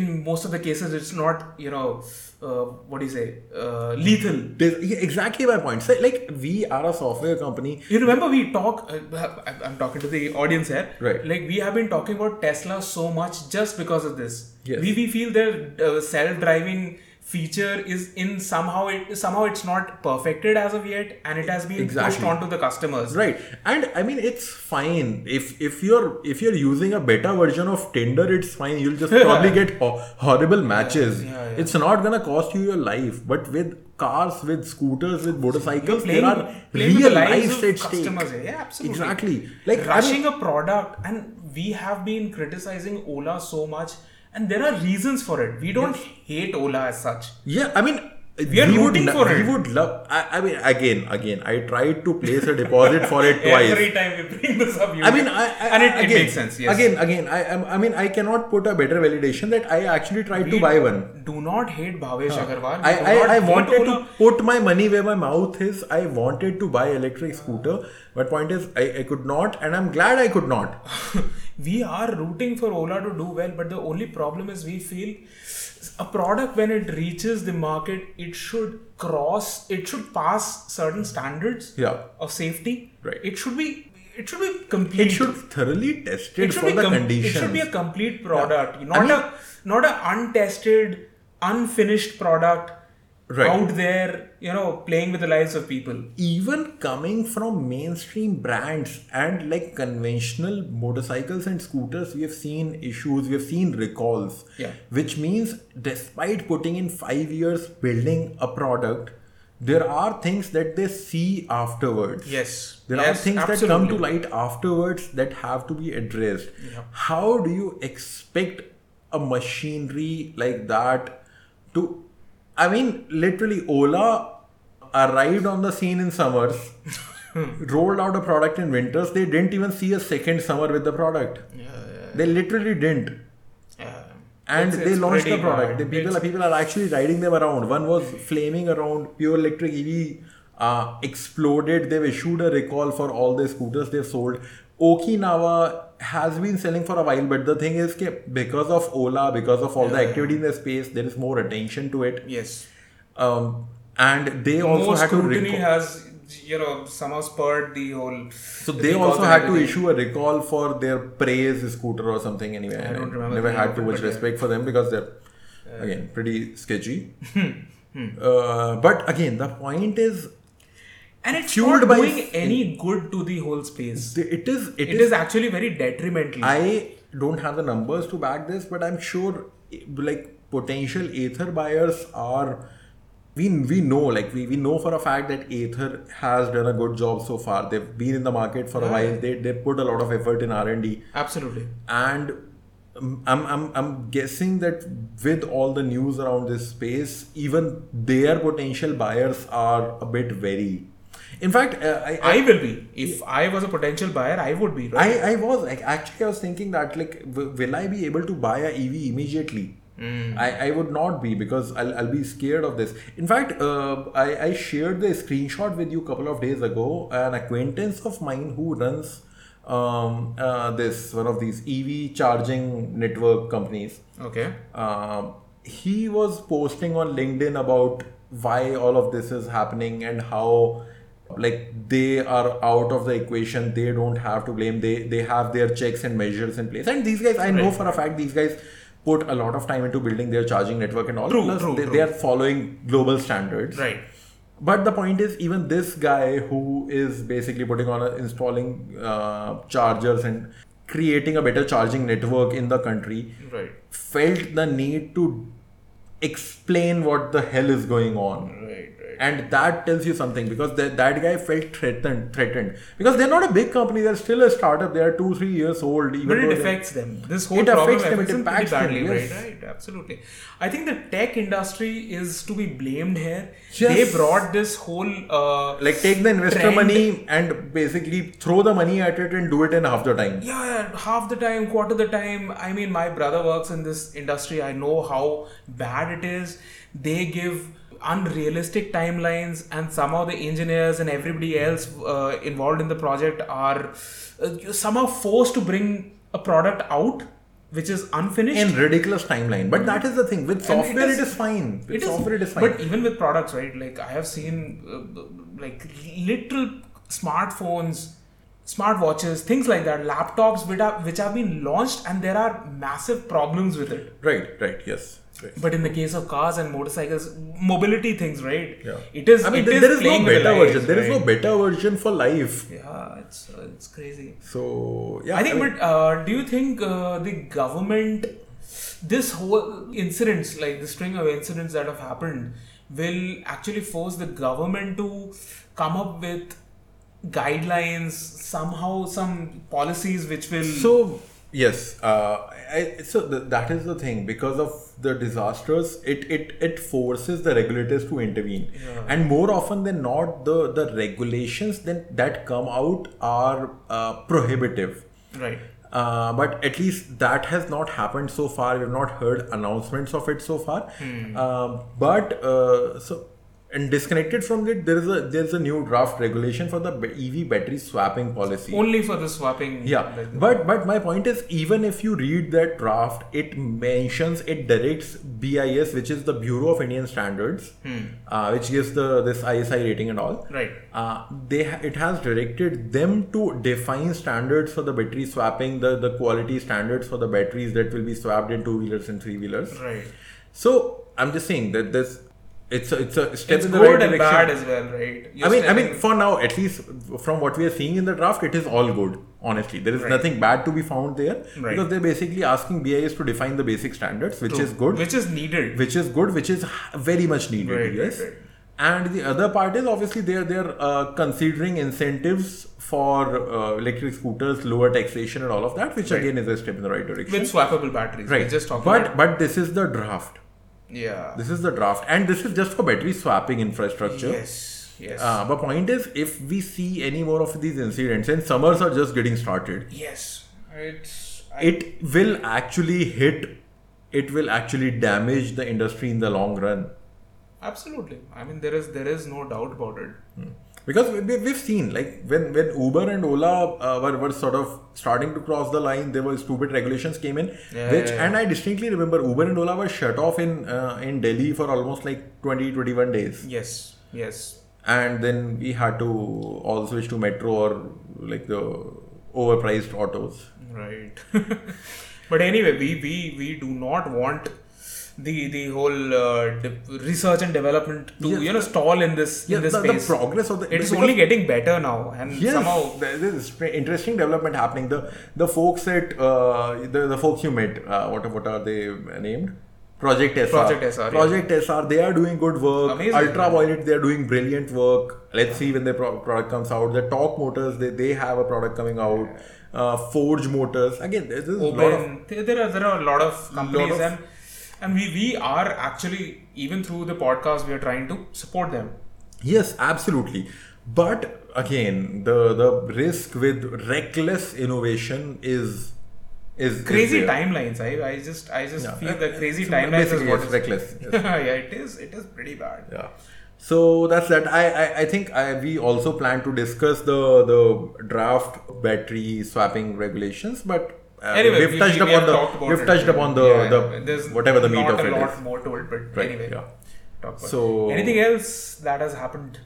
Speaker 2: in most of the cases it's not you know uh, what do you say uh, lethal
Speaker 1: This- yeah, exactly my point. So, like we are a software company.
Speaker 2: you remember we talk uh, I- i'm talking to the audience here
Speaker 1: Right.
Speaker 2: like we have been talking about tesla so much just because of this
Speaker 1: Yes.
Speaker 2: we, we feel their uh, self-driving feature is in somehow it somehow it's not perfected as of yet and it has been pushed
Speaker 1: Exactly.
Speaker 2: onto the customers
Speaker 1: right and i mean it's fine if if you're if you're using a beta version of tinder it's fine you'll
Speaker 2: *laughs*
Speaker 1: just probably get ho- horrible matches
Speaker 2: yeah, yeah.
Speaker 1: it's not gonna cost you your life but with cars with scooters with motorcycles
Speaker 2: Playing-
Speaker 1: there are
Speaker 2: playing with
Speaker 1: real
Speaker 2: the lives
Speaker 1: lives
Speaker 2: of
Speaker 1: at stake
Speaker 2: customers, Yeah, absolutely.
Speaker 1: exactly like I mean-
Speaker 2: rushing a product, and we have been criticizing Ola so much, and there are reasons for it. We don't hate Ola as such.
Speaker 1: Yeah, I mean,
Speaker 2: We are
Speaker 1: would
Speaker 2: rooting
Speaker 1: lo-
Speaker 2: for
Speaker 1: we
Speaker 2: it.
Speaker 1: would love. I, I mean, again, again, I tried to place a deposit for
Speaker 2: *laughs*
Speaker 1: it
Speaker 2: Every
Speaker 1: twice.
Speaker 2: time we bring this up, you
Speaker 1: I mean,
Speaker 2: get-
Speaker 1: I, I
Speaker 2: and it,
Speaker 1: again,
Speaker 2: it makes sense. Yes.
Speaker 1: Again, again, I, I'm- I mean, I cannot put a better validation that I actually tried to
Speaker 2: We
Speaker 1: buy one.
Speaker 2: Do not hate Bhavesh Agarwal.
Speaker 1: I,
Speaker 2: Do
Speaker 1: I, I
Speaker 2: not hate
Speaker 1: wanted
Speaker 2: Ola.
Speaker 1: to put my money where my mouth is. I wanted to buy electric scooter, but point is, I, I could not, and I'm glad I could not.
Speaker 2: *laughs* we are rooting for Ola to do well, but the only problem is we feel a product when it reaches the market, it should cross, it should pass certain standards
Speaker 1: Yeah.
Speaker 2: of safety.
Speaker 1: Right.
Speaker 2: It should be, it should be complete.
Speaker 1: It should thoroughly tested
Speaker 2: It should
Speaker 1: for
Speaker 2: be
Speaker 1: the
Speaker 2: com- It
Speaker 1: conditions.
Speaker 2: should be a complete product, not
Speaker 1: mean-
Speaker 2: a not a untested, unfinished product
Speaker 1: Right.
Speaker 2: out there. You know, playing with the lives of people.
Speaker 1: even coming from mainstream brands and like conventional motorcycles and scooters we have seen issues we have seen recalls
Speaker 2: Yeah.
Speaker 1: which means despite putting in 5 years building a product there are things that they see afterwards
Speaker 2: Yes.
Speaker 1: there are
Speaker 2: Yes,
Speaker 1: things that come
Speaker 2: absolutely.
Speaker 1: to light afterwards that have to be addressed how do you expect a machinery like that to i mean literally ola arrived on the scene in
Speaker 2: *laughs*
Speaker 1: summers rolled out a product in winters they didn't even see a second summer with the product they literally didn't and
Speaker 2: It's-
Speaker 1: they
Speaker 2: it's
Speaker 1: launched the
Speaker 2: pretty
Speaker 1: product. The
Speaker 2: bad.
Speaker 1: people, people are actually riding them around. One was flaming around. Pure Electric EV uh, exploded. They've issued a recall for all the scooters they've sold. Okinawa has been selling for a while, but the thing is, ke- because of Ola, because of all the activity in the space, there is more attention to it.
Speaker 2: Yes.
Speaker 1: Um, and they also
Speaker 2: More
Speaker 1: had to
Speaker 2: scrutiny
Speaker 1: recall.
Speaker 2: has you know somehow spurred the whole.
Speaker 1: So they also had to issue a recall for their praise scooter or something anyway. I
Speaker 2: don't remember
Speaker 1: Never
Speaker 2: the name
Speaker 1: had
Speaker 2: of
Speaker 1: too
Speaker 2: it,
Speaker 1: much
Speaker 2: but yeah.
Speaker 1: respect for them because they're again pretty
Speaker 2: *laughs*
Speaker 1: sketchy.
Speaker 2: Hmm.
Speaker 1: uh, but again, the point is,
Speaker 2: and it's
Speaker 1: fueled
Speaker 2: not
Speaker 1: by-
Speaker 2: doing any good to the whole space.
Speaker 1: th- it is it,
Speaker 2: It is actually very detrimental.
Speaker 1: I don't have the numbers to back this, but I'm sure eh, like potential Aether buyers are we we know like we, we know for a fact that Aether has done a good job so far. They've been in the market for a while. They they put a lot of effort in R and D.
Speaker 2: Absolutely.
Speaker 1: and um, I'm, I'm, I'm guessing that with all the news around this space, even their potential buyers are a bit wary. In fact, uh, I,
Speaker 2: I will be. If I was a potential buyer, I would be. Right?
Speaker 1: I, I was like actually I was thinking that like w- will I be able to buy a EV immediately? I, I would not be because I'll, I'll be scared of this. In fact, uh, I, I shared the screenshot with you a couple of days ago. An acquaintance of mine who runs um, uh, this one of these EV charging network companies
Speaker 2: okay.
Speaker 1: um, he was posting on LinkedIn about why all of this is happening and how like they are out of the equation they don't have to blame they they have their checks and measures in place and these guys i know for a fact these guys put a lot of time into building their charging network and all
Speaker 2: True,
Speaker 1: plus
Speaker 2: true,
Speaker 1: they,
Speaker 2: true.
Speaker 1: they are following global standards
Speaker 2: Right.
Speaker 1: but the point is, even this guy who is basically putting on a, installing uh, chargers and creating a better charging network in the country,
Speaker 2: Right.
Speaker 1: felt the need to explain what the hell is going on.
Speaker 2: Right. Right.
Speaker 1: And that tells you something because that that guy felt threatened, threatened because they're not a big company; they're still a startup. They are two, three years old. Even
Speaker 2: But
Speaker 1: though
Speaker 2: it
Speaker 1: they're-
Speaker 2: affects them. This whole
Speaker 1: It
Speaker 2: problem
Speaker 1: affects them, it
Speaker 2: them pretty
Speaker 1: impacts them,
Speaker 2: badly,
Speaker 1: yes.
Speaker 2: right? Right. Absolutely. I think the tech industry is to be blamed here.
Speaker 1: Yes.
Speaker 2: They brought this whole uh,
Speaker 1: like take the investor
Speaker 2: Trend.
Speaker 1: money and basically throw the money at it and do it in half the time.
Speaker 2: yeah, yeah, half the time, quarter the time. I mean, my brother works in this industry. I know how bad it is. They give unrealistic timelines, and somehow the engineers and everybody else uh, involved in the project are uh, somehow forced to bring a product out which is unfinished.
Speaker 1: in ridiculous timeline. But that is the thing with
Speaker 2: And it
Speaker 1: software,
Speaker 2: is-
Speaker 1: it is fine. With
Speaker 2: It is-
Speaker 1: software, it is fine.
Speaker 2: But even with products, right? Like I have seen, uh, b- like little smartphones, smartwatches, things like that, laptops, which are which have been launched, and there are massive problems with it.
Speaker 1: right, right, yes. Right.
Speaker 2: But in the case of cars and motorcycles, mobility things, right?
Speaker 1: Yeah.
Speaker 2: It is.
Speaker 1: I mean,
Speaker 2: it
Speaker 1: there-
Speaker 2: is
Speaker 1: there is no
Speaker 2: playing with the
Speaker 1: better
Speaker 2: lives,
Speaker 1: version. There is
Speaker 2: right?
Speaker 1: no better version for life.
Speaker 2: Yeah, it's uh, it's crazy.
Speaker 1: So yeah,
Speaker 2: I think,
Speaker 1: mean,
Speaker 2: but uh, do you think uh, the government, this whole incidents, like the string of incidents that have happened, will actually force the government to come up with guidelines, somehow some policies which will.
Speaker 1: so yes, uh, I, so th- that is the thing because of the disasters, it it it forces the regulators to intervene, and more often than not, the the regulations then that come out are uh, prohibitive.
Speaker 2: right.
Speaker 1: Uh, but at least that has not happened so far. We've not heard announcements of it so far. Um, but uh, so and disconnected from it, there is a there's a new draft regulation for the b- EV battery swapping policy.
Speaker 2: Only for the swapping.
Speaker 1: yeah,
Speaker 2: like-
Speaker 1: but but my point is, even if you read that draft, it mentions it directs BIS, which is the Bureau of Indian Standards, uh, which gives the this ISI rating and all.
Speaker 2: Hmm. Right.
Speaker 1: Uh, they ha- it has directed them to define standards for the battery swapping, the, the quality standards for the batteries that will be swapped in two wheelers and three wheelers.
Speaker 2: Right.
Speaker 1: So I'm just saying that this it's a, it's a step
Speaker 2: It's
Speaker 1: in the right
Speaker 2: good and
Speaker 1: direction.
Speaker 2: bad as well, right? You're
Speaker 1: I mean, I
Speaker 2: telling-
Speaker 1: mean, for now, at least from what we are seeing in the draft, it is all good. Honestly, there is
Speaker 2: Right.
Speaker 1: nothing bad to be found there
Speaker 2: Right.
Speaker 1: because they're basically asking BIS to define the basic standards, which is good
Speaker 2: Which is needed.
Speaker 1: which is good, which is very much needed.
Speaker 2: Right,
Speaker 1: yes.
Speaker 2: right, right.
Speaker 1: And the other part is obviously they're they're uh, considering incentives for uh, electric scooters, lower taxation, and all of that, which
Speaker 2: Right.
Speaker 1: again is a step in the right direction.
Speaker 2: with swappable batteries.
Speaker 1: right.
Speaker 2: We're just talking
Speaker 1: but
Speaker 2: about-
Speaker 1: but this is the draft.
Speaker 2: yeah.
Speaker 1: This is the draft, and this is just for battery swapping infrastructure.
Speaker 2: Yes. Yes.
Speaker 1: Uh, but point is, if we see any more of these incidents, and summers are just getting started,
Speaker 2: yes. It's. I,
Speaker 1: it will actually hit. It will actually damage the industry in the long run.
Speaker 2: Absolutely. I mean, there is there is no doubt about it.
Speaker 1: Because we- we- we've seen, like, when, when Uber and Ola uh, were, were sort of starting to cross the line, there were stupid regulations came in,
Speaker 2: Yeah,
Speaker 1: which,
Speaker 2: yeah, yeah.
Speaker 1: and I distinctly remember Uber and Ola were shut off in uh, in Delhi for almost like 20, 21 days.
Speaker 2: Yes. Yes.
Speaker 1: And then we had to all switch to metro or like the overpriced autos.
Speaker 2: Right. *laughs* but anyway, we, we we do not want the the whole uh, de- research and development to
Speaker 1: Yes.
Speaker 2: you know stall in this
Speaker 1: Yeah,
Speaker 2: in this
Speaker 1: the, the
Speaker 2: space.
Speaker 1: progress of the.
Speaker 2: it is
Speaker 1: because-
Speaker 2: only getting better now, and
Speaker 1: Yes,
Speaker 2: somehow
Speaker 1: there- there is stra- interesting development happening. The the folks at uh, the, the folks you met, uh, what what are they named? Project SR.
Speaker 2: Project SR, yeah.
Speaker 1: Project SR. They are doing good work.
Speaker 2: Amazing.
Speaker 1: Ultraviolet. They are doing brilliant work. Let's see when their pro- product comes out. The Talk Motors. They they have a product coming out. Uh, Forge Motors. Again, there's a lot of
Speaker 2: open. There there are there are a lot of companies
Speaker 1: of-
Speaker 2: and and we we are actually even through the podcast we are trying to support them.
Speaker 1: Yes, absolutely. But again, the the risk with reckless innovation is is is
Speaker 2: Crazy
Speaker 1: there.
Speaker 2: timelines. I I just I just
Speaker 1: Yeah.
Speaker 2: feel the crazy
Speaker 1: So
Speaker 2: timelines is
Speaker 1: basically,
Speaker 2: what
Speaker 1: yes,
Speaker 2: is *laughs*
Speaker 1: reckless. Yes.
Speaker 2: yeah, it is. It is pretty bad.
Speaker 1: Yeah. So that's that. I I, I think I, we also plan to discuss the the draft battery swapping regulations, but uh,
Speaker 2: Anyway,
Speaker 1: we've
Speaker 2: we-
Speaker 1: touched
Speaker 2: we- we
Speaker 1: upon
Speaker 2: have talked
Speaker 1: the
Speaker 2: about
Speaker 1: we've
Speaker 2: it.
Speaker 1: touched upon the
Speaker 2: Yeah, yeah.
Speaker 1: the
Speaker 2: There's
Speaker 1: whatever the meat
Speaker 2: not
Speaker 1: of
Speaker 2: a
Speaker 1: it
Speaker 2: lot
Speaker 1: is.
Speaker 2: more to it, but
Speaker 1: Right,
Speaker 2: anyway.
Speaker 1: yeah.
Speaker 2: Talk about
Speaker 1: So-
Speaker 2: it. anything else that has happened?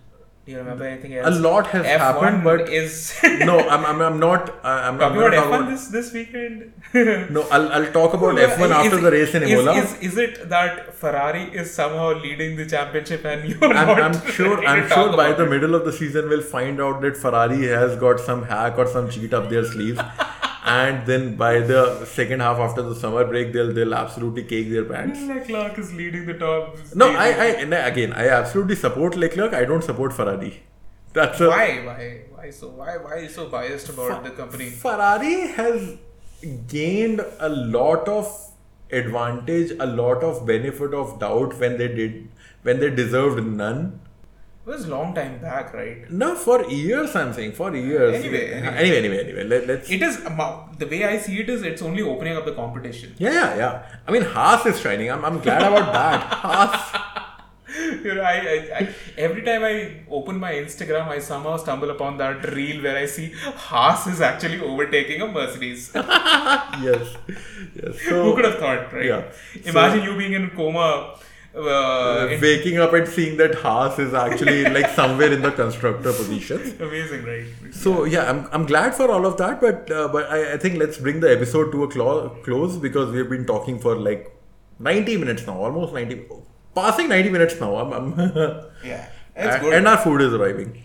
Speaker 2: Do you remember anything
Speaker 1: A
Speaker 2: else?
Speaker 1: lot has
Speaker 2: F1
Speaker 1: happened, but
Speaker 2: is
Speaker 1: *laughs*
Speaker 2: *laughs*
Speaker 1: no, I'm I'm, I'm not. I- I'm, I'm
Speaker 2: talking
Speaker 1: not
Speaker 2: about
Speaker 1: talking
Speaker 2: F1
Speaker 1: about-
Speaker 2: this this
Speaker 1: *laughs*
Speaker 2: weekend.
Speaker 1: No, I'll, I'll talk about F1
Speaker 2: Is-
Speaker 1: after the race in
Speaker 2: is-
Speaker 1: Imola.
Speaker 2: Is, is, it that Ferrari is somehow leading the championship and you're
Speaker 1: I'm,
Speaker 2: not?
Speaker 1: I'm sure.
Speaker 2: ready *laughs* to
Speaker 1: I'm
Speaker 2: talk
Speaker 1: sure by
Speaker 2: about
Speaker 1: the
Speaker 2: it?
Speaker 1: middle of the season we'll find out that Ferrari has got some hack or some cheat up their
Speaker 2: *laughs*
Speaker 1: sleeves, and then by the second half after the summer break they'll they'll absolutely cake their
Speaker 2: Mm.
Speaker 1: pants.
Speaker 2: Leclerc is leading the top.
Speaker 1: No, I, I and I- again I absolutely support Leclerc. I don't support Ferrari. That's a,
Speaker 2: Why? Why? Why so? Why? Why so biased about the company?
Speaker 1: Ferrari has gained a lot of advantage, a lot of benefit of doubt when they did when they deserved none.
Speaker 2: It was long time back, right?
Speaker 1: No, for years I'm saying for years. Uh,
Speaker 2: Anyway, anyway.
Speaker 1: anyway, anyway, anyway, Let, let's.
Speaker 2: It is um, the way I see it is it's only opening up the competition. *laughs*
Speaker 1: yeah, yeah, yeah. I mean, Haas is shining. I'm, I'm glad about
Speaker 2: *laughs*
Speaker 1: that. Haas.
Speaker 2: You know, I, I, I every time I open my Instagram, I somehow stumble upon that reel where I see Haas is actually overtaking a Mercedes.
Speaker 1: Yes, yes.
Speaker 2: Who
Speaker 1: So
Speaker 2: could have thought, right?
Speaker 1: Yeah.
Speaker 2: Imagine you being in coma. Uh, in-
Speaker 1: waking up and seeing that Haas is actually like somewhere in the constructor position.
Speaker 2: *laughs* amazing, right?
Speaker 1: So yeah, I'm, I'm glad for all of that, but uh, but I, I think let's bring the episode to a clo- close because we've been talking for like 90 minutes now, almost 90, passing 90 minutes now. I'm, I'm
Speaker 2: Yeah,
Speaker 1: *laughs*
Speaker 2: it's
Speaker 1: and,
Speaker 2: good.
Speaker 1: and our food is arriving.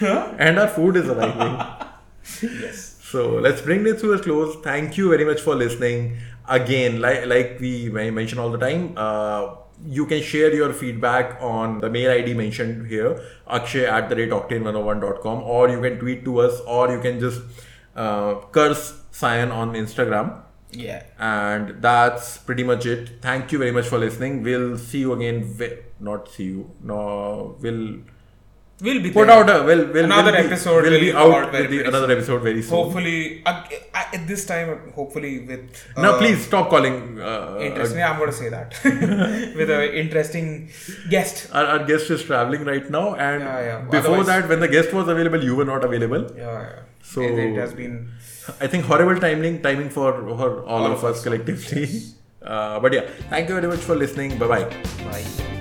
Speaker 1: And our food is
Speaker 2: *laughs*
Speaker 1: arriving.
Speaker 2: yes.
Speaker 1: So let's bring this to a close. Thank you very much for listening. Again, like like we men- mention all the time, uh, you can share your feedback on the mail ID mentioned here, akshay at the rate octane101.com, or you can tweet to us, or you can just uh, curse Cyan on Instagram.
Speaker 2: Yeah.
Speaker 1: And that's pretty much it. Thank you very much for listening. We'll see you again. ve- not see you. No, we'll
Speaker 2: We'll be
Speaker 1: put
Speaker 2: there.
Speaker 1: out a we'll, we'll
Speaker 2: Another
Speaker 1: we'll be-
Speaker 2: episode
Speaker 1: We'll
Speaker 2: will
Speaker 1: be
Speaker 2: come out
Speaker 1: out
Speaker 2: very,
Speaker 1: with the,
Speaker 2: very
Speaker 1: another episode very soon.
Speaker 2: Hopefully, I, I, at this time, hopefully with. uh,
Speaker 1: Now, please stop calling. Uh,
Speaker 2: Interesting. I'm going to say that with an interesting guest.
Speaker 1: our, our guest is traveling right now, and
Speaker 2: Yeah, yeah.
Speaker 1: before
Speaker 2: Otherwise-
Speaker 1: that, when the guest was available, you were not available.
Speaker 2: Yeah, yeah.
Speaker 1: So-
Speaker 2: it, it has been.
Speaker 1: I think horrible timing, timing for, for all, of us collectively. Uh, but yeah, thank you very much for listening. Bye bye.
Speaker 2: Bye.